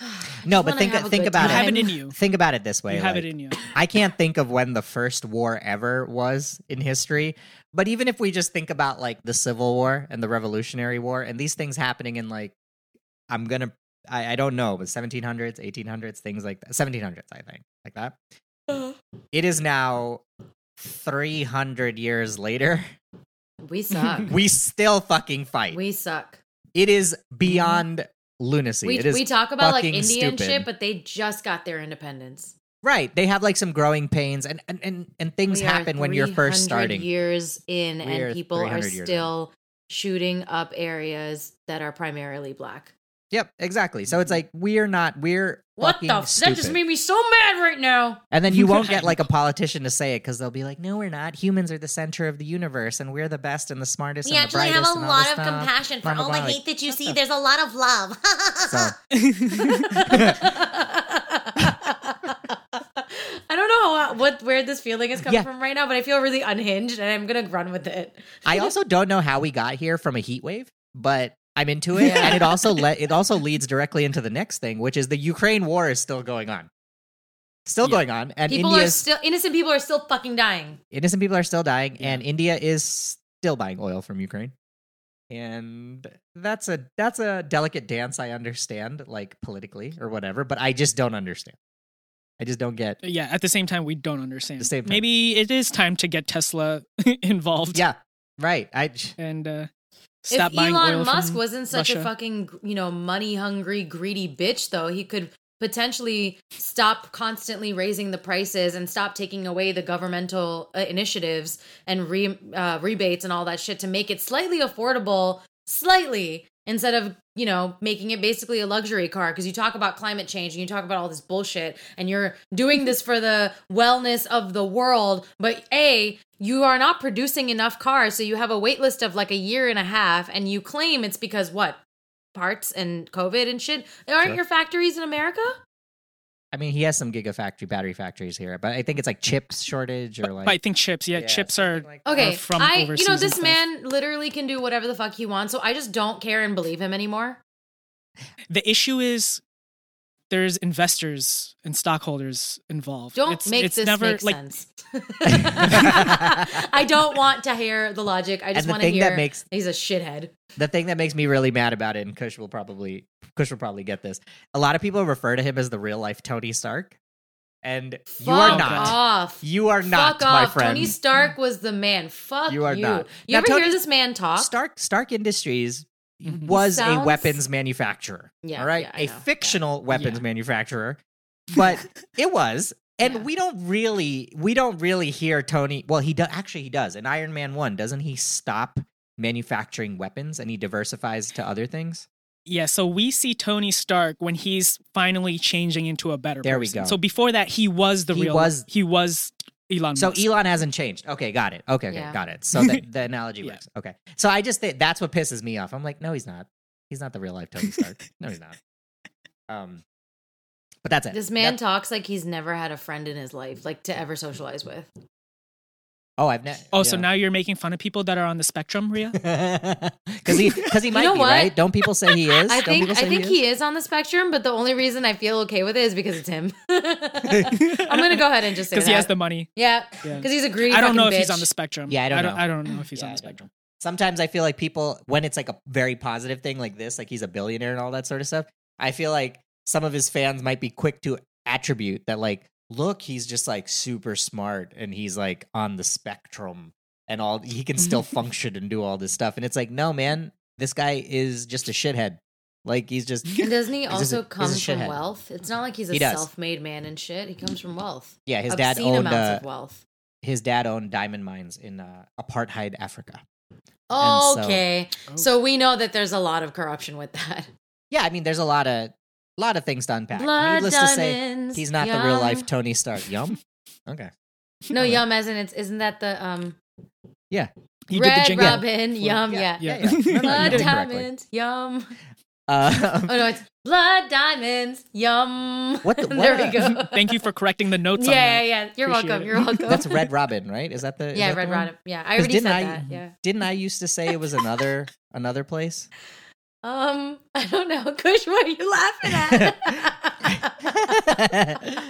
Speaker 1: I
Speaker 2: No,
Speaker 1: just
Speaker 2: but
Speaker 1: wanna
Speaker 2: think-
Speaker 1: have a
Speaker 2: think
Speaker 1: good
Speaker 2: about
Speaker 3: You
Speaker 2: it.
Speaker 3: have it
Speaker 1: time.
Speaker 3: in you.
Speaker 2: Think about it this way.
Speaker 3: You have it
Speaker 2: like,
Speaker 3: in you.
Speaker 2: I can't think of when the first war ever was in history. But even if we just think about like the Civil War and the Revolutionary War and these things happening in like, I'm gonna, I, I don't know, but 1700s, 1800s, things like that. 1700s, I think, like that. It is now 300 years later.
Speaker 1: We suck.
Speaker 2: We still fucking fight.
Speaker 1: we suck.
Speaker 2: it is beyond lunacy.
Speaker 1: We,
Speaker 2: it is
Speaker 1: we talk about like
Speaker 2: fucking
Speaker 1: Indian
Speaker 2: stupid.
Speaker 1: shit, but they just got their independence.
Speaker 2: right. They have like some growing pains and and and, and things
Speaker 1: We are
Speaker 2: happen when you're first
Speaker 1: 300
Speaker 2: starting.
Speaker 1: Years in,
Speaker 2: We are
Speaker 1: and people
Speaker 2: 300
Speaker 1: are
Speaker 2: years in.
Speaker 1: still shooting up areas that are primarily black.
Speaker 2: Yep, exactly. So it's like we're not we're
Speaker 1: Mm-hmm. What
Speaker 2: fucking
Speaker 1: the? F- that just
Speaker 2: stupid.
Speaker 1: made me so mad right now.
Speaker 2: And then you won't get like a politician to say it because they'll be like, "No, we're not. Humans are the center of the universe, and we're the best and the smartest."
Speaker 1: We
Speaker 2: and the
Speaker 1: actually have
Speaker 2: brightest
Speaker 1: a
Speaker 2: and all
Speaker 1: lot
Speaker 2: this
Speaker 1: of
Speaker 2: stuff."
Speaker 1: compassion for
Speaker 2: blah, blah,
Speaker 1: all
Speaker 2: blah,
Speaker 1: the
Speaker 2: like,
Speaker 1: hate that you
Speaker 2: shut
Speaker 1: see.
Speaker 2: the-
Speaker 1: There's a lot of love.
Speaker 2: So
Speaker 1: I don't know how, what where this feeling is coming
Speaker 2: Yeah.
Speaker 1: from right now, but I feel really unhinged, and I'm gonna run with it.
Speaker 2: I also don't know how we got here from a heat wave, but I'm into it,
Speaker 1: Yeah.
Speaker 2: and it also le- it also leads directly into the next thing, which is the Ukraine war is still going on, still
Speaker 3: Yeah.
Speaker 2: going on, and
Speaker 1: People are
Speaker 2: India's
Speaker 1: still innocent. People are still fucking dying.
Speaker 2: innocent people are still dying,
Speaker 3: Yeah.
Speaker 2: and India is still buying oil from Ukraine. And that's a that's a delicate dance I understand, like politically or whatever, but I just don't understand. I just don't get.
Speaker 3: Yeah. At the same time, we don't understand.
Speaker 2: The same time.
Speaker 3: Maybe it is time to get Tesla involved.
Speaker 2: Yeah, right. I
Speaker 3: And uh, stop
Speaker 1: if
Speaker 3: buying
Speaker 1: Elon
Speaker 3: oil
Speaker 1: Musk
Speaker 3: from
Speaker 1: wasn't such a
Speaker 3: Russia.
Speaker 1: fucking you know money hungry greedy bitch though, he could potentially stop constantly raising the prices and stop taking away the governmental uh, initiatives and re, uh, rebates and all that shit to make it slightly affordable, slightly instead of you know making it basically a luxury car because you talk about climate change and you talk about all this bullshit and you're doing this for the wellness of the world but a you are not producing enough cars so you have a wait list of like a year and a half and you claim it's because what parts and covid and shit aren't
Speaker 2: Sure.
Speaker 1: your factories in america
Speaker 2: I mean, he has some gigafactory battery factories here, but I think it's like chips shortage or like
Speaker 3: But I think chips. Yeah,
Speaker 2: Yeah,
Speaker 3: chips
Speaker 2: something
Speaker 3: are.
Speaker 2: like that.
Speaker 1: okay
Speaker 3: Or Uh, from
Speaker 1: i you
Speaker 3: overseas
Speaker 1: know
Speaker 3: and
Speaker 1: this
Speaker 3: stuff.
Speaker 1: man literally can do whatever the fuck he wants so i just don't care and believe him anymore
Speaker 3: The issue is there's investors and stockholders involved.
Speaker 1: don't
Speaker 3: It's-
Speaker 1: make
Speaker 3: it's
Speaker 1: this
Speaker 3: never,
Speaker 1: make
Speaker 3: like,
Speaker 1: sense i don't want to hear the logic i just
Speaker 2: And the
Speaker 1: want to
Speaker 2: thing
Speaker 1: hear
Speaker 2: that makes
Speaker 1: he's a shithead
Speaker 2: the thing that makes me really mad about it, and Kush will probably Kush will probably get this. A lot of people refer to him as the real life Tony Stark, and you are
Speaker 1: Fuck
Speaker 2: not.
Speaker 1: off.
Speaker 2: You are not,
Speaker 1: Fuck
Speaker 2: my
Speaker 1: off.
Speaker 2: friend.
Speaker 1: Tony Stark was the man. Fuck you.
Speaker 2: You are not.
Speaker 1: You
Speaker 2: Now,
Speaker 1: ever
Speaker 2: Tony-
Speaker 1: hear this man talk?
Speaker 2: Stark Stark Industries
Speaker 3: Mhm.
Speaker 2: was
Speaker 1: Sounds-
Speaker 2: a weapons manufacturer.
Speaker 1: Yeah,
Speaker 2: all right,
Speaker 1: yeah, I
Speaker 2: a
Speaker 1: know. Yeah.
Speaker 2: fictional weapons
Speaker 3: Yeah.
Speaker 2: manufacturer, but it was. And
Speaker 1: Yeah.
Speaker 2: we don't really we don't really hear Tony. Well, he does actually he does. In Iron Man one, doesn't he stop manufacturing weapons and he diversifies to other things?
Speaker 3: Yeah, so we see Tony Stark when he's finally changing into a better
Speaker 2: There we
Speaker 3: person.
Speaker 2: go.
Speaker 3: So before that, he was the
Speaker 2: He
Speaker 3: real.
Speaker 2: was-
Speaker 3: he was Elon.
Speaker 2: So
Speaker 3: Musk.
Speaker 2: Elon hasn't changed. Okay, got it. Okay, okay,
Speaker 1: Yeah.
Speaker 2: got it. So the, the analogy
Speaker 3: Yeah.
Speaker 2: works. Okay. So I just think that's what pisses me off. I'm like, no, he's not. He's not the real life Tony Stark. no, he's not. Um, but that's it.
Speaker 1: This man
Speaker 2: That-
Speaker 1: talks like he's never had a friend in his life, like to ever socialize with.
Speaker 2: oh, I've never.
Speaker 3: Oh, so now you're making fun of people that are on the spectrum, Ria?
Speaker 2: because he because he might
Speaker 1: know
Speaker 2: be
Speaker 1: what?
Speaker 2: right. Don't people say he is?
Speaker 1: I
Speaker 2: Don't
Speaker 1: think
Speaker 2: people say
Speaker 1: I think he is on the spectrum, but the only reason I feel okay with it is because it's him. I'm gonna go ahead and just say
Speaker 3: because
Speaker 1: that.
Speaker 3: he has the money.
Speaker 1: yeah,
Speaker 3: Yeah.
Speaker 1: because he's a greedy.
Speaker 3: I don't know if
Speaker 1: fucking
Speaker 3: he's on
Speaker 1: bitch.
Speaker 3: the spectrum.
Speaker 2: Yeah, I don't
Speaker 3: I don't,
Speaker 2: know.
Speaker 3: I don't know if he's
Speaker 2: Yeah,
Speaker 3: on
Speaker 2: I
Speaker 3: the
Speaker 2: don't know.
Speaker 3: spectrum.
Speaker 2: Sometimes I feel like people when it's like a very positive thing like this, like he's a billionaire and all that sort of stuff. I feel like some of his fans might be quick to attribute that like, look, he's just like super smart and he's like on the spectrum and all he can still function and do all this stuff. And it's like, no, man, this guy is just a shithead. Like he's just
Speaker 1: And doesn't he
Speaker 2: He's a-
Speaker 1: also
Speaker 2: he's a
Speaker 1: come from
Speaker 2: shithead.
Speaker 1: wealth? It's not like he's a
Speaker 2: He does.
Speaker 1: self-made man and shit. He comes from wealth.
Speaker 2: yeah, his
Speaker 1: Obscene
Speaker 2: dad owned
Speaker 1: amounts
Speaker 2: uh,
Speaker 1: of wealth.
Speaker 2: his dad owned diamond mines in uh, apartheid Africa. and so-
Speaker 1: Okay,
Speaker 3: Oh.
Speaker 1: so we know that there's a lot of corruption with that.
Speaker 2: Yeah, I mean, there's a lot of lot of things to unpack.
Speaker 1: Blood
Speaker 2: Needless to say,
Speaker 1: diamonds.
Speaker 2: He's not the real life
Speaker 1: yum.
Speaker 2: Tony Stark. Yum. Okay.
Speaker 1: No,
Speaker 2: Alright.
Speaker 1: yum as in it's isn't that the um
Speaker 3: You did the
Speaker 1: Red
Speaker 3: jingle.
Speaker 1: Robin? Yum, Um, yeah.
Speaker 2: No,
Speaker 3: Yeah.
Speaker 2: no, you
Speaker 1: Blood
Speaker 2: did it correctly.
Speaker 1: diamonds, yum.
Speaker 2: Uh,
Speaker 1: Oh no, it's blood diamonds, yum.
Speaker 2: What the-
Speaker 1: there
Speaker 2: what?
Speaker 1: we go.
Speaker 3: Thank you for correcting the notes
Speaker 1: yeah,
Speaker 3: on
Speaker 1: yeah,
Speaker 3: that.
Speaker 1: yeah. You're
Speaker 3: Appreciate
Speaker 1: welcome.
Speaker 3: it.
Speaker 1: You're welcome.
Speaker 2: that's Red Robin, right? Is that the is
Speaker 1: Yeah,
Speaker 2: that the
Speaker 1: Red
Speaker 2: one?
Speaker 1: Robin. Yeah, I
Speaker 2: 'Cause
Speaker 1: already said
Speaker 2: didn't I-
Speaker 1: that. Yeah.
Speaker 2: Didn't I used to say it was another another place?
Speaker 1: Um, I don't know, Kush. What are you laughing at?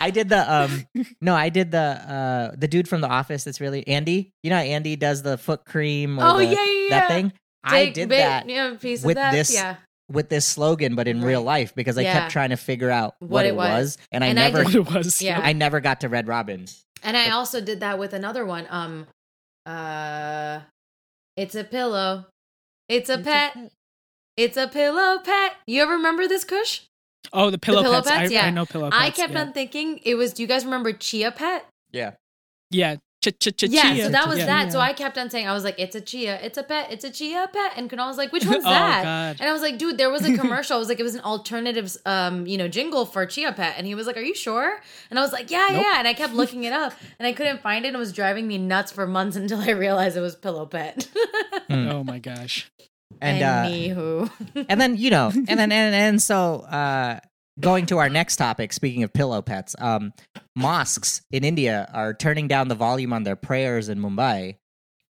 Speaker 2: I did the um no, I did the uh the dude from the office that's really Andy. You know how Andy does the foot cream or
Speaker 1: Oh,
Speaker 2: the-
Speaker 1: yeah, yeah,
Speaker 2: that
Speaker 1: yeah.
Speaker 2: thing? I
Speaker 1: Take
Speaker 2: did
Speaker 1: bit,
Speaker 2: that
Speaker 1: Yeah, piece
Speaker 2: with
Speaker 1: of that.
Speaker 2: this
Speaker 1: yeah,
Speaker 2: with this slogan but in real
Speaker 1: Right.
Speaker 2: life because I
Speaker 1: Yeah.
Speaker 2: kept trying to figure out what, it was, and I
Speaker 1: And I
Speaker 2: never
Speaker 3: What it was.
Speaker 1: Yeah.
Speaker 2: I never got to Red Robin.
Speaker 1: and I also did that with another one. Um, uh, it's a pillow. It's a pet. It's a pillow pet. You ever remember this, Kush?
Speaker 3: Oh, the pillow,
Speaker 1: pillow
Speaker 3: pets.
Speaker 1: pets,
Speaker 3: I,
Speaker 1: yeah.
Speaker 3: I know pillow pets.
Speaker 1: I kept
Speaker 3: yeah.
Speaker 1: on thinking it was. Do you guys remember Chia Pet?
Speaker 2: Yeah.
Speaker 3: Yeah. Ch- ch- ch-
Speaker 1: yeah,
Speaker 3: chia.
Speaker 1: so that was
Speaker 3: Yeah.
Speaker 1: that. So
Speaker 3: Yeah.
Speaker 1: I kept on saying, I was like, it's a chia, it's a pet, it's a chia pet. And Kunal was like, which one's
Speaker 3: oh,
Speaker 1: that?
Speaker 3: God.
Speaker 1: And I was like, dude, there was a commercial. I was like, it was an alternative, um, you know, jingle for Chia Pet. And he was like, are you sure? And I was like, yeah,
Speaker 2: Nope.
Speaker 1: yeah. And I kept looking it up and I couldn't find it. And it was driving me nuts for months until I realized it was Pillow Pet.
Speaker 2: Hmm.
Speaker 3: Oh, my gosh.
Speaker 2: And uh,
Speaker 1: Anywho.
Speaker 2: and then you know and then and, and so uh going to our next topic speaking of pillow pets um mosques in india are turning down the volume on their prayers in mumbai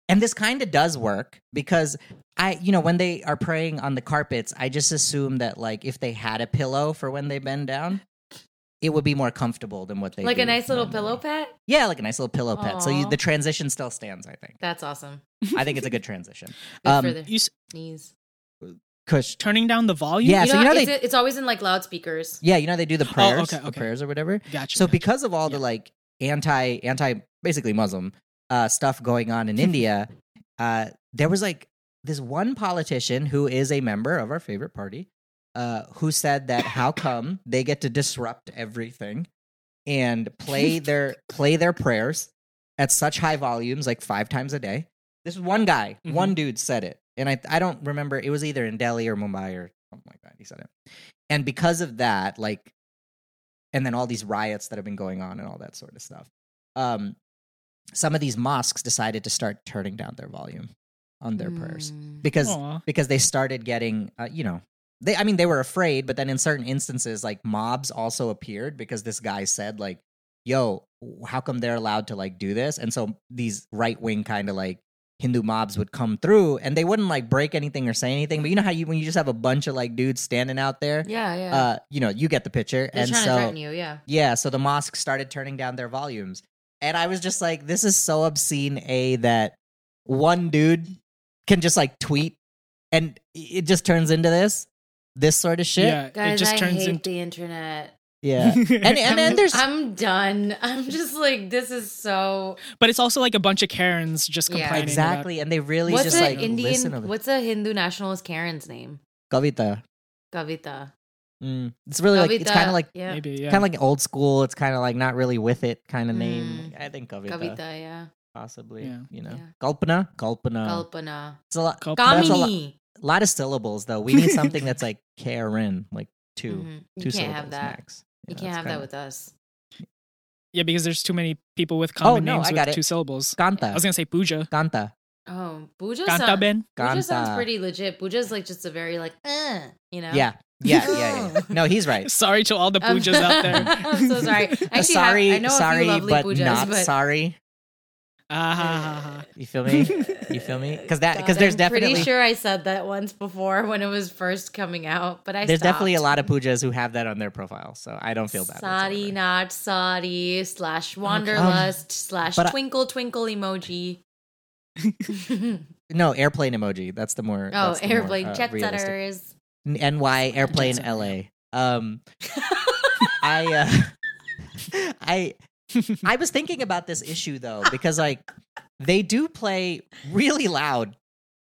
Speaker 2: and this kind of does work because i you know when they are praying on the carpets i just assume that like if they had a pillow for when they bend down it would be more comfortable than what they
Speaker 1: like
Speaker 2: do
Speaker 1: a nice little
Speaker 2: normally.
Speaker 1: pillow pet?
Speaker 2: yeah like a nice little pillow pet so you,
Speaker 1: Aw.
Speaker 2: the transition still stands i think
Speaker 1: That's awesome.
Speaker 2: i think it's a good transition
Speaker 1: Good
Speaker 2: Um,
Speaker 1: for their
Speaker 3: You s-
Speaker 1: knees.
Speaker 2: kush
Speaker 3: turning down the volume?
Speaker 2: Yeah,
Speaker 1: You know,
Speaker 2: so you know
Speaker 1: it's,
Speaker 2: they-
Speaker 1: it's always in like loudspeakers.
Speaker 2: yeah you know they do the
Speaker 1: Oh,
Speaker 2: prayers
Speaker 3: okay,
Speaker 2: the
Speaker 3: okay.
Speaker 2: prayers or whatever
Speaker 3: Gotcha.
Speaker 2: So
Speaker 3: gotcha.
Speaker 2: because of all the
Speaker 3: Yeah.
Speaker 2: like anti anti basically Muslim uh, stuff going on in India, uh, there was like this one politician who is a member of our favorite party uh, who said that how come they get to disrupt everything and play their play their prayers at such high volumes, like five times a day. This is one guy,
Speaker 3: Mhm.
Speaker 2: one dude said it, and I I don't remember. It was either in Delhi or Mumbai or something like that. He said it, and because of that, like, and then all these riots that have been going on and all that sort of stuff. Um, some of these mosques decided to start turning down their volume on their prayers
Speaker 1: Mm.
Speaker 2: because
Speaker 3: Aw.
Speaker 2: because they started getting uh, you know they i mean they were afraid but then in certain instances like mobs also appeared because this guy said like yo how come they're allowed to like do this and so these right wing kind of like hindu mobs would come through and they wouldn't like break anything or say anything but you know how you when you just have a bunch of like dudes standing out there
Speaker 1: Yeah, yeah.
Speaker 2: uh you know you get the picture
Speaker 1: They're
Speaker 2: and
Speaker 1: trying
Speaker 2: so
Speaker 1: to threaten you, yeah.
Speaker 2: yeah, so the mosque started turning down their volumes. And I was just like, this is so obscene, A, that one dude can just like tweet and it just turns into this, this sort of shit.
Speaker 3: Yeah,
Speaker 1: Guys,
Speaker 3: it just
Speaker 1: I
Speaker 3: turns
Speaker 1: hate
Speaker 3: into.
Speaker 1: the internet.
Speaker 2: Yeah. And, and then there's,
Speaker 1: I'm done. I'm just like, this is so.
Speaker 3: but it's also like a bunch of Karens just
Speaker 1: Yeah.
Speaker 3: complaining.
Speaker 2: exactly. And they really
Speaker 1: What's
Speaker 2: just
Speaker 1: an
Speaker 2: like, listen
Speaker 1: Indian?
Speaker 2: to it.
Speaker 1: What's a Hindu nationalist Karen's name?
Speaker 2: Kavita.
Speaker 1: Kavita.
Speaker 2: Mm. It's really like, it's
Speaker 1: Kavita,
Speaker 2: kind of like,
Speaker 1: yeah.
Speaker 3: About, maybe yeah.
Speaker 2: kind of like old school. It's kind of like not really with it kind of name.
Speaker 1: Mm.
Speaker 2: I think Kavita,
Speaker 1: Kavita, yeah.
Speaker 2: possibly,
Speaker 3: Yeah.
Speaker 2: you know.
Speaker 1: Yeah.
Speaker 2: Kalpana? Kalpana.
Speaker 1: Kalpana.
Speaker 2: it's a lot.
Speaker 3: Kalpana.
Speaker 2: Um, That's a lot-
Speaker 1: Kamini.
Speaker 2: a lot of syllables though. We need something that's like Karen, like 2
Speaker 1: Mhm. You
Speaker 2: 2
Speaker 1: can't
Speaker 2: syllables
Speaker 1: have that.
Speaker 2: max.
Speaker 1: You can't
Speaker 2: Yeah, it's
Speaker 1: have that
Speaker 2: kinda-
Speaker 1: with us.
Speaker 3: yeah, because there's too many people with common
Speaker 2: Oh, no,
Speaker 3: names
Speaker 2: I
Speaker 3: with
Speaker 2: got it.
Speaker 3: two syllables. I was
Speaker 2: Kanta.
Speaker 3: gonna say puja,
Speaker 2: Kanta.
Speaker 1: Oh, Buja,
Speaker 3: kanta
Speaker 1: sound,
Speaker 3: ben.
Speaker 1: Buja sounds
Speaker 2: Kanta.
Speaker 1: pretty legit. Buja's like just a very like, eh, you know.
Speaker 2: Yeah. Yeah, yeah, yeah. No, he's right. Uh,
Speaker 3: Sorry to all the
Speaker 1: Um,
Speaker 3: pujas out there.
Speaker 1: I'm so sorry. I actually
Speaker 2: sorry,
Speaker 1: have, I know
Speaker 2: sorry,
Speaker 1: a few lovely
Speaker 2: but
Speaker 1: Bujas,
Speaker 2: not
Speaker 1: but
Speaker 2: sorry.
Speaker 3: Ah, ha, ha, ha.
Speaker 2: You feel me? You feel me? Because that because
Speaker 1: God,
Speaker 2: there's
Speaker 1: I'm
Speaker 2: definitely
Speaker 1: pretty sure I said that once before when it was first coming out, but I
Speaker 2: there's definitely a
Speaker 1: stopped.
Speaker 2: lot of pujas who have that on their profile, so I don't feel bad.
Speaker 1: Sadi,
Speaker 2: whatsoever. Um,
Speaker 1: not Sadi, slash wanderlust, slash
Speaker 2: but I-
Speaker 1: twinkle, twinkle emoji.
Speaker 2: No, airplane emoji. That's the
Speaker 1: oh,
Speaker 2: more that's the more,
Speaker 1: airplane,
Speaker 2: uh,
Speaker 1: jet
Speaker 2: realistic.
Speaker 1: setters.
Speaker 2: N- NY airplane
Speaker 3: Jetson.
Speaker 2: LA. Um, I uh, I I was thinking about this issue though because like they do play really loud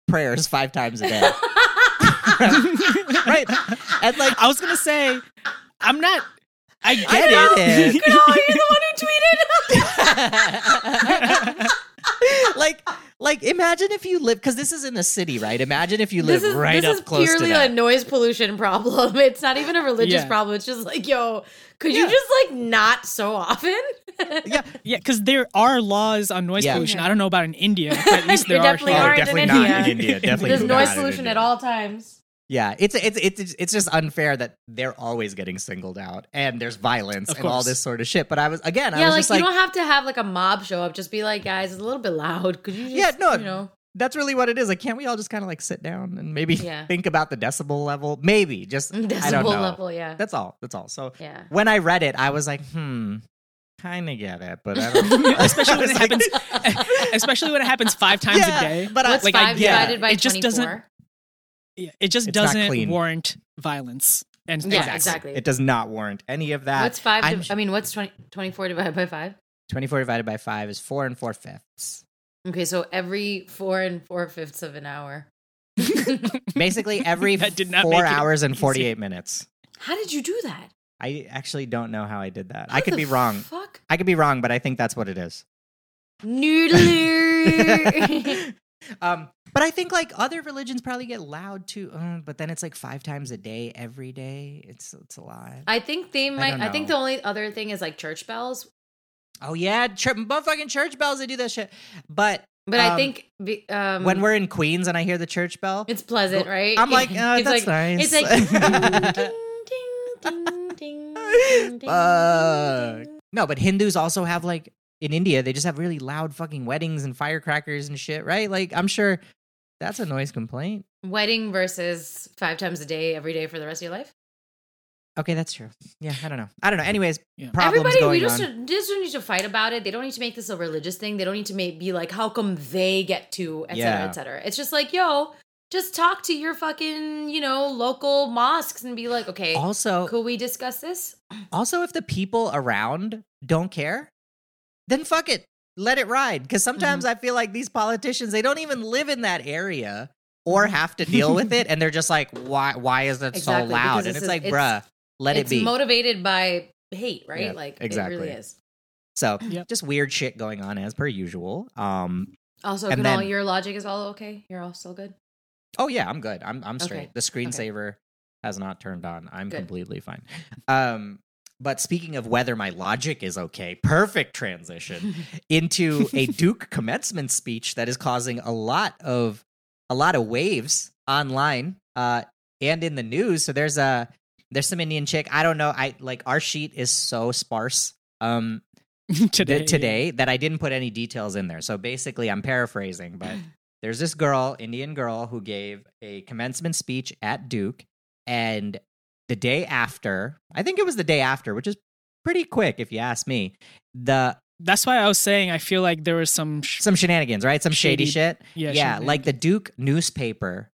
Speaker 2: prayers five times a day, right? And like
Speaker 3: I was gonna say, I'm not. I get
Speaker 2: I know.
Speaker 3: it.
Speaker 1: no, you're the one who tweeted.
Speaker 2: like like imagine if you live because this is in the city, right? Imagine if you live
Speaker 1: this is,
Speaker 2: right
Speaker 1: this
Speaker 2: up
Speaker 1: is
Speaker 2: close to
Speaker 1: purely
Speaker 2: that.
Speaker 1: a noise pollution problem. It's not even a religious
Speaker 3: Yeah.
Speaker 1: problem. It's just like, yo, could
Speaker 2: Yeah.
Speaker 1: you just like not so often?
Speaker 2: yeah,
Speaker 3: Yeah, because there are laws on noise
Speaker 2: Yeah.
Speaker 3: pollution. I don't know about in India, but at least
Speaker 1: There
Speaker 3: there, are.
Speaker 1: definitely
Speaker 3: here.
Speaker 1: aren't in definitely not in India.
Speaker 3: India, definitely
Speaker 1: There's
Speaker 3: not
Speaker 1: noise pollution at all times.
Speaker 2: Yeah, it's it's it's it's just unfair that they're always getting singled out and there's violence
Speaker 3: Of
Speaker 2: and all
Speaker 3: course.
Speaker 2: this sort of shit. But I was again, I
Speaker 1: yeah,
Speaker 2: was
Speaker 1: like,
Speaker 2: just like,
Speaker 1: you don't have to have like a mob show up. Just be like, guys, it's a little bit loud. Could you just,
Speaker 2: Yeah, no,
Speaker 1: you know,
Speaker 2: that's really what it is. Like, can't we all just kind of like sit down and maybe
Speaker 1: Yeah.
Speaker 2: think about the decibel level? Maybe just I don't
Speaker 1: decibel
Speaker 2: know.
Speaker 1: level, yeah.
Speaker 2: That's all. That's all. So
Speaker 1: yeah.
Speaker 2: when I read it, I was like, hmm, kind of get it, but I don't.
Speaker 3: Especially
Speaker 2: I
Speaker 3: when
Speaker 2: was
Speaker 3: it
Speaker 2: like-
Speaker 3: happens, especially when it happens five times
Speaker 2: Yeah,
Speaker 3: a day.
Speaker 2: But I,
Speaker 1: What's
Speaker 2: like,
Speaker 3: I
Speaker 1: five
Speaker 3: get it.
Speaker 1: divided by
Speaker 3: It just doesn't-
Speaker 1: 24?
Speaker 3: Yeah, it just
Speaker 2: It's not
Speaker 3: doesn't
Speaker 2: clean.
Speaker 3: warrant violence. And
Speaker 1: Yeah,
Speaker 3: exactly.
Speaker 1: exactly.
Speaker 2: it does not warrant any of that.
Speaker 1: What's five?
Speaker 2: I'm-
Speaker 1: div- I mean, what's 20, 24 divided by five?
Speaker 2: Twenty-four divided by five is four and four fifths.
Speaker 1: Okay, so every four and four fifths of an hour.
Speaker 2: Basically, every
Speaker 3: That did not
Speaker 2: four
Speaker 3: make it
Speaker 2: hours and
Speaker 3: easy.
Speaker 2: forty-eight minutes.
Speaker 1: How did you do that?
Speaker 2: I actually don't know how I did that.
Speaker 1: How
Speaker 2: I could
Speaker 1: the
Speaker 2: be wrong.
Speaker 1: Fuck.
Speaker 2: I could be wrong, but I think that's what it is.
Speaker 1: Noodler.
Speaker 2: um, but I think like other religions probably get loud too. Uh, but then it's like five times a day, every day. It's it's a lot.
Speaker 1: I think they might.
Speaker 2: don't
Speaker 1: I, think
Speaker 2: know.
Speaker 1: the only other thing is like church bells.
Speaker 2: oh yeah, chur- motherfucking church bells. They do that shit. But
Speaker 1: But I
Speaker 2: Um,
Speaker 1: think be- um,
Speaker 2: when we're in Queens and I hear the church bell,
Speaker 1: it's pleasant, right?
Speaker 2: I'm like, oh,
Speaker 1: It's like-
Speaker 2: that's nice.
Speaker 1: It's like ding, ding, ding, ding, ding,
Speaker 2: Fuck.
Speaker 1: ding.
Speaker 2: no, but Hindus also have like in India they just have really loud fucking weddings and firecrackers and shit, right? Like I'm sure that's a noise complaint.
Speaker 1: Wedding versus five times a day, every day for the rest of your life.
Speaker 2: Okay, that's true. Yeah, I don't know. I don't know. Anyways,
Speaker 3: Yeah.
Speaker 2: problems
Speaker 1: Everybody,
Speaker 2: going
Speaker 1: we just
Speaker 2: on.
Speaker 1: don't, just don't need to fight about it. They don't need to make this a religious thing. They don't need to make, be like, how come they get to, et cetera,
Speaker 2: Yeah.
Speaker 1: et cetera. It's just like, yo, just talk to your fucking, you know, local mosques and be like, okay,
Speaker 2: also,
Speaker 1: could we discuss this?
Speaker 2: also, if the people around don't care, then fuck
Speaker 3: Mm-hmm.
Speaker 2: it, let it ride. Because sometimes I feel like these politicians they don't even live in that area, or
Speaker 3: Mm-hmm.
Speaker 2: have to deal with it and they're just like why why is it
Speaker 1: Exactly,
Speaker 2: so loud
Speaker 1: because
Speaker 2: and
Speaker 1: this
Speaker 2: it's
Speaker 1: is-
Speaker 2: like
Speaker 1: it's-
Speaker 2: bruh let
Speaker 1: it's
Speaker 2: it be
Speaker 1: motivated by hate, right?
Speaker 2: Yeah,
Speaker 1: like
Speaker 2: exactly.
Speaker 1: it really is.
Speaker 2: so
Speaker 3: Yep.
Speaker 2: just weird shit going on as per usual um
Speaker 1: Also,
Speaker 2: And
Speaker 1: Kunal,
Speaker 2: then-
Speaker 1: your logic is all okay. You're all still good.
Speaker 2: Oh yeah, I'm good. I'm I'm
Speaker 1: Okay.
Speaker 2: straight. The screensaver has not turned on. I'm
Speaker 1: Good.
Speaker 2: completely fine. Um but speaking of whether my logic is okay, perfect transition into a Duke commencement speech that is causing a lot of a lot of waves online uh and in the news. So there's a there's some Indian chick. I don't know. I like our sheet is so sparse. Um
Speaker 3: today.
Speaker 2: th- today that I didn't put any details in there. So basically, I'm paraphrasing, but there's this girl, Indian girl, who gave a commencement speech at Duke, and the day after, I think it was the day after, which is pretty quick if you ask me. The
Speaker 3: That's why I was saying I feel like there was some. Sh-
Speaker 2: some shenanigans, right? Some shady,
Speaker 3: Shady-
Speaker 2: shit.
Speaker 3: yeah,
Speaker 2: yeah,
Speaker 3: shit.
Speaker 2: like the Duke newspaper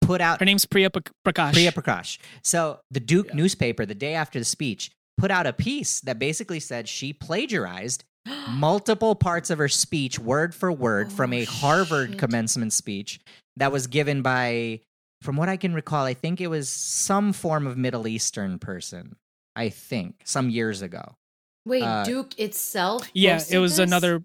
Speaker 2: put out
Speaker 3: her name's Priya Pak- Prakash.
Speaker 2: Priya Prakash. So the Duke
Speaker 3: Yeah.
Speaker 2: newspaper, the day after the speech, put out a piece that basically said she plagiarized multiple parts of her speech, word for word, from
Speaker 1: Oh,
Speaker 2: a Harvard
Speaker 1: shit.
Speaker 2: commencement speech that was given by, from what I can recall, I think it was some form of Middle Eastern person, I think, some years ago.
Speaker 1: Wait,
Speaker 2: uh,
Speaker 1: Duke itself.
Speaker 3: yeah, it
Speaker 1: posted
Speaker 3: was
Speaker 1: this?
Speaker 3: another.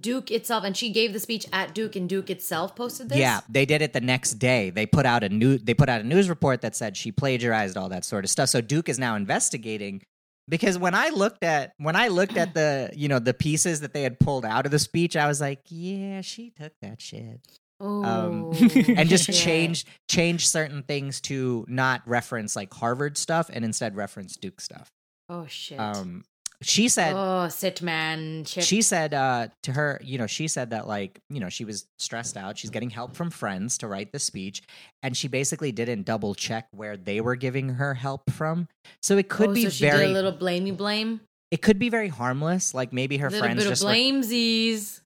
Speaker 1: Duke itself, and she gave the speech at Duke, and Duke itself posted this.
Speaker 2: Yeah, they did it the next day. They put out a new they put out a news report that said she plagiarized all that sort of stuff. So Duke is now investigating because when I looked at when I looked at the, you know, the pieces that they had pulled out of the speech, I was like, yeah, she took that shit.
Speaker 1: Oh,
Speaker 2: Um, and just
Speaker 1: shit.
Speaker 2: change change certain things to not reference like Harvard stuff and instead reference Duke stuff.
Speaker 1: Oh shit.
Speaker 2: Um, she said
Speaker 1: oh, sit man. Shit.
Speaker 2: she said uh, to her, you know, she said that like you know she was stressed out. She's getting help from friends to write the speech, and she basically didn't double check where they were giving her help from. So it could
Speaker 1: oh,
Speaker 2: be
Speaker 1: so she
Speaker 2: very
Speaker 1: did a little blamey blame.
Speaker 2: it could be very harmless. Like maybe her
Speaker 1: little
Speaker 2: friends
Speaker 1: bit of
Speaker 2: just were
Speaker 1: blamesies.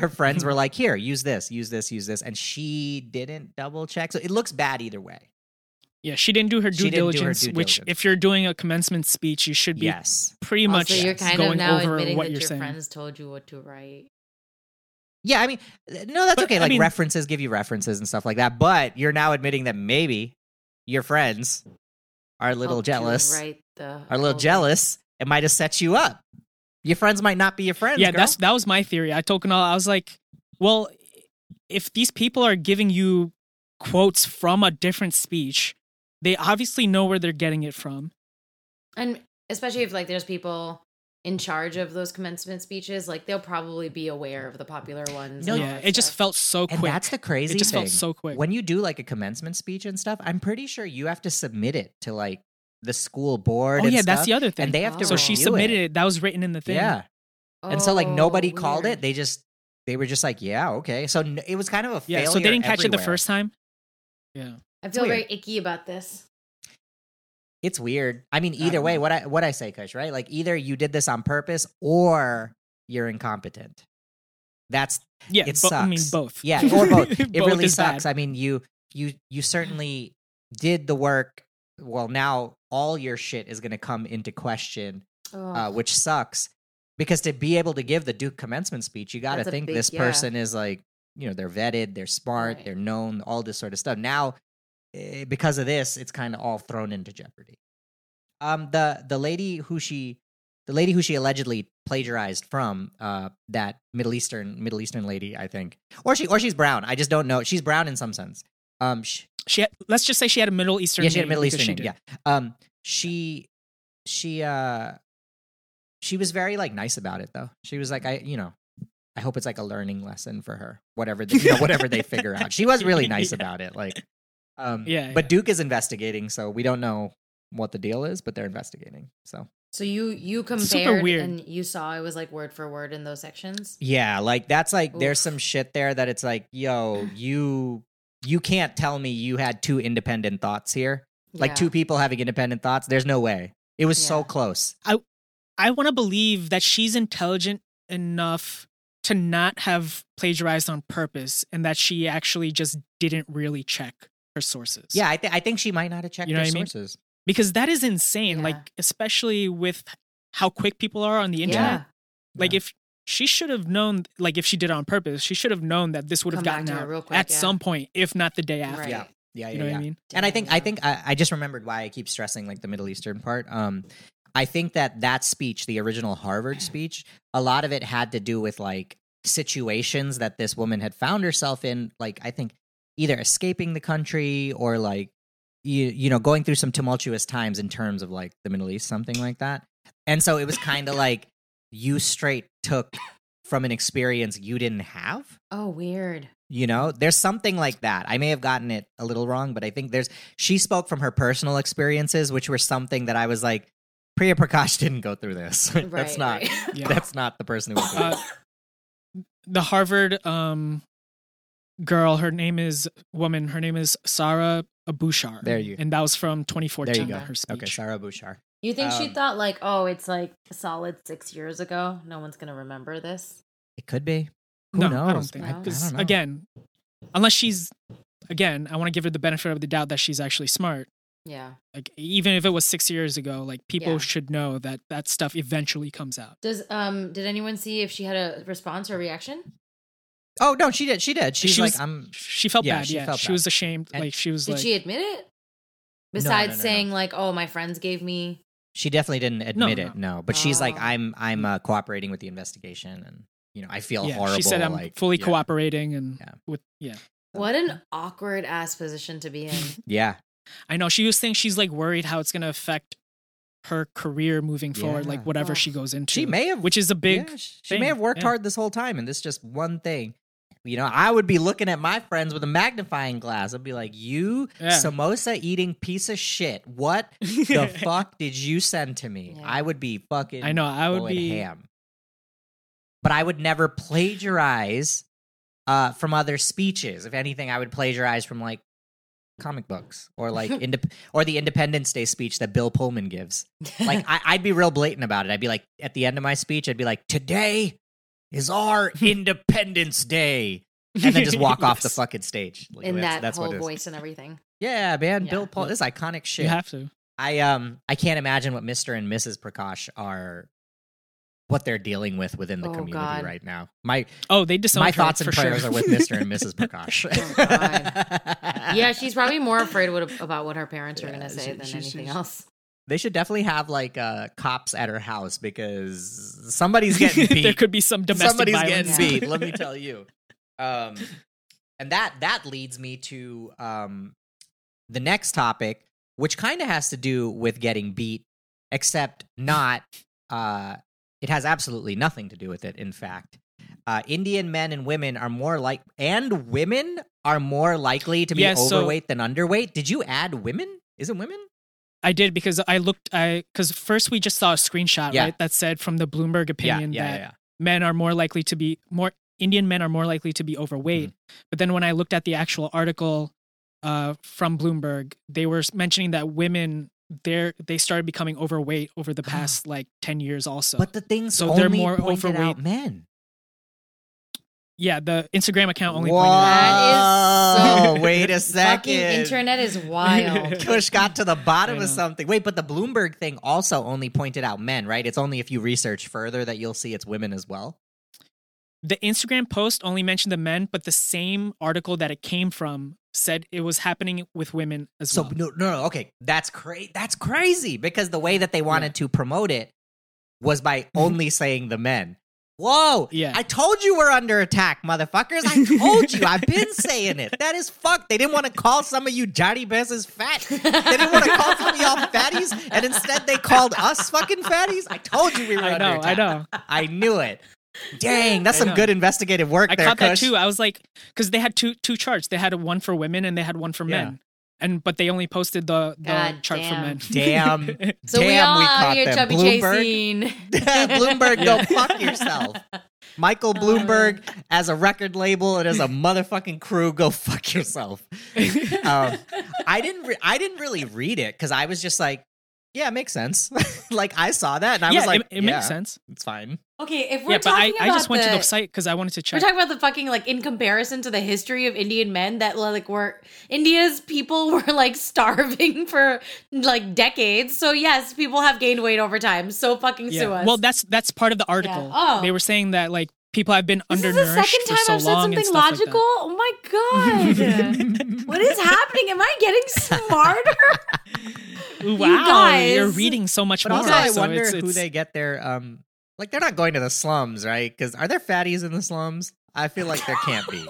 Speaker 2: her friends were like, "Here, use this, use this, use this," and she didn't double check. So it looks bad either way.
Speaker 3: Yeah, she didn't do her
Speaker 2: She
Speaker 3: due
Speaker 2: didn't do her
Speaker 3: diligence.
Speaker 2: due
Speaker 3: which,
Speaker 2: diligence.
Speaker 3: if you're doing a commencement speech, you should be
Speaker 2: Yes.
Speaker 3: pretty much
Speaker 1: also, you're kind
Speaker 3: going
Speaker 1: of now
Speaker 3: over
Speaker 1: admitting
Speaker 3: what
Speaker 1: that
Speaker 3: you're
Speaker 1: your
Speaker 3: saying.
Speaker 1: friends told you what to write.
Speaker 2: Yeah, I mean, uh, no, that's
Speaker 3: But,
Speaker 2: okay.
Speaker 3: I
Speaker 2: Like
Speaker 3: mean-
Speaker 2: references give you references and stuff like that. But you're now admitting that maybe your friends are a little
Speaker 1: Help to
Speaker 2: jealous.
Speaker 1: Write the
Speaker 2: Are a little
Speaker 1: oh,
Speaker 2: jealous. It might have set you up. Your friends might not be your friends.
Speaker 3: yeah,
Speaker 2: girl.
Speaker 3: that's that was my theory. I told Kunal, I was like, well, if these people are giving you quotes from a different speech, they obviously know where they're getting it from.
Speaker 1: and especially if like there's people in charge of those commencement speeches, like they'll probably be aware of the popular ones.
Speaker 2: No,
Speaker 1: and all
Speaker 3: yeah,
Speaker 1: that
Speaker 3: it just
Speaker 1: stuff.
Speaker 3: felt so
Speaker 2: and
Speaker 3: quick.
Speaker 2: that's the crazy
Speaker 3: it just
Speaker 2: thing.
Speaker 3: felt so quick.
Speaker 2: When you do like a commencement speech and stuff, I'm pretty sure you have to submit it to like the school board.
Speaker 3: oh
Speaker 2: and
Speaker 3: yeah, that's
Speaker 2: stuff,
Speaker 3: the other thing.
Speaker 2: And they have to.
Speaker 3: so she
Speaker 2: review
Speaker 3: submitted
Speaker 2: it.
Speaker 3: it. That was written in the thing.
Speaker 2: Yeah. and so like nobody
Speaker 1: Oh,
Speaker 2: called
Speaker 1: weird.
Speaker 2: it. They just they were just like, yeah, okay. So n- it was kind of a
Speaker 3: yeah.
Speaker 2: failure.
Speaker 3: So they didn't catch it the
Speaker 2: everywhere.
Speaker 3: first time. Yeah.
Speaker 1: I feel
Speaker 2: weird.
Speaker 1: very icky about this.
Speaker 2: It's weird. I mean,
Speaker 3: I
Speaker 2: either
Speaker 3: don't
Speaker 2: way,
Speaker 3: know.
Speaker 2: what I what I say, Kush, right? Like either you did this on purpose or you're incompetent. That's
Speaker 3: Yeah.
Speaker 2: It
Speaker 3: bo- I mean,
Speaker 2: sucks.
Speaker 3: both.
Speaker 2: yeah, or both. It really
Speaker 3: is bad.
Speaker 2: sucks. I mean, you you you certainly did the work. Well, now all your shit is going to come into question,
Speaker 1: Oh,
Speaker 2: uh, which sucks. Because to be able to give the Duke commencement speech, you got to
Speaker 1: That's a
Speaker 2: think
Speaker 1: big-
Speaker 2: this
Speaker 1: yeah.
Speaker 2: person is like, you know, they're vetted, they're smart,
Speaker 1: Right.
Speaker 2: they're known, all this sort of stuff. Now, eh, because of this, it's kind of all thrown into jeopardy. Um, the the lady who she, the lady who she allegedly plagiarized from, uh, that Middle Eastern Middle Eastern lady, I think, or she or she's brown. I just don't know. She's brown in some sense. Um, sh-
Speaker 3: She had, let's just say she had a Middle Eastern.
Speaker 2: yeah, she had a
Speaker 3: name
Speaker 2: Middle
Speaker 3: because
Speaker 2: Eastern
Speaker 3: she
Speaker 2: name.
Speaker 3: did.
Speaker 2: Yeah. Um, she, she, uh, she was very like nice about it though. She was like, I, you know, I hope it's like a learning lesson for her, whatever, the, you know, whatever they figure out. She was really nice
Speaker 3: Yeah.
Speaker 2: about it. Like, um,
Speaker 3: Yeah,
Speaker 2: But
Speaker 3: yeah.
Speaker 2: Duke is investigating, so we don't know what the deal is, but they're investigating. So
Speaker 1: so you you compared
Speaker 3: super weird.
Speaker 1: and you saw it was like word for word in those sections.
Speaker 2: yeah, like that's like there's
Speaker 1: Oof.
Speaker 2: some shit there that it's like, yo, you, you can't tell me you had two independent thoughts here, like
Speaker 1: Yeah.
Speaker 2: two people having independent thoughts. There's no way. It was so
Speaker 1: Yeah.
Speaker 2: close.
Speaker 3: I want to believe that she's intelligent enough to not have plagiarized on purpose and that she actually just didn't really check her sources.
Speaker 2: Yeah, I, th- I think she might not have checked
Speaker 3: You know
Speaker 2: her
Speaker 3: what I mean?
Speaker 2: sources.
Speaker 3: Because that is insane.
Speaker 1: Yeah.
Speaker 3: Like, especially with how quick people are on the internet.
Speaker 1: Yeah.
Speaker 3: Like,
Speaker 2: Yeah.
Speaker 3: if she should have known like if she did it on purpose she should have known that this would have
Speaker 1: Come back
Speaker 3: gotten
Speaker 1: to her
Speaker 3: out
Speaker 1: real quick,
Speaker 3: at
Speaker 1: yeah.
Speaker 3: some point if not the day after
Speaker 1: Right.
Speaker 2: Yeah. Yeah, yeah,
Speaker 3: you know
Speaker 2: yeah.
Speaker 3: what i mean
Speaker 2: And I think I
Speaker 1: Damn.
Speaker 2: think I, I just remembered why I keep stressing like the Middle Eastern part. Um, I think that that speech, the original Harvard speech, a lot of it had to do with like situations that this woman had found herself in. Like I think either escaping the country or like you you know going through some tumultuous times in terms of like the Middle East, something like that. And so it was kind of like you straight took from an experience you didn't have
Speaker 1: Oh, weird.
Speaker 2: you know there's something like that i may have gotten it a little wrong but i think there's she spoke from her personal experiences which were something that i was like priya prakash didn't go through this
Speaker 1: Right,
Speaker 2: that's not
Speaker 1: right.
Speaker 3: Yeah.
Speaker 2: that's not the person who went through
Speaker 3: Uh,
Speaker 2: this.
Speaker 3: the harvard um girl her name is woman her name is sarah abushar
Speaker 2: There you-
Speaker 3: and that was from 2014
Speaker 2: there you go
Speaker 3: her speech
Speaker 2: okay sarah bouchard
Speaker 1: You think she
Speaker 2: Um,
Speaker 1: thought like, oh, it's like a solid six years ago. No one's gonna remember this.
Speaker 2: it could be who
Speaker 3: no
Speaker 2: knows
Speaker 3: i don't think
Speaker 1: I- I
Speaker 3: because
Speaker 2: don't know.
Speaker 3: again unless she's again i want to give her the benefit of the doubt that she's actually smart
Speaker 1: Yeah.
Speaker 3: like even if it was six years ago like people
Speaker 1: Yeah.
Speaker 3: should know that that stuff eventually comes out
Speaker 1: Does um did anyone see if she had a response or reaction?
Speaker 2: oh no she did she did she's
Speaker 3: She
Speaker 2: like
Speaker 3: was-
Speaker 2: i'm
Speaker 3: she felt
Speaker 2: Yeah,
Speaker 3: bad
Speaker 2: she
Speaker 3: yeah
Speaker 2: felt
Speaker 3: she
Speaker 2: bad.
Speaker 3: was ashamed
Speaker 2: And
Speaker 3: like she was
Speaker 1: Did
Speaker 3: like
Speaker 1: she admit it?
Speaker 2: no,
Speaker 1: Besides
Speaker 2: no, no.
Speaker 1: saying like, oh, my friends gave me.
Speaker 2: she definitely didn't
Speaker 3: No,
Speaker 2: admit
Speaker 3: no.
Speaker 2: it no but she's like
Speaker 1: Oh.
Speaker 2: i'm i'm uh, cooperating with the investigation and you know i feel
Speaker 3: yeah,
Speaker 2: horrible
Speaker 3: she said i'm
Speaker 2: like
Speaker 3: fully
Speaker 2: yeah.
Speaker 3: cooperating and
Speaker 2: Yeah.
Speaker 3: with yeah
Speaker 1: What an awkward ass position to be in.
Speaker 2: yeah
Speaker 3: i know she was saying she's like worried how it's going to affect her career moving forward
Speaker 2: Yeah.
Speaker 3: like whatever she
Speaker 1: Ugh.
Speaker 3: goes into
Speaker 2: she may have
Speaker 3: which is a big
Speaker 2: Yeah, sh- she may
Speaker 3: thing.
Speaker 2: have worked
Speaker 3: Yeah.
Speaker 2: hard this whole time, and this just one thing. You know, I would be looking at my friends with a magnifying glass. I'd be like, "You
Speaker 3: Yeah.
Speaker 2: samosa eating piece of shit! What the fuck did you send to me?"
Speaker 1: Yeah.
Speaker 2: I would be fucking.
Speaker 3: i know i would
Speaker 2: going
Speaker 3: be
Speaker 2: ham. But I would never plagiarize uh, from other speeches. If anything, I would plagiarize from like comic books or like indep- or the Independence Day speech that Bill Pullman gives like I, I'd be real blatant about it. I'd be like, at the end of my speech, I'd be like, "Today is our Independence Day," and then just walk off the
Speaker 3: Yes.
Speaker 2: fucking stage. Like,
Speaker 1: in that
Speaker 2: what
Speaker 1: whole
Speaker 2: it is.
Speaker 1: voice and everything.
Speaker 2: Yeah, man,
Speaker 1: Yeah.
Speaker 2: Bill Paul, this is iconic shit.
Speaker 3: you have to
Speaker 2: I um, I can't imagine what Mister and Mrs. Prakash are, what they're dealing with within the
Speaker 1: Oh,
Speaker 2: community
Speaker 1: God.
Speaker 2: right now. My
Speaker 3: oh they disowned
Speaker 2: my
Speaker 3: her,
Speaker 2: thoughts and
Speaker 3: for
Speaker 2: prayers
Speaker 3: sure.
Speaker 2: are with Mister and Mrs. Prakash.
Speaker 1: Oh, God. Yeah, she's probably more afraid what, about what her parents were
Speaker 2: Yeah,
Speaker 1: gonna say
Speaker 2: she-
Speaker 1: than
Speaker 2: she-
Speaker 1: anything
Speaker 2: she-
Speaker 1: else.
Speaker 2: They should definitely have like uh, cops at her house because somebody's getting beat.
Speaker 3: there could be some domestic
Speaker 2: somebody's
Speaker 3: violence.
Speaker 2: getting beat let me tell you um and that that leads me to um the next topic which kind of has to do with getting beat except not uh it has absolutely nothing to do with it in fact uh, Indian men and women are more like, and women are more likely to be
Speaker 3: Yeah, so-
Speaker 2: overweight than underweight. Did you add women? Isn't women?
Speaker 3: I did because I looked. I because first we just saw a screenshot,
Speaker 2: Yeah.
Speaker 3: right? That said, from the Bloomberg opinion
Speaker 2: yeah, yeah,
Speaker 3: that
Speaker 2: yeah.
Speaker 3: men are more likely to be more Indian men are more likely to be overweight.
Speaker 2: Mm-hmm.
Speaker 3: But then when I looked at the actual article uh, from Bloomberg, they were s- mentioning that women there they started becoming overweight over the past like ten years. Also,
Speaker 2: But Ah. the things
Speaker 3: So
Speaker 2: only
Speaker 3: they're more
Speaker 2: pointed out
Speaker 3: overweight.
Speaker 2: men.
Speaker 3: yeah, the Instagram account only. pointed out-
Speaker 1: That
Speaker 2: Whoa,
Speaker 3: is so
Speaker 2: wait a second.
Speaker 1: Fucking internet is wild.
Speaker 2: Kush got to the bottom
Speaker 3: I
Speaker 2: of
Speaker 3: know.
Speaker 2: something. Wait, but the Bloomberg thing also only pointed out men, right? It's only if you research further that you'll see it's women as well.
Speaker 3: The Instagram post only mentioned the men, but the same article that it came from said it was happening with women as
Speaker 2: So
Speaker 3: well.
Speaker 2: no, no, no okay, that's crazy. That's crazy because the way that they wanted to promote it was by only saying the men. Whoa!
Speaker 3: Yeah.
Speaker 2: I told you we're under attack, motherfuckers. I told you. I've been saying it. That is fucked. They didn't want to call some of you Johnny Besses fat. They didn't want to call some of y'all fatties, and instead they called us fucking fatties. I told you we were
Speaker 3: I
Speaker 2: under
Speaker 3: know, I
Speaker 2: attack.
Speaker 3: know.
Speaker 2: I knew it. Dang, that's
Speaker 3: I
Speaker 2: some
Speaker 3: know.
Speaker 2: good investigative work
Speaker 3: I
Speaker 2: there,
Speaker 3: caught that
Speaker 2: Kush.
Speaker 3: too. I was like, because they had two two charts. They had one for women and they had one for
Speaker 2: Yeah.
Speaker 3: men. And but they only posted the, the
Speaker 1: God
Speaker 3: chart
Speaker 1: damn.
Speaker 3: for
Speaker 2: Damn.
Speaker 3: men.
Speaker 1: So we
Speaker 2: Damn,
Speaker 1: all
Speaker 2: we
Speaker 1: out
Speaker 2: caught
Speaker 1: here
Speaker 2: them.
Speaker 1: chubby
Speaker 2: Bloomberg.
Speaker 1: chasing.
Speaker 2: Bloomberg, go fuck yourself. Michael Bloomberg
Speaker 3: Uh.
Speaker 2: as a record label and as a motherfucking crew, go fuck yourself. Um, I didn't. Re- I didn't really read it because I was just like, yeah, it makes sense. like I saw that and I
Speaker 3: yeah,
Speaker 2: was like,
Speaker 3: it, it
Speaker 2: yeah,
Speaker 3: makes sense.
Speaker 2: It's fine.
Speaker 1: Okay, if we're
Speaker 3: yeah, but I,
Speaker 1: talking
Speaker 3: I
Speaker 1: about
Speaker 3: just went
Speaker 1: the,
Speaker 3: to the site because I wanted to
Speaker 1: We're
Speaker 3: check.
Speaker 1: talking about the fucking like in comparison to the history of Indian men that like were India's people were like starving for like decades. So yes, people have gained weight over time. So fucking sue us.
Speaker 3: Well, that's that's part of the article.
Speaker 1: Oh.
Speaker 3: They were saying that like people have been
Speaker 1: this is
Speaker 3: undernourished
Speaker 1: the second time
Speaker 3: for so
Speaker 1: I've said
Speaker 3: long and
Speaker 1: something
Speaker 3: stuff like that.
Speaker 1: logical. oh my god. What is happening? Am I getting smarter?
Speaker 3: Wow,
Speaker 1: guys.
Speaker 3: are reading so much
Speaker 2: But
Speaker 3: more.
Speaker 2: also, I
Speaker 3: so
Speaker 2: wonder
Speaker 3: it's,
Speaker 2: who
Speaker 3: it's-
Speaker 2: they get their um. Like they're not going to the slums, right? Because are there fatties in the slums? I feel like there can't be.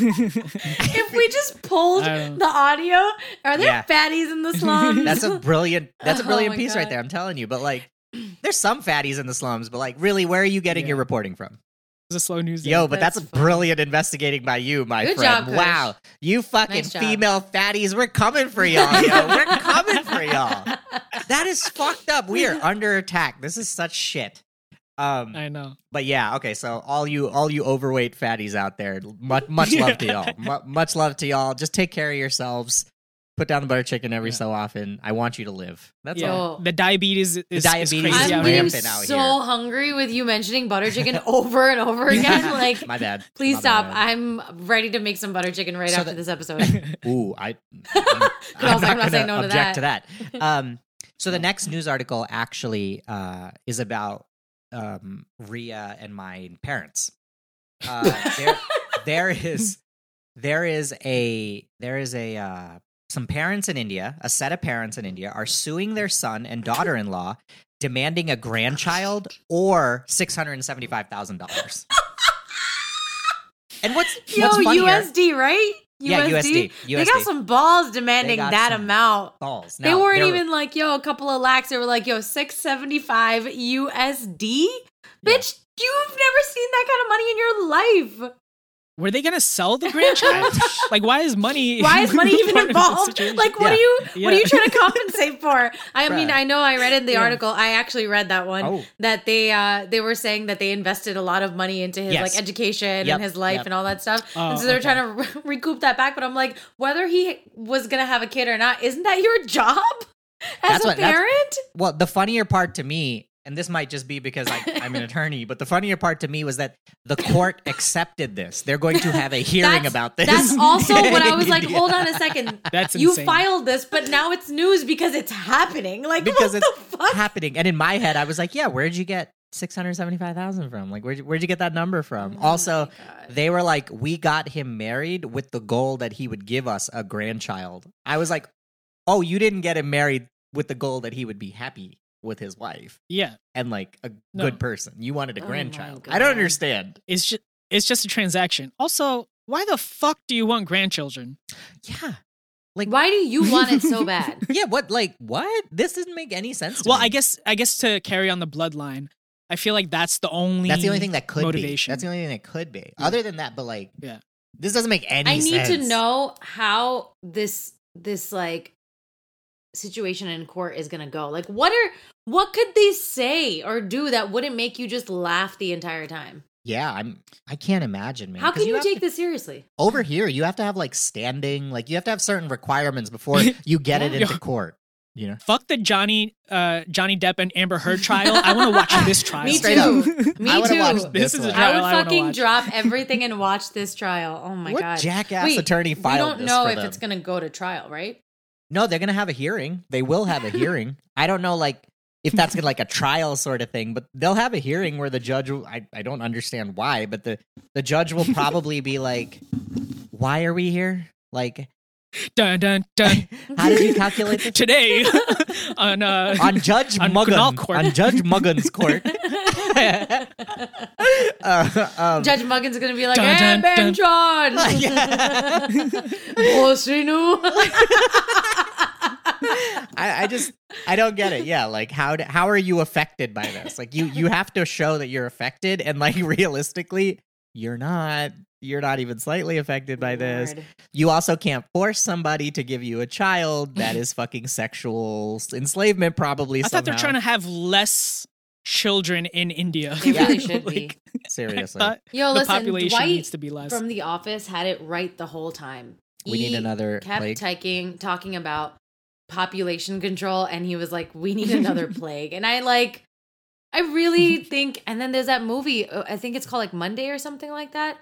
Speaker 1: if we just pulled
Speaker 3: I don't-
Speaker 1: the audio, are there
Speaker 2: Yeah.
Speaker 1: fatties in the slums?
Speaker 2: That's a brilliant. That's a
Speaker 1: Oh
Speaker 2: brilliant
Speaker 1: my
Speaker 2: piece right
Speaker 1: God.
Speaker 2: there. I'm telling you. But like, there's some fatties in the slums. But like, really, where are you getting
Speaker 3: Yeah.
Speaker 2: your reporting from?
Speaker 3: It's a slow news.
Speaker 2: Yo, but that's,
Speaker 1: That's
Speaker 2: a brilliant investigating by you, my
Speaker 1: Good job,
Speaker 2: friend.
Speaker 1: Kush.
Speaker 2: wow, you fucking
Speaker 1: Nice job.
Speaker 2: female fatties, we're coming for y'all. yo. We're coming for y'all. That is fucked up. We are under attack. This is such shit. Um,
Speaker 3: I know.
Speaker 2: but yeah, okay. So all you all you overweight fatties out there, much much love to y'all. Mu- much love to y'all. Just take care of yourselves. Put down the butter chicken every
Speaker 3: Yeah.
Speaker 2: so often. I want you to live. That's
Speaker 3: yeah.
Speaker 2: all.
Speaker 1: all.
Speaker 3: The diabetes is, is
Speaker 2: diabetes
Speaker 3: crazy
Speaker 2: is
Speaker 3: out
Speaker 1: I'm
Speaker 3: here.
Speaker 1: getting
Speaker 2: rampant out
Speaker 1: so
Speaker 2: here.
Speaker 1: hungry with you mentioning butter chicken over and over again. Like,
Speaker 2: My bad.
Speaker 1: please
Speaker 2: My
Speaker 1: stop.
Speaker 2: bad.
Speaker 1: I'm ready to make some butter chicken right
Speaker 2: So
Speaker 1: after
Speaker 2: that-
Speaker 1: this episode.
Speaker 2: Ooh, I. mm, I'm,
Speaker 1: I'm not
Speaker 2: gonna
Speaker 1: saying no to
Speaker 2: object to that. Um, so the next news article actually uh, is about um, Ria and my parents. Uh, there, there is, there is a, there is a. Uh, some parents in India, a set of parents in India, are suing their son and daughter-in-law, demanding a grandchild or six hundred and seventy-five thousand dollars. And what's
Speaker 1: Yo,
Speaker 2: what's funnier,
Speaker 1: USD, right?
Speaker 2: Yeah, USD,
Speaker 1: They got
Speaker 2: USD.
Speaker 1: some balls demanding
Speaker 2: They got
Speaker 1: that
Speaker 2: some-
Speaker 1: amount.
Speaker 2: balls.
Speaker 1: they
Speaker 2: Now,
Speaker 1: weren't
Speaker 2: there-
Speaker 1: even like, yo, a couple of lakhs. They were like, yo, 675 USD? Bitch, you've never seen that kind of money in your life.
Speaker 3: Were they gonna sell the grandchild? like, why is money?
Speaker 1: Why is money even
Speaker 3: part of the
Speaker 1: involved?
Speaker 3: situation?
Speaker 1: Like, what
Speaker 2: Yeah.
Speaker 1: are you? What are
Speaker 3: Yeah.
Speaker 1: you trying to compensate for? I mean,
Speaker 2: Bruh.
Speaker 1: I know I read in the
Speaker 3: Yeah.
Speaker 1: article. I actually read that one
Speaker 2: Oh.
Speaker 1: that they uh they were saying that they invested a lot of money into his
Speaker 2: Yes.
Speaker 1: like education
Speaker 2: Yep,
Speaker 1: and his life
Speaker 2: yep.
Speaker 1: and all that stuff,
Speaker 3: Oh,
Speaker 1: and so they're
Speaker 3: okay.
Speaker 1: trying to re- recoup that back. But I'm like, whether he was gonna have a kid or not, isn't that your job as
Speaker 2: That's
Speaker 1: a
Speaker 2: what- that's-
Speaker 1: parent?
Speaker 2: Well, the funnier part to me, and this might just be because I, I'm an attorney, but the funnier part to me was that the court accepted this. They're going to have a hearing
Speaker 1: That's-
Speaker 2: about this.
Speaker 1: That's also what I was like.
Speaker 2: Yeah.
Speaker 1: Hold on a second.
Speaker 3: That's
Speaker 1: you
Speaker 3: insane.
Speaker 1: filed this, but now it's news because it's happening. Like
Speaker 2: because
Speaker 1: what
Speaker 2: it's
Speaker 1: the fuck?
Speaker 2: happening. And in my head, I was like, "Yeah, where'd you get six hundred seventy-five thousand from? Like, where'd you, where'd you get that number from?"
Speaker 1: Oh
Speaker 2: also, they were like, "We got him married with the goal that he would give us a grandchild." I was like, "Oh, you didn't get him married with the goal that he would be happy with his wife."
Speaker 3: yeah,
Speaker 2: and like a
Speaker 3: No.
Speaker 2: good person. You wanted a
Speaker 1: Oh my
Speaker 2: grandchild. I don't
Speaker 1: God.
Speaker 2: understand.
Speaker 3: it's just it's just a transaction. Also, why the fuck do you want grandchildren?
Speaker 2: Yeah.
Speaker 1: Why do you want it so bad?
Speaker 2: Yeah, what like what? This doesn't make any sense to
Speaker 3: Well,
Speaker 2: me.
Speaker 3: I guess I guess to carry on the bloodline, I feel like that's the only
Speaker 2: that's the only thing that could
Speaker 3: motivation.
Speaker 2: be. That's the only thing that could be. Other than that, but like
Speaker 3: Yeah.
Speaker 2: This doesn't make any
Speaker 1: I need to
Speaker 2: sense.
Speaker 1: know how this this like situation in court is gonna go. Like what are what could they say or do that wouldn't make you just laugh the entire time?
Speaker 2: Yeah, I'm I can't imagine, man.
Speaker 1: how
Speaker 2: 'Cause
Speaker 1: can you,
Speaker 2: have
Speaker 1: take
Speaker 2: to-
Speaker 1: this seriously?
Speaker 2: over here you have to have like standing, like you have to have certain requirements before you get it
Speaker 1: Yeah.
Speaker 2: into court. You know?
Speaker 3: Fuck the Johnny uh, Johnny Depp and Amber Heard trial. I want to watch this trial.
Speaker 1: Me
Speaker 2: Straight
Speaker 1: too.
Speaker 3: up.
Speaker 1: Me
Speaker 2: I wanna
Speaker 1: too.
Speaker 2: watch
Speaker 3: This is a
Speaker 2: one.
Speaker 3: trial
Speaker 1: I would
Speaker 3: I wanna
Speaker 1: fucking
Speaker 3: watch.
Speaker 1: drop everything and watch this trial. Oh my
Speaker 2: what
Speaker 1: god.
Speaker 2: jackass
Speaker 1: Wait,
Speaker 2: attorney filed
Speaker 1: we don't
Speaker 2: this
Speaker 1: know
Speaker 2: for
Speaker 1: if
Speaker 2: them?
Speaker 1: it's gonna go to trial, right?
Speaker 2: No, they're gonna have a hearing. They will have a hearing. I don't know, like if that's gonna like a trial sort of thing, but they'll have a hearing where the judge. Will, I I don't understand why, but the the judge will probably be like, "Why are we here? Like,
Speaker 3: dun dun dun.
Speaker 2: how did you calculate this?"
Speaker 3: Today on uh,
Speaker 2: On Judge
Speaker 3: On Kunal
Speaker 2: Muggan,
Speaker 3: Court.
Speaker 2: on Judge Muggan's court, uh, um,
Speaker 1: Judge Muggan's gonna be like,
Speaker 3: Dun,
Speaker 1: and
Speaker 3: dun,
Speaker 1: Ben
Speaker 3: dun."
Speaker 1: John.
Speaker 2: Yeah.
Speaker 1: Oh, Srinu.
Speaker 2: I, I just I don't get it. Yeah, like how do, how are you affected by this? Like you you have to show that you're affected, and like realistically, you're not. You're not even slightly affected by this.
Speaker 1: Lord.
Speaker 2: You also can't force somebody to give you a child. That is fucking sexual s- enslavement, probably.
Speaker 3: I thought they're
Speaker 2: somehow.
Speaker 3: trying to have less children in India.
Speaker 1: They really should be.
Speaker 2: seriously.
Speaker 3: I thought
Speaker 1: Yo,
Speaker 3: the
Speaker 1: listen,
Speaker 3: population
Speaker 1: Dwight
Speaker 3: needs to be less.
Speaker 1: from The Office had it right the whole time.
Speaker 2: we
Speaker 1: He
Speaker 2: need another
Speaker 1: Kept
Speaker 2: like
Speaker 1: taking, talking about population control and he was like we need another plague and i like i really think and then there's that movie uh, i think it's called like monday or something like that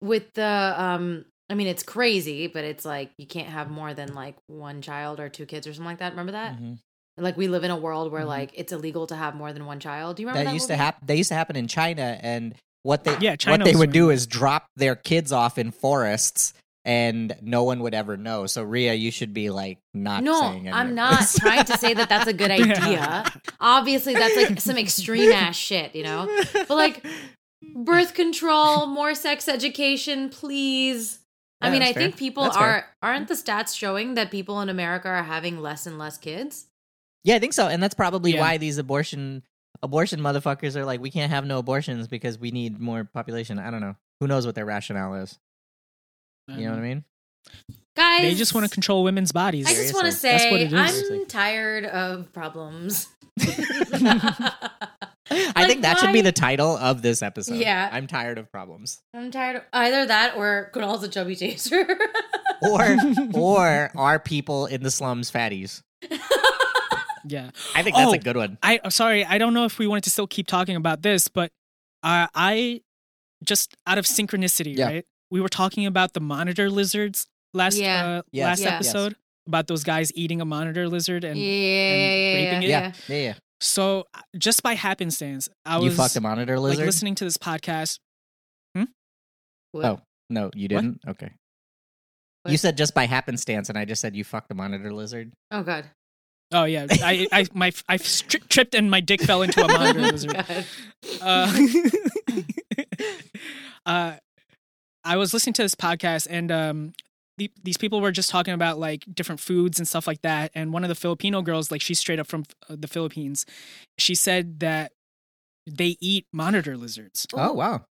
Speaker 1: with the um i mean it's crazy but it's like you can't have more than like one child or two kids or something like that remember that
Speaker 2: Mhm.
Speaker 1: like we live in a world where
Speaker 2: Mhm.
Speaker 1: like it's illegal to have more than one child do you remember
Speaker 2: That
Speaker 1: that,
Speaker 2: used
Speaker 1: movie?
Speaker 2: to happen. That used to happen in China, and what they
Speaker 3: Yeah, China
Speaker 2: what they
Speaker 3: was
Speaker 2: would
Speaker 3: doing
Speaker 2: do is drop their kids off in forests, and no one would ever know. So Ria, you should be like not.
Speaker 1: no,
Speaker 2: saying any
Speaker 1: I'm
Speaker 2: of
Speaker 1: not
Speaker 2: this.
Speaker 1: trying to say that that's a good idea. Obviously, that's like some extreme ass shit, you know? But like, birth control, more sex education, please. I
Speaker 2: Yeah,
Speaker 1: mean, I
Speaker 2: that's fair.
Speaker 1: think people
Speaker 2: That's
Speaker 1: are
Speaker 2: fair.
Speaker 1: aren't the stats showing that people in America are having less and less kids?
Speaker 2: Yeah, I think so, and that's probably
Speaker 3: Yeah.
Speaker 2: why these abortion abortion motherfuckers are like, we can't have no abortions because we need more population. I don't know. Who knows what their rationale is? You know what I mean?
Speaker 1: Guys,
Speaker 3: They just want to control women's bodies.
Speaker 1: I just want to
Speaker 2: Seriously. That's
Speaker 3: what
Speaker 1: say
Speaker 3: it is.
Speaker 1: I'm
Speaker 2: Seriously.
Speaker 1: tired of problems.
Speaker 2: I
Speaker 1: Like,
Speaker 2: think that should be
Speaker 1: why-
Speaker 2: the title of this episode.
Speaker 1: Yeah.
Speaker 2: I'm tired of problems.
Speaker 1: I'm tired of either that or Kunal's a chubby chaser.
Speaker 2: Or or are people in the slums fatties?
Speaker 3: yeah.
Speaker 2: I think that's
Speaker 3: Oh.
Speaker 2: a good one.
Speaker 3: I I'm sorry, I don't know if we wanted to still keep talking about this, but uh, I just out of synchronicity,
Speaker 2: Yeah.
Speaker 3: right? We were talking about the monitor lizards last
Speaker 1: Yeah.
Speaker 3: uh,
Speaker 2: Yes.
Speaker 3: last
Speaker 1: Yeah. Yes.
Speaker 3: episode about those guys eating a monitor lizard,
Speaker 1: yeah,
Speaker 3: and
Speaker 1: yeah, yeah,
Speaker 3: raping it.
Speaker 1: yeah.
Speaker 2: Yeah, yeah.
Speaker 3: so uh, just by happenstance, I
Speaker 2: you
Speaker 3: was
Speaker 2: fucked a monitor
Speaker 3: like
Speaker 2: lizard?
Speaker 3: listening to this podcast.
Speaker 1: What?
Speaker 2: Oh. no, you didn't? Okay. You
Speaker 1: What?
Speaker 2: said just by happenstance, and I just said you fucked a monitor lizard.
Speaker 1: Oh god.
Speaker 3: Oh yeah, I I my I stri- tripped and my dick fell into a monitor lizard.
Speaker 1: God.
Speaker 3: uh,
Speaker 2: Oh,
Speaker 3: uh, I was listening to this podcast, and um, the, these people were just talking about like different foods and stuff like that. And one of the Filipino girls, like she's straight up from uh, the Philippines, she said that they eat monitor lizards,
Speaker 2: Oh, wow.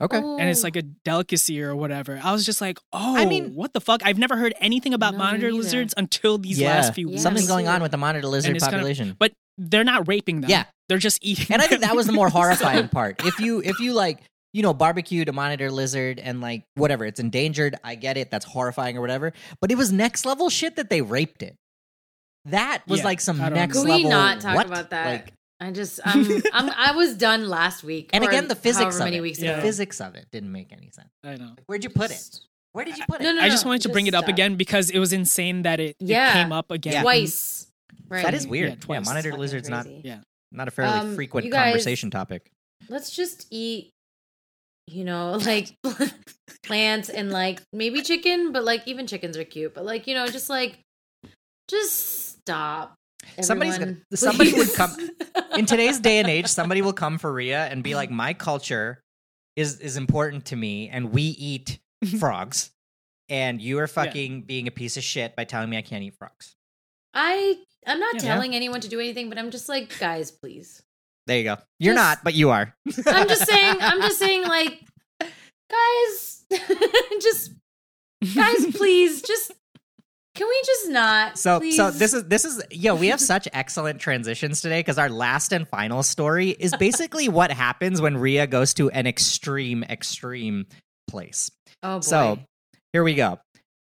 Speaker 2: Okay.
Speaker 3: and it's
Speaker 1: Ooh.
Speaker 3: like a delicacy or whatever. I was just like, oh,
Speaker 2: I mean-
Speaker 3: what the fuck? I've never heard anything about
Speaker 1: No, me
Speaker 3: monitor
Speaker 1: neither.
Speaker 3: lizards until these
Speaker 2: Yeah.
Speaker 3: last few
Speaker 1: Yeah,
Speaker 3: weeks.
Speaker 2: Something's
Speaker 1: me
Speaker 2: going
Speaker 1: too.
Speaker 2: on with the monitor lizard
Speaker 3: it's kind of-
Speaker 2: population.
Speaker 3: but they're not raping them.
Speaker 2: Yeah.
Speaker 3: they're just eating.
Speaker 2: and I think
Speaker 3: them.
Speaker 2: that was the more horrifying part. If you if you like you know barbecued a monitor lizard and like whatever it's endangered, I get it. That's horrifying or whatever. But it was next level shit that they raped it. That was
Speaker 3: Yeah,
Speaker 2: like some
Speaker 3: I don't
Speaker 2: next
Speaker 1: Could we
Speaker 2: level.
Speaker 1: not talk
Speaker 2: what?
Speaker 1: about that?
Speaker 2: Like,
Speaker 1: I just I'm, I'm I was done last week.
Speaker 2: and
Speaker 1: or
Speaker 2: again, the physics
Speaker 1: however
Speaker 2: of
Speaker 1: many
Speaker 2: it.
Speaker 1: weeks
Speaker 2: the
Speaker 1: ago.
Speaker 2: physics of it didn't make any sense.
Speaker 3: I know.
Speaker 2: Like, where'd you put it? Where did you put it?
Speaker 1: No, no,
Speaker 3: I just
Speaker 1: no,
Speaker 3: wanted to bring
Speaker 1: just
Speaker 3: it up
Speaker 1: stop.
Speaker 3: again because it was insane that it, it
Speaker 1: Yeah.
Speaker 3: came up again.
Speaker 1: Twice. Right.
Speaker 2: That is
Speaker 3: Yeah,
Speaker 2: weird. Yeah,
Speaker 3: twice.
Speaker 2: monitor
Speaker 1: Fucking
Speaker 2: lizard's not
Speaker 1: crazy.
Speaker 3: yeah.
Speaker 2: not a fairly
Speaker 1: Um,
Speaker 2: frequent
Speaker 1: you guys-
Speaker 2: conversation topic.
Speaker 1: Let's just eat you know, like plants and like maybe chicken, but like even chickens are cute. But like, you know, just like just stop.
Speaker 2: Somebody's
Speaker 1: everyone,
Speaker 2: gonna- somebody would
Speaker 1: please.
Speaker 2: come- in today's day and age, somebody will come for Rhea and be like, "My culture is is important to me, and we eat frogs, and you are fucking being a piece of shit by telling me I can't eat frogs."
Speaker 1: I I'm not
Speaker 3: Yeah.
Speaker 1: telling anyone to do anything, but I'm just like, guys, please.
Speaker 2: There you go. You're
Speaker 1: Just-
Speaker 2: not, but you are.
Speaker 1: I'm just saying. I'm just saying, like, guys, just guys, please, just can we just not?
Speaker 2: So
Speaker 1: please?
Speaker 2: so this is this is yo, we have such excellent transitions today because our last and final story is basically what happens when Rhea goes to an extreme extreme place.
Speaker 1: Oh boy.
Speaker 2: So, here we go.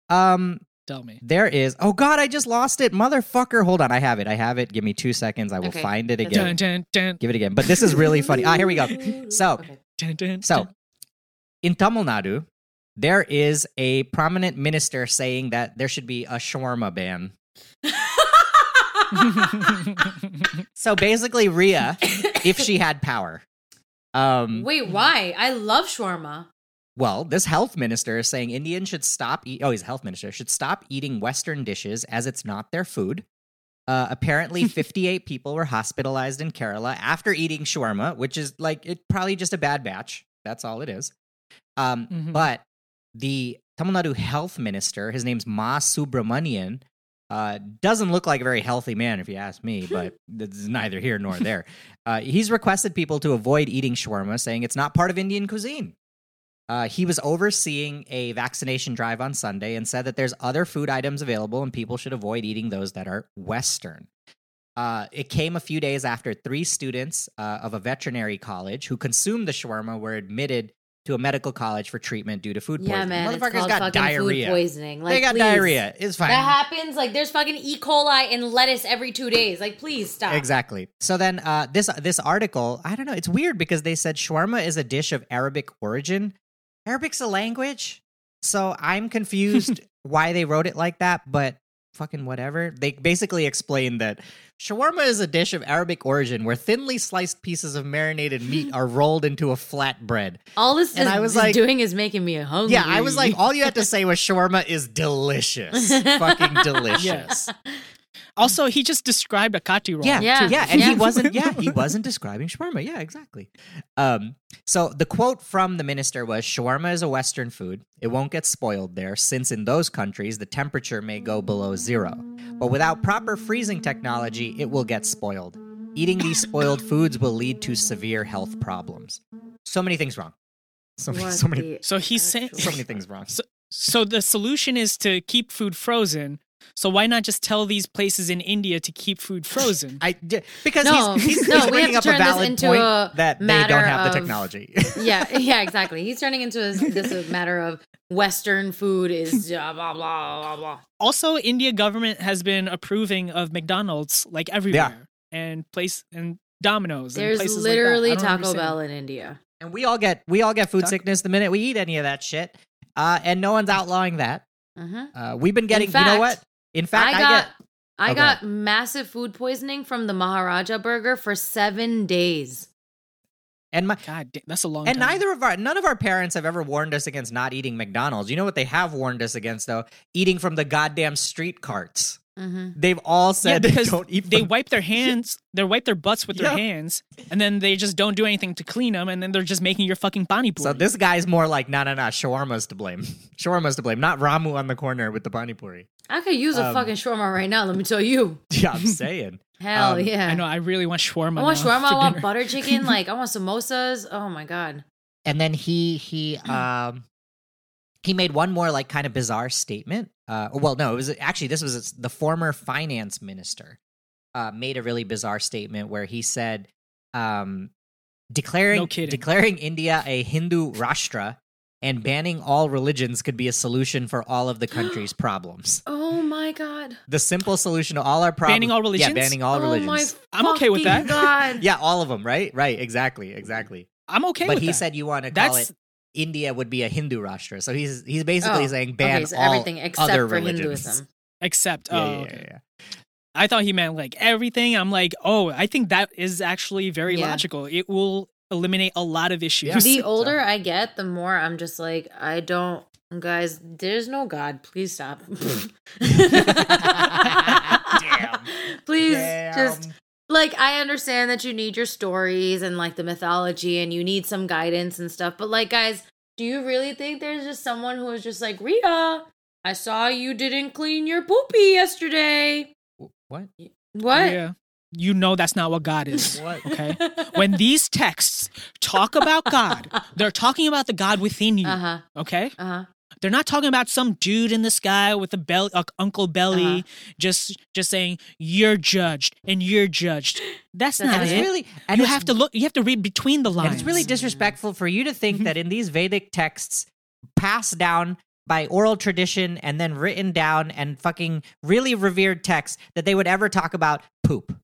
Speaker 2: Um
Speaker 3: Tell me.
Speaker 2: There is. Oh God, I just lost it, motherfucker! Hold on, I have it. I have it. Give me two seconds. I will
Speaker 1: Okay.
Speaker 2: find it
Speaker 1: That's
Speaker 2: again.
Speaker 1: fine.
Speaker 3: Dun, dun, dun,
Speaker 2: Give it again. But this is really funny. Ah, here we go. So-
Speaker 1: Okay.
Speaker 3: dun, dun,
Speaker 2: So,
Speaker 3: dun.
Speaker 2: in Tamil Nadu, there is a prominent minister saying that there should be a shawarma ban. So basically, Ria, if she had power, um,
Speaker 1: Wait, why? I love shawarma.
Speaker 2: Well, this health minister is saying Indians should stop. Eat- oh, he's a health minister. Should stop eating Western dishes as it's not their food. Uh, apparently, 58 people were hospitalized in Kerala after eating shawarma, which is like it probably just a bad batch. That's all it is. Um,
Speaker 3: Mhm.
Speaker 2: But the Tamil Nadu health minister, his name's Ma Subramanian, uh, doesn't look like a very healthy man, if you ask me. But that's neither here nor there. Uh, he's requested people to avoid eating shawarma, saying it's not part of Indian cuisine. Uh, he was overseeing a vaccination drive on Sunday and said that there's other food items available and people should avoid eating those that are Western. Uh, it came a few days after three students uh, of a veterinary college who consumed the shawarma were admitted to a medical college for treatment due to food
Speaker 1: yeah,
Speaker 2: poisoning.
Speaker 1: man. It's
Speaker 2: Motherfuckers
Speaker 1: called
Speaker 2: got
Speaker 1: fucking
Speaker 2: diarrhea.
Speaker 1: food poisoning. Like,
Speaker 2: they got
Speaker 1: please.
Speaker 2: diarrhea. It's fine.
Speaker 1: That happens. Like, there's fucking E. coli and lettuce every two days. Like, please stop.
Speaker 2: Exactly. So then uh, this this article, I don't know, it's weird because they said shawarma is a dish of Arabic origin. Arabic's a language, so I'm confused why they wrote it like that, but fucking whatever. They basically explained that shawarma is a dish of Arabic origin where thinly sliced pieces of marinated meat are rolled into a flat bread.
Speaker 1: All this
Speaker 2: And
Speaker 1: is
Speaker 2: I was like-
Speaker 1: doing is making me hungry.
Speaker 2: Yeah, I was like, all you had to say was shawarma is delicious. fucking delicious.
Speaker 3: Also, he just described a kati roll.
Speaker 2: Yeah,
Speaker 1: Yeah,
Speaker 2: yeah, yeah. And
Speaker 1: yeah.
Speaker 2: he wasn't. Yeah, he wasn't describing shawarma. Yeah, exactly. Um, so the quote from the minister was, "Shawarma is a Western food. It won't get spoiled there, since in those countries the temperature may go below zero. But without proper freezing technology, it will get spoiled. Eating these spoiled foods will lead to severe health problems. So many things wrong. So many,
Speaker 1: What
Speaker 2: so many,
Speaker 1: the
Speaker 3: So he's saying-
Speaker 1: actual-
Speaker 2: so many things wrong.
Speaker 3: So the solution is to keep food frozen. So why not just tell these places in India to keep food frozen?
Speaker 2: I d- because
Speaker 1: No,
Speaker 2: he's, he's,
Speaker 1: no, we have
Speaker 2: he's bringing
Speaker 1: to
Speaker 2: up a
Speaker 1: turn this
Speaker 2: valid
Speaker 1: into
Speaker 2: point
Speaker 1: a
Speaker 2: that they don't
Speaker 1: matter
Speaker 2: have the
Speaker 1: of-
Speaker 2: technology.
Speaker 1: yeah, yeah, exactly. He's turning into a, this a matter of Western food is uh, blah blah blah blah.
Speaker 3: also, India government has been approving of McDonald's like everywhere and place and Domino's. and
Speaker 1: There's
Speaker 3: places
Speaker 1: literally
Speaker 3: like that. I
Speaker 1: Taco
Speaker 3: don't understand.
Speaker 1: Bell in India.
Speaker 2: And we all get we all get food
Speaker 3: Tuck.
Speaker 2: sickness the minute we eat any of that shit. Uh, and no one's outlawing that.
Speaker 1: Uh-huh.
Speaker 2: Uh, we've been getting. you
Speaker 1: fact,
Speaker 2: know what? In fact,
Speaker 1: I
Speaker 2: I,
Speaker 1: got
Speaker 2: get.
Speaker 1: I
Speaker 2: Okay.
Speaker 1: got massive food poisoning from the Maharaja burger for seven days.
Speaker 2: And my
Speaker 3: God, damn, that's a long.
Speaker 2: and
Speaker 3: time.
Speaker 2: neither of our none of our parents have ever warned us against not eating McDonald's. You know what they have warned us against though? Eating from the goddamn street carts.
Speaker 1: Mm-hmm.
Speaker 2: They've all
Speaker 3: Yeah,
Speaker 2: said
Speaker 3: because
Speaker 2: they don't eat.
Speaker 3: they
Speaker 2: from-
Speaker 3: wipe their hands. They wipe their butts with
Speaker 2: Yeah.
Speaker 3: their hands, and then they just don't do anything to clean them, and then they're just making your fucking pani puri.
Speaker 2: so this guy's more like, no, no, no, shawarma's to blame. Shawarma's to blame, not Ramu on the corner with the panipuri.
Speaker 1: I could use a
Speaker 2: Um,
Speaker 1: fucking shawarma right now. Let me tell you.
Speaker 2: Yeah, I'm saying.
Speaker 1: Hell
Speaker 2: um,
Speaker 1: yeah.
Speaker 3: I know. I really want shawarma.
Speaker 1: I want
Speaker 3: now
Speaker 1: shawarma.
Speaker 3: for
Speaker 1: I want
Speaker 3: dinner.
Speaker 1: butter chicken. Like I want samosas. Oh my god.
Speaker 2: and then he he um he made one more like kind of bizarre statement uh well no it was actually this was the former finance minister uh made a really bizarre statement where he said um declaring
Speaker 3: No kidding.
Speaker 2: declaring india a hindu rashtra and banning all religions could be a solution for all of the country's problems
Speaker 1: Oh my god.
Speaker 2: the simple solution to all our problems
Speaker 3: Banning all
Speaker 2: yeah
Speaker 3: religions?
Speaker 2: banning all
Speaker 1: oh
Speaker 2: religions
Speaker 1: my
Speaker 3: I'm okay with
Speaker 1: fucking
Speaker 3: that.
Speaker 1: God.
Speaker 2: yeah all of them right right exactly exactly
Speaker 3: I'm okay
Speaker 2: but
Speaker 3: with
Speaker 2: he
Speaker 3: that.
Speaker 2: said you want to call it
Speaker 3: that's
Speaker 2: India would be a Hindu Rashtra. So he's he's basically
Speaker 1: Oh,
Speaker 2: saying ban
Speaker 1: okay, so
Speaker 2: all
Speaker 1: everything except
Speaker 2: other
Speaker 1: for
Speaker 2: religions.
Speaker 1: Hinduism.
Speaker 3: except.
Speaker 2: Yeah,
Speaker 3: oh,
Speaker 2: yeah,
Speaker 3: okay.
Speaker 2: yeah, yeah.
Speaker 3: I thought he meant like everything. I'm like, oh, I think that is actually very
Speaker 1: Yeah.
Speaker 3: logical. It will eliminate a lot of issues.
Speaker 2: Yeah.
Speaker 1: The older I get, the more I'm just like, I don't, guys. There's no God. Please stop.
Speaker 2: Damn.
Speaker 1: Please
Speaker 2: Damn.
Speaker 1: just like I understand that you need your stories and like the mythology and you need some guidance and stuff, but like guys, do you really think there's just someone who is just like Rita? I saw you didn't clean your poopy yesterday.
Speaker 2: what?
Speaker 1: What?
Speaker 3: yeah, you know that's not what God is.
Speaker 2: What?
Speaker 3: Okay, when these texts talk about God, they're talking about the God within you.
Speaker 1: Uh huh.
Speaker 3: Okay,
Speaker 1: Uh huh.
Speaker 3: they're not talking about some dude in the sky with a bell, uh, Uncle Belly,
Speaker 1: Uh-huh.
Speaker 3: just just saying you're judged and you're judged. That's
Speaker 1: That's
Speaker 3: not
Speaker 2: And
Speaker 1: not
Speaker 2: it's
Speaker 3: it.
Speaker 2: really and
Speaker 3: you
Speaker 2: it's,
Speaker 3: have to look. You have to read between the lines.
Speaker 2: and it's really disrespectful for you to think that in these Vedic texts passed down by oral tradition and then written down and fucking really revered texts that they would ever talk about poop.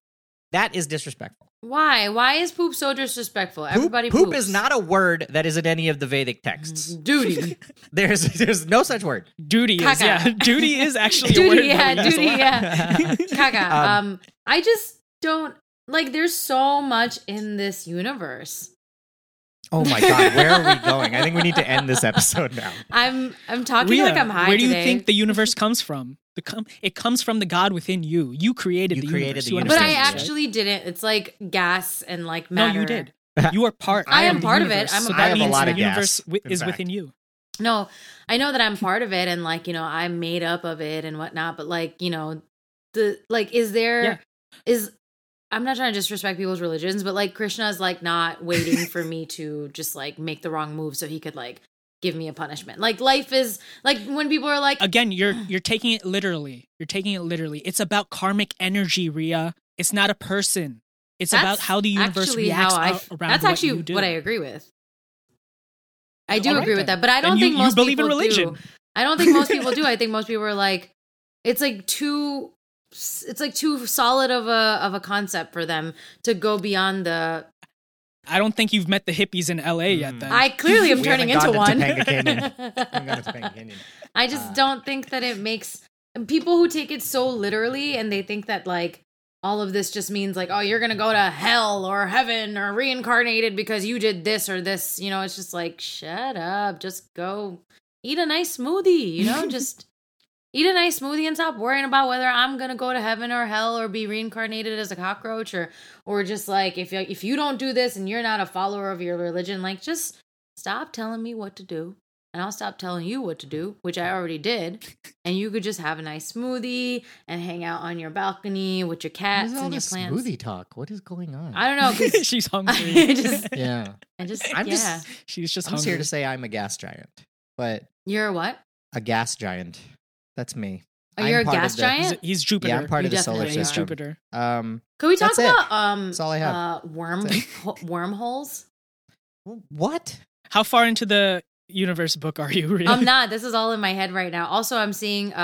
Speaker 2: That is disrespectful.
Speaker 1: Why? Why is poop so disrespectful?
Speaker 2: Poop-
Speaker 1: Everybody
Speaker 2: poop
Speaker 1: poops. Mm-hmm.
Speaker 2: is not a word that is in any of the Vedic texts.
Speaker 1: duty.
Speaker 2: There's there's no such word.
Speaker 3: duty is
Speaker 1: Caca.
Speaker 3: yeah. Duty is actually a word
Speaker 1: duty, yeah,
Speaker 3: that we use a
Speaker 1: duty,
Speaker 3: lot.
Speaker 1: yeah. Caca.
Speaker 2: Um,
Speaker 1: Um, I just don't like. There's so much in this universe.
Speaker 2: Oh my god, where are we going? I think we need to end this episode now.
Speaker 1: I'm I'm talking
Speaker 3: Rita,
Speaker 1: like I'm high
Speaker 3: where do you
Speaker 1: today.
Speaker 3: think the universe comes from? The com- it comes from the God within you. You created
Speaker 2: You
Speaker 3: the
Speaker 2: created
Speaker 3: universe.
Speaker 2: the
Speaker 3: You
Speaker 1: but
Speaker 2: universe,
Speaker 1: I
Speaker 3: understand this, right?
Speaker 1: actually didn't. It's like gas and like
Speaker 3: no,
Speaker 1: matter.
Speaker 3: you did. You are part.
Speaker 1: I am
Speaker 3: the
Speaker 1: part of it.
Speaker 3: universe,
Speaker 1: I'm a
Speaker 3: so
Speaker 1: part
Speaker 3: that
Speaker 1: of it.
Speaker 3: means
Speaker 1: I have a lot
Speaker 3: the
Speaker 1: of
Speaker 3: universe
Speaker 2: gas,
Speaker 3: wi-
Speaker 2: in
Speaker 3: is
Speaker 2: fact.
Speaker 3: within you.
Speaker 1: No, I know that I'm part of it, and like you know, I'm made up of it and whatnot. But like you know, the like is
Speaker 3: Yeah.
Speaker 1: there is- I'm not trying to disrespect people's religions, but like Krishna's like not waiting for me to just like make the wrong move so he could like give me a punishment. Like life is like when people are like,
Speaker 3: Again, you're you're taking it literally. You're taking it literally. It's about karmic energy, Ria. It's not a person. It's about
Speaker 1: That's
Speaker 3: how the universe
Speaker 1: actually
Speaker 3: reacts
Speaker 1: how I.
Speaker 3: ar- around
Speaker 1: that's
Speaker 3: what
Speaker 1: actually
Speaker 3: you do.
Speaker 1: what I agree with. I do
Speaker 3: All right
Speaker 1: agree with
Speaker 3: then.
Speaker 1: that, but I don't
Speaker 3: Then you-
Speaker 1: think
Speaker 3: you
Speaker 1: most
Speaker 3: believe in
Speaker 1: people
Speaker 3: religion.
Speaker 1: do. I don't think most people do. I think most people are like, it's like too, it's like too solid of a of a concept for them to go beyond the.
Speaker 3: I don't think you've met the hippies in LA yet.
Speaker 2: Mm.
Speaker 3: Then
Speaker 1: I clearly am
Speaker 2: We
Speaker 1: turning into
Speaker 2: haven't
Speaker 1: one.
Speaker 2: gotten to Topanga I'm going to Topanga Canyon.
Speaker 1: I just
Speaker 2: Uh,
Speaker 1: don't think that it makes people who take it so literally and they think that like all of this just means like oh you're going to go to hell or heaven or reincarnated because you did this or this, you know, it's just like shut up, just go eat a nice smoothie, you know, just eat a nice smoothie and stop worrying about whether I'm going to go to heaven or hell or be reincarnated as a cockroach or or just like if you if you don't do this and you're not a follower of your religion, like just stop telling me what to do and I'll stop telling you what to do, which I already did. And you could just have a nice smoothie and hang out on your balcony with your
Speaker 2: What
Speaker 1: cats
Speaker 2: is all
Speaker 1: and your
Speaker 2: this
Speaker 1: plants.
Speaker 2: smoothie talk? What is going on?
Speaker 1: I don't know because
Speaker 3: she's
Speaker 1: I
Speaker 3: hungry.
Speaker 1: just,
Speaker 2: yeah.
Speaker 1: I just,
Speaker 2: I'm
Speaker 1: yeah.
Speaker 2: just-
Speaker 3: she's just
Speaker 2: I'm just
Speaker 3: hungry.
Speaker 2: here to say I'm a gas giant, but
Speaker 1: You're a what?
Speaker 2: a gas giant. That's me.
Speaker 1: Are
Speaker 2: I'm
Speaker 1: you a
Speaker 2: part of
Speaker 1: gas
Speaker 2: the-
Speaker 3: He's,
Speaker 1: giant?
Speaker 3: he's Jupiter.
Speaker 2: Yeah, I'm part
Speaker 1: You
Speaker 2: of the solar
Speaker 1: definitely
Speaker 3: Yeah,
Speaker 1: are.
Speaker 3: he's
Speaker 1: Sorry.
Speaker 2: system.
Speaker 3: Jupiter.
Speaker 2: Um,
Speaker 1: Could we talk
Speaker 2: That's it.
Speaker 1: about um
Speaker 2: That's all I have.
Speaker 1: uh worm
Speaker 2: That's
Speaker 1: wormholes?
Speaker 2: wh- what?
Speaker 3: How far into the universe book are you? Really?
Speaker 1: I'm not. This is all in my head right now. Also, I'm seeing uh,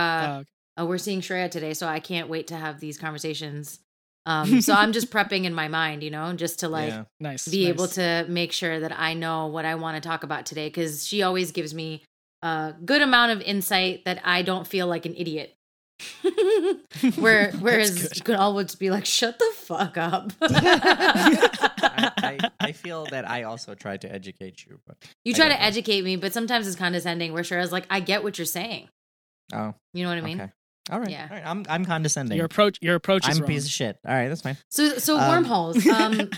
Speaker 3: Uh,
Speaker 1: uh we're seeing Shreya today, so I can't wait to have these conversations. Um so I'm just prepping in my mind, you know, just to like
Speaker 2: Yeah.
Speaker 3: nice.
Speaker 1: be able
Speaker 3: nice.
Speaker 1: to make sure that I know what I want to talk about today because she always gives me a good amount of insight that I don't feel like an idiot. Where whereas
Speaker 3: good.
Speaker 1: you could always be like, shut the fuck up.
Speaker 2: I, I, I feel that I also tried to educate you, but
Speaker 1: you
Speaker 2: I
Speaker 1: try
Speaker 2: don't
Speaker 1: to
Speaker 2: know.
Speaker 1: educate me, but sometimes it's condescending. Where Shara's like, I get what you're saying.
Speaker 2: oh,
Speaker 1: You know what I mean?
Speaker 2: okay, all right,
Speaker 1: Yeah.
Speaker 2: all right. I'm I'm condescending.
Speaker 3: Your approach. Your approach is
Speaker 2: I'm a
Speaker 3: wrong.
Speaker 2: piece of shit. All right, that's fine.
Speaker 1: So so
Speaker 2: Um,
Speaker 1: wormholes. Um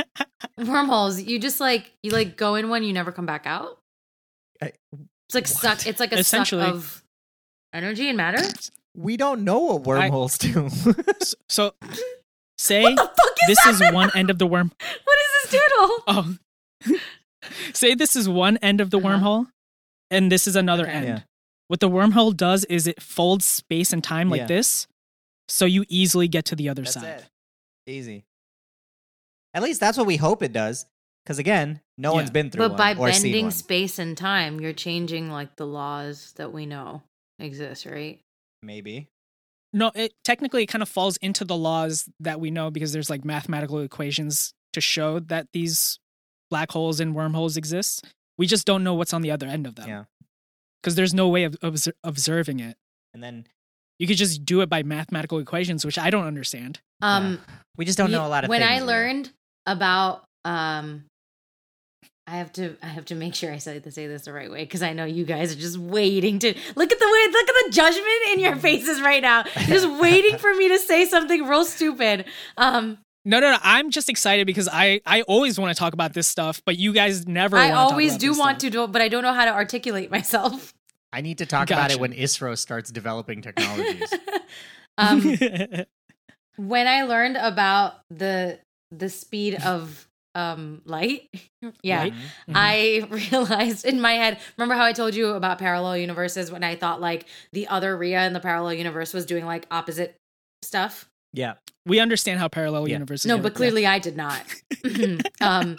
Speaker 1: wormholes. You just like you like go in one, you never come back out.
Speaker 2: I-
Speaker 1: It's like suck.
Speaker 2: what?
Speaker 1: It's like a suck
Speaker 3: Essentially.
Speaker 1: of energy and matter.
Speaker 2: We don't know what wormholes do.
Speaker 3: S- so say
Speaker 1: What the fuck is
Speaker 3: this
Speaker 1: that?
Speaker 3: is one end of the worm.
Speaker 1: What is this doodle?
Speaker 3: Oh, say this is one end of the
Speaker 1: Uh-huh.
Speaker 3: wormhole, and this is another
Speaker 1: Okay.
Speaker 3: end.
Speaker 2: Yeah.
Speaker 3: What the wormhole does is it folds space and time like
Speaker 2: Yeah.
Speaker 3: this, so you easily get to the other
Speaker 2: that's
Speaker 3: side.
Speaker 2: it. Easy. At least that's what we hope it does. Because again, no
Speaker 3: Yeah.
Speaker 2: one's been through
Speaker 1: But
Speaker 2: one
Speaker 1: by
Speaker 2: or seen
Speaker 1: bending
Speaker 2: one.
Speaker 1: space and time, you're changing like the laws that we know exist, right?
Speaker 2: Maybe.
Speaker 3: No, it technically it kind of falls into the laws that we know because there's like mathematical equations to show that these black holes and wormholes exist. We just don't know what's on the other end of them.
Speaker 2: Yeah.
Speaker 3: Because there's no way of obser- observing it.
Speaker 2: And then
Speaker 3: You could just do it by mathematical equations, which I don't understand.
Speaker 1: Um,
Speaker 2: we just don't
Speaker 1: Ye-
Speaker 2: know a lot of
Speaker 1: when
Speaker 2: things.
Speaker 1: I
Speaker 2: really.
Speaker 1: learned about um I have to I have to make sure I say say this the right way because I know you guys are just waiting to look at the way look at the judgment in your faces right now. You're just waiting for me to say something real stupid. Um
Speaker 3: No, no, no. I'm just excited because I, I always want to talk about this stuff, but you guys never.
Speaker 1: I always do want to do but I don't know how to articulate myself.
Speaker 2: I need to talk about it
Speaker 3: Gotcha.
Speaker 2: when ISRO starts developing technologies.
Speaker 1: um
Speaker 3: to.
Speaker 1: when I learned about the the speed of um light, yeah,
Speaker 2: Mm-hmm.
Speaker 3: Light?
Speaker 1: I realized in my head. Remember how I told you about parallel universes when I thought like the other Rhea in the parallel universe was doing like opposite stuff.
Speaker 2: Yeah.
Speaker 3: we understand how parallel
Speaker 2: Yeah.
Speaker 3: universes.
Speaker 1: No,
Speaker 3: work,
Speaker 1: but
Speaker 3: yeah.
Speaker 1: clearly I did not. um, I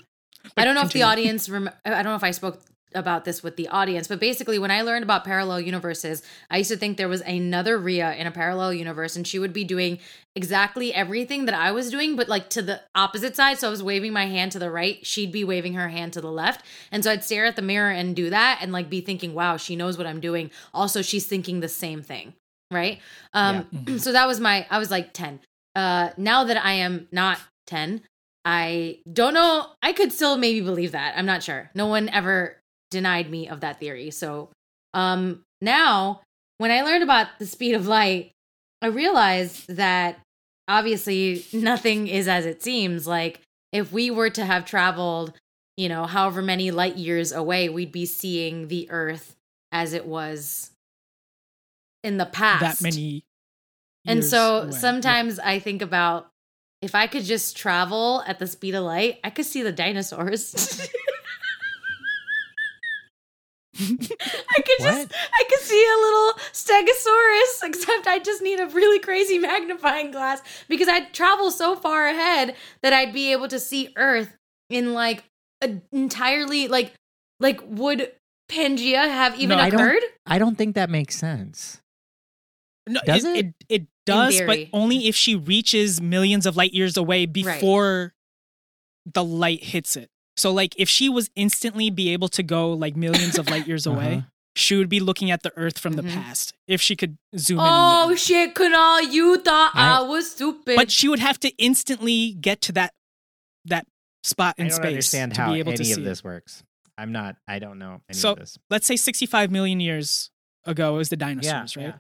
Speaker 3: But
Speaker 1: don't know if the
Speaker 3: continue.
Speaker 1: audience. Rem- I don't know if I spoke about this with the audience, but basically, when I learned about parallel universes, I used to think there was another Rhea in a parallel universe, and she would be doing exactly everything that I was doing, but like to the opposite side. So I was waving my hand to the right, she'd be waving her hand to the left, and so I'd stare at the mirror and do that, and like be thinking, "Wow, she knows what I'm doing." Also, she's thinking the same thing, right? Um,
Speaker 3: Mm-hmm.
Speaker 1: So that was my. I was like ten. Uh, now that I am not ten, I don't know. I could still maybe believe that. I'm not sure. No one ever denied me of that theory. So um now when I learned about the speed of light, I realized that obviously nothing is as it seems. Like if we were to have traveled, you know, however many light years away, we'd be seeing the earth as it was in the past.
Speaker 3: that many.
Speaker 1: And
Speaker 3: years
Speaker 1: so
Speaker 3: away.
Speaker 1: sometimes I think about if I could just travel at the speed of light, I could see the dinosaurs. I could just
Speaker 2: What?
Speaker 1: I could see a little stegosaurus, except I just need a really crazy magnifying glass because I'd travel so far ahead that I'd be able to see Earth in like an entirely like like would Pangea have even
Speaker 3: No,
Speaker 2: I don't-
Speaker 1: occurred?
Speaker 2: I don't think that makes sense.
Speaker 3: No,
Speaker 2: Does
Speaker 3: it?
Speaker 2: it?
Speaker 3: It, it does, but
Speaker 1: theory.
Speaker 3: only if she reaches millions of light years away before the light hits it. So, like, if she was instantly be able to go like millions of light years away,
Speaker 2: Uh-huh.
Speaker 3: she would be looking at the Earth from
Speaker 1: Mhm.
Speaker 3: the past if she could zoom in. on
Speaker 1: Oh
Speaker 3: the Earth.
Speaker 1: shit, Kunal, you thought I,
Speaker 2: I-
Speaker 1: was stupid.
Speaker 3: but she would have to instantly get to that that spot in
Speaker 2: I don't
Speaker 3: space
Speaker 2: understand
Speaker 3: to
Speaker 2: how
Speaker 3: be able to
Speaker 2: any
Speaker 3: see
Speaker 2: of
Speaker 3: it.
Speaker 2: this works. I'm not. I don't know any
Speaker 3: So,
Speaker 2: of this.
Speaker 3: Let's say 65 million years ago it was the dinosaurs, right?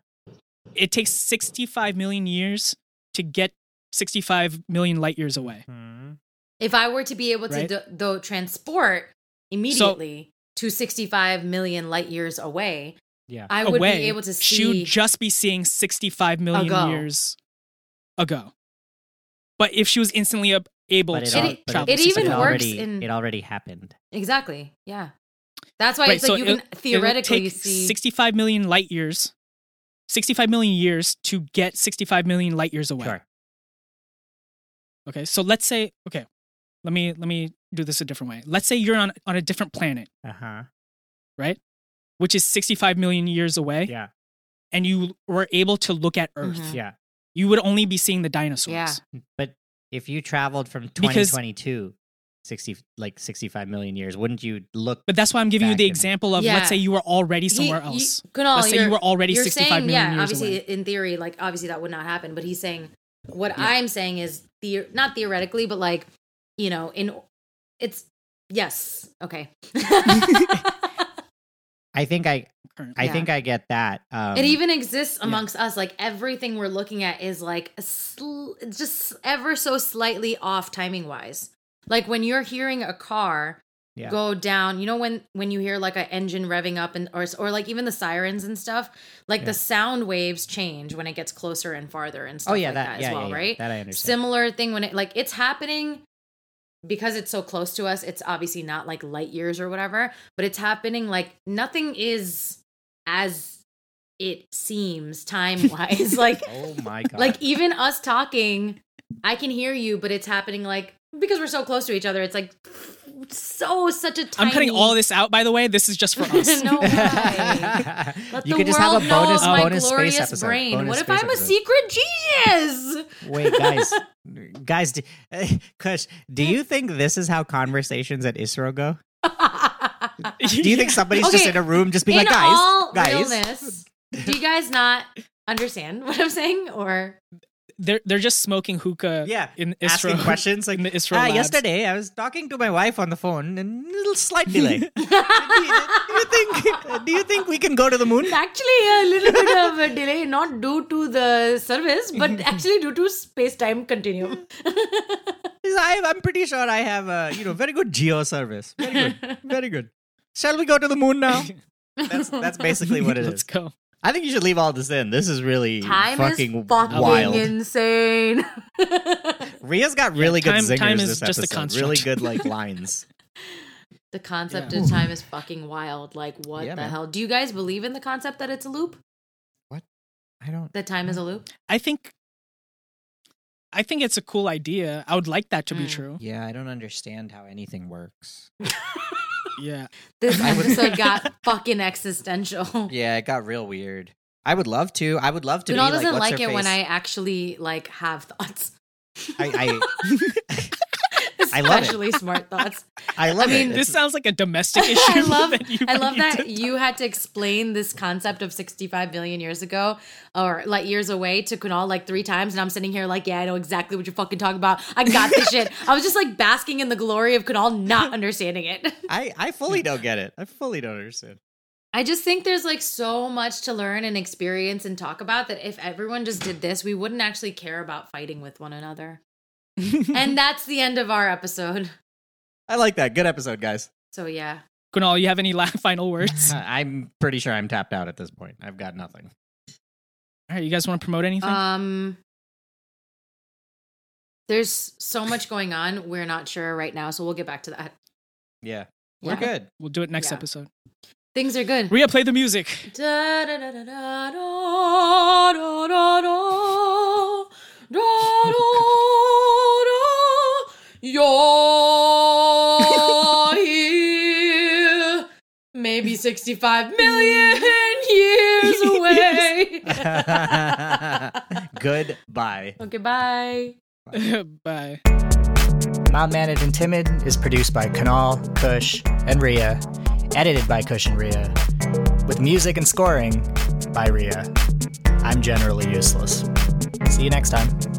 Speaker 3: It takes 65 million years to get 65 million light years away.
Speaker 2: Hmm.
Speaker 1: if I were to be able to
Speaker 3: Right?
Speaker 1: do, though transport immediately to 65 million light years away,
Speaker 2: Yeah.
Speaker 1: I would
Speaker 3: away,
Speaker 1: be able to
Speaker 3: She
Speaker 1: see
Speaker 3: would just be seeing 65 million
Speaker 1: Ago.
Speaker 3: years ago. But if she was instantly ab- able
Speaker 2: But it,
Speaker 3: to
Speaker 1: al-
Speaker 2: al- but
Speaker 3: travel
Speaker 1: it
Speaker 3: to
Speaker 1: even
Speaker 3: 65
Speaker 1: works
Speaker 2: already,
Speaker 1: in-
Speaker 2: It already happened.
Speaker 1: exactly. Yeah. That's why
Speaker 3: Right,
Speaker 1: it's
Speaker 3: so
Speaker 1: like you can
Speaker 3: it'll- it'll
Speaker 1: theoretically
Speaker 3: take
Speaker 1: see
Speaker 3: 65 million light years, 65 million years to get 65 million light years away.
Speaker 2: Sure.
Speaker 3: Okay, so let's say okay, let me let me do this a different way. Let's say you're on on a different planet,
Speaker 2: Uh huh.
Speaker 3: which is 65 million years away,
Speaker 2: Yeah.
Speaker 3: and you were able to look at Earth.
Speaker 1: Mhm.
Speaker 2: Yeah.
Speaker 3: You would only be seeing the dinosaurs.
Speaker 1: Yeah.
Speaker 2: But if you traveled from
Speaker 3: Because-
Speaker 2: 2022, 60 like 65 million years, wouldn't you look?
Speaker 3: But that's why I'm giving you
Speaker 2: Back
Speaker 3: the
Speaker 2: in-
Speaker 3: example of
Speaker 1: Yeah.
Speaker 3: let's say you were already
Speaker 1: He-
Speaker 3: somewhere
Speaker 1: you-
Speaker 3: else.
Speaker 1: Kunal,
Speaker 3: let's
Speaker 1: Oh,
Speaker 3: say
Speaker 1: you're-
Speaker 3: you were already
Speaker 1: you're
Speaker 3: 65
Speaker 1: saying,
Speaker 3: million
Speaker 1: yeah,
Speaker 3: years
Speaker 1: obviously
Speaker 3: away.
Speaker 1: in theory, like obviously that would not happen. But he's saying what I'm saying is the not theoretically, but like you know, in it's yes, okay.
Speaker 2: I think I. I
Speaker 1: Yeah.
Speaker 2: think I get that. Um,
Speaker 1: it even exists amongst us. Like everything we're looking at is like a sl- just ever so slightly off timing wise. Like when you're hearing a car
Speaker 2: Yeah.
Speaker 1: go down, you know when when you hear like an engine revving up and or or like even the sirens and stuff, like
Speaker 2: Yeah.
Speaker 1: the sound waves change when it gets closer and farther and stuff
Speaker 2: Oh yeah,
Speaker 1: like
Speaker 2: that,
Speaker 1: that, as
Speaker 2: yeah,
Speaker 1: well,
Speaker 2: yeah, yeah,
Speaker 1: right?
Speaker 2: That I understand.
Speaker 1: Similar thing when it like it's happening because it's so close to us, it's obviously not like light years or whatever, but it's happening like nothing is as it seems time wise. like
Speaker 2: oh my god!
Speaker 1: like even us talking, I can hear you, but it's happening like because we're so close to each other, it's like so such a tiny
Speaker 3: I'm cutting all this out, by the way. This is just for us.
Speaker 1: no way. Let
Speaker 2: you
Speaker 1: the
Speaker 2: could just have
Speaker 1: world
Speaker 2: a bonus
Speaker 1: know of my
Speaker 2: bonus
Speaker 1: glorious
Speaker 2: space episode.
Speaker 1: brain.
Speaker 2: bonus
Speaker 1: what if
Speaker 2: space
Speaker 1: I'm a secret genius?
Speaker 2: episode. Wait, guys, guys, do, Kush, do you think this is how conversations at Isro go? Do you think somebody's just
Speaker 1: Okay,
Speaker 2: in a room just being
Speaker 1: in
Speaker 2: like, guys,
Speaker 1: all
Speaker 2: guys?
Speaker 1: realness, do you guys not understand what I'm saying? Or
Speaker 3: they're they're just smoking hookah
Speaker 2: yeah,
Speaker 3: in
Speaker 2: asking
Speaker 3: Israel?
Speaker 2: questions like,
Speaker 3: in the Israel
Speaker 2: ah,
Speaker 3: labs.
Speaker 2: yesterday I was talking to my wife on the phone and a little slight delay. do, you, do you think? Do you think we can go to the moon?
Speaker 1: it's actually a little bit of a delay, not due to the service, but actually due to space-time continuum.
Speaker 2: He's, I, I'm pretty sure I have a you know very good geo service. Very good, very good. Shall we go to the moon now? That's that's basically what it
Speaker 3: Let's
Speaker 2: is.
Speaker 3: go.
Speaker 2: I think you should leave all this in. This is really
Speaker 1: Time
Speaker 2: fucking,
Speaker 1: is fucking
Speaker 2: wild.
Speaker 1: insane.
Speaker 2: Ria's got really
Speaker 3: time-
Speaker 2: good zingers
Speaker 3: time is
Speaker 2: this
Speaker 3: just a
Speaker 2: episode.
Speaker 3: construct.
Speaker 2: really good like lines.
Speaker 1: the concept
Speaker 3: Yeah.
Speaker 1: of time is fucking wild. Like, what
Speaker 2: Yeah,
Speaker 1: the
Speaker 2: man.
Speaker 1: hell? Do you guys believe in the concept that it's a loop?
Speaker 2: I don't.
Speaker 1: That time is a loop?
Speaker 3: I think I think it's a cool idea. I would like that to be
Speaker 1: Mm.
Speaker 3: true.
Speaker 2: Yeah, I don't understand how anything works.
Speaker 3: Yeah.
Speaker 1: This
Speaker 2: I would-
Speaker 1: episode got fucking existential.
Speaker 2: Yeah, it got real weird. I would love to. I would love to.
Speaker 1: Kunal
Speaker 2: be,
Speaker 1: doesn't
Speaker 2: like,
Speaker 1: like,
Speaker 2: what's her
Speaker 1: it when
Speaker 2: face?
Speaker 1: I actually like have thoughts,
Speaker 2: I. I I love it.
Speaker 1: especially smart thoughts.
Speaker 2: I love
Speaker 1: mean,
Speaker 2: it. It's-
Speaker 3: This sounds like a domestic issue.
Speaker 1: I love,
Speaker 3: that you
Speaker 1: I love
Speaker 3: brought
Speaker 1: that you had to explain this concept of 65 million years ago or like years away to Kunal like three times, and I'm sitting here like, yeah, I know exactly what you're fucking talking about. I got this shit. I was just like basking in the glory of Kunal not understanding it.
Speaker 2: I I fully don't get it. I fully don't understand.
Speaker 1: I just think there's like so much to learn and experience and talk about that if everyone just did this, we wouldn't actually care about fighting with one another.
Speaker 2: Mm-hmm.
Speaker 3: to.
Speaker 1: And that's the end of our episode.
Speaker 2: I like that. Good episode, guys.
Speaker 1: So yeah.
Speaker 3: Kunal, you have any la- final words?
Speaker 2: Uh,
Speaker 3: All
Speaker 2: I'm pretty sure I'm tapped out at this point. I've got nothing.
Speaker 3: right, you guys want to promote anything?
Speaker 1: Um There's so much going on. We're not sure right now, so we'll get back to that.
Speaker 2: Yeah,
Speaker 1: Yeah.
Speaker 2: we're good.
Speaker 3: we'll do it next
Speaker 1: yeah.
Speaker 3: episode.
Speaker 1: Things are good.
Speaker 3: Rhea, play the music.
Speaker 1: Da, da, da, da, da, da, da, da, da. Da, da, da. You're here. maybe 65 million years away.
Speaker 2: Goodbye.
Speaker 1: okay, bye.
Speaker 3: Bye.
Speaker 2: Mild Mannered and Timid is produced by Kanal, Kush, and Ria, edited by Kush and Ria, with music and scoring by Ria. I'm generally useless. See you next time.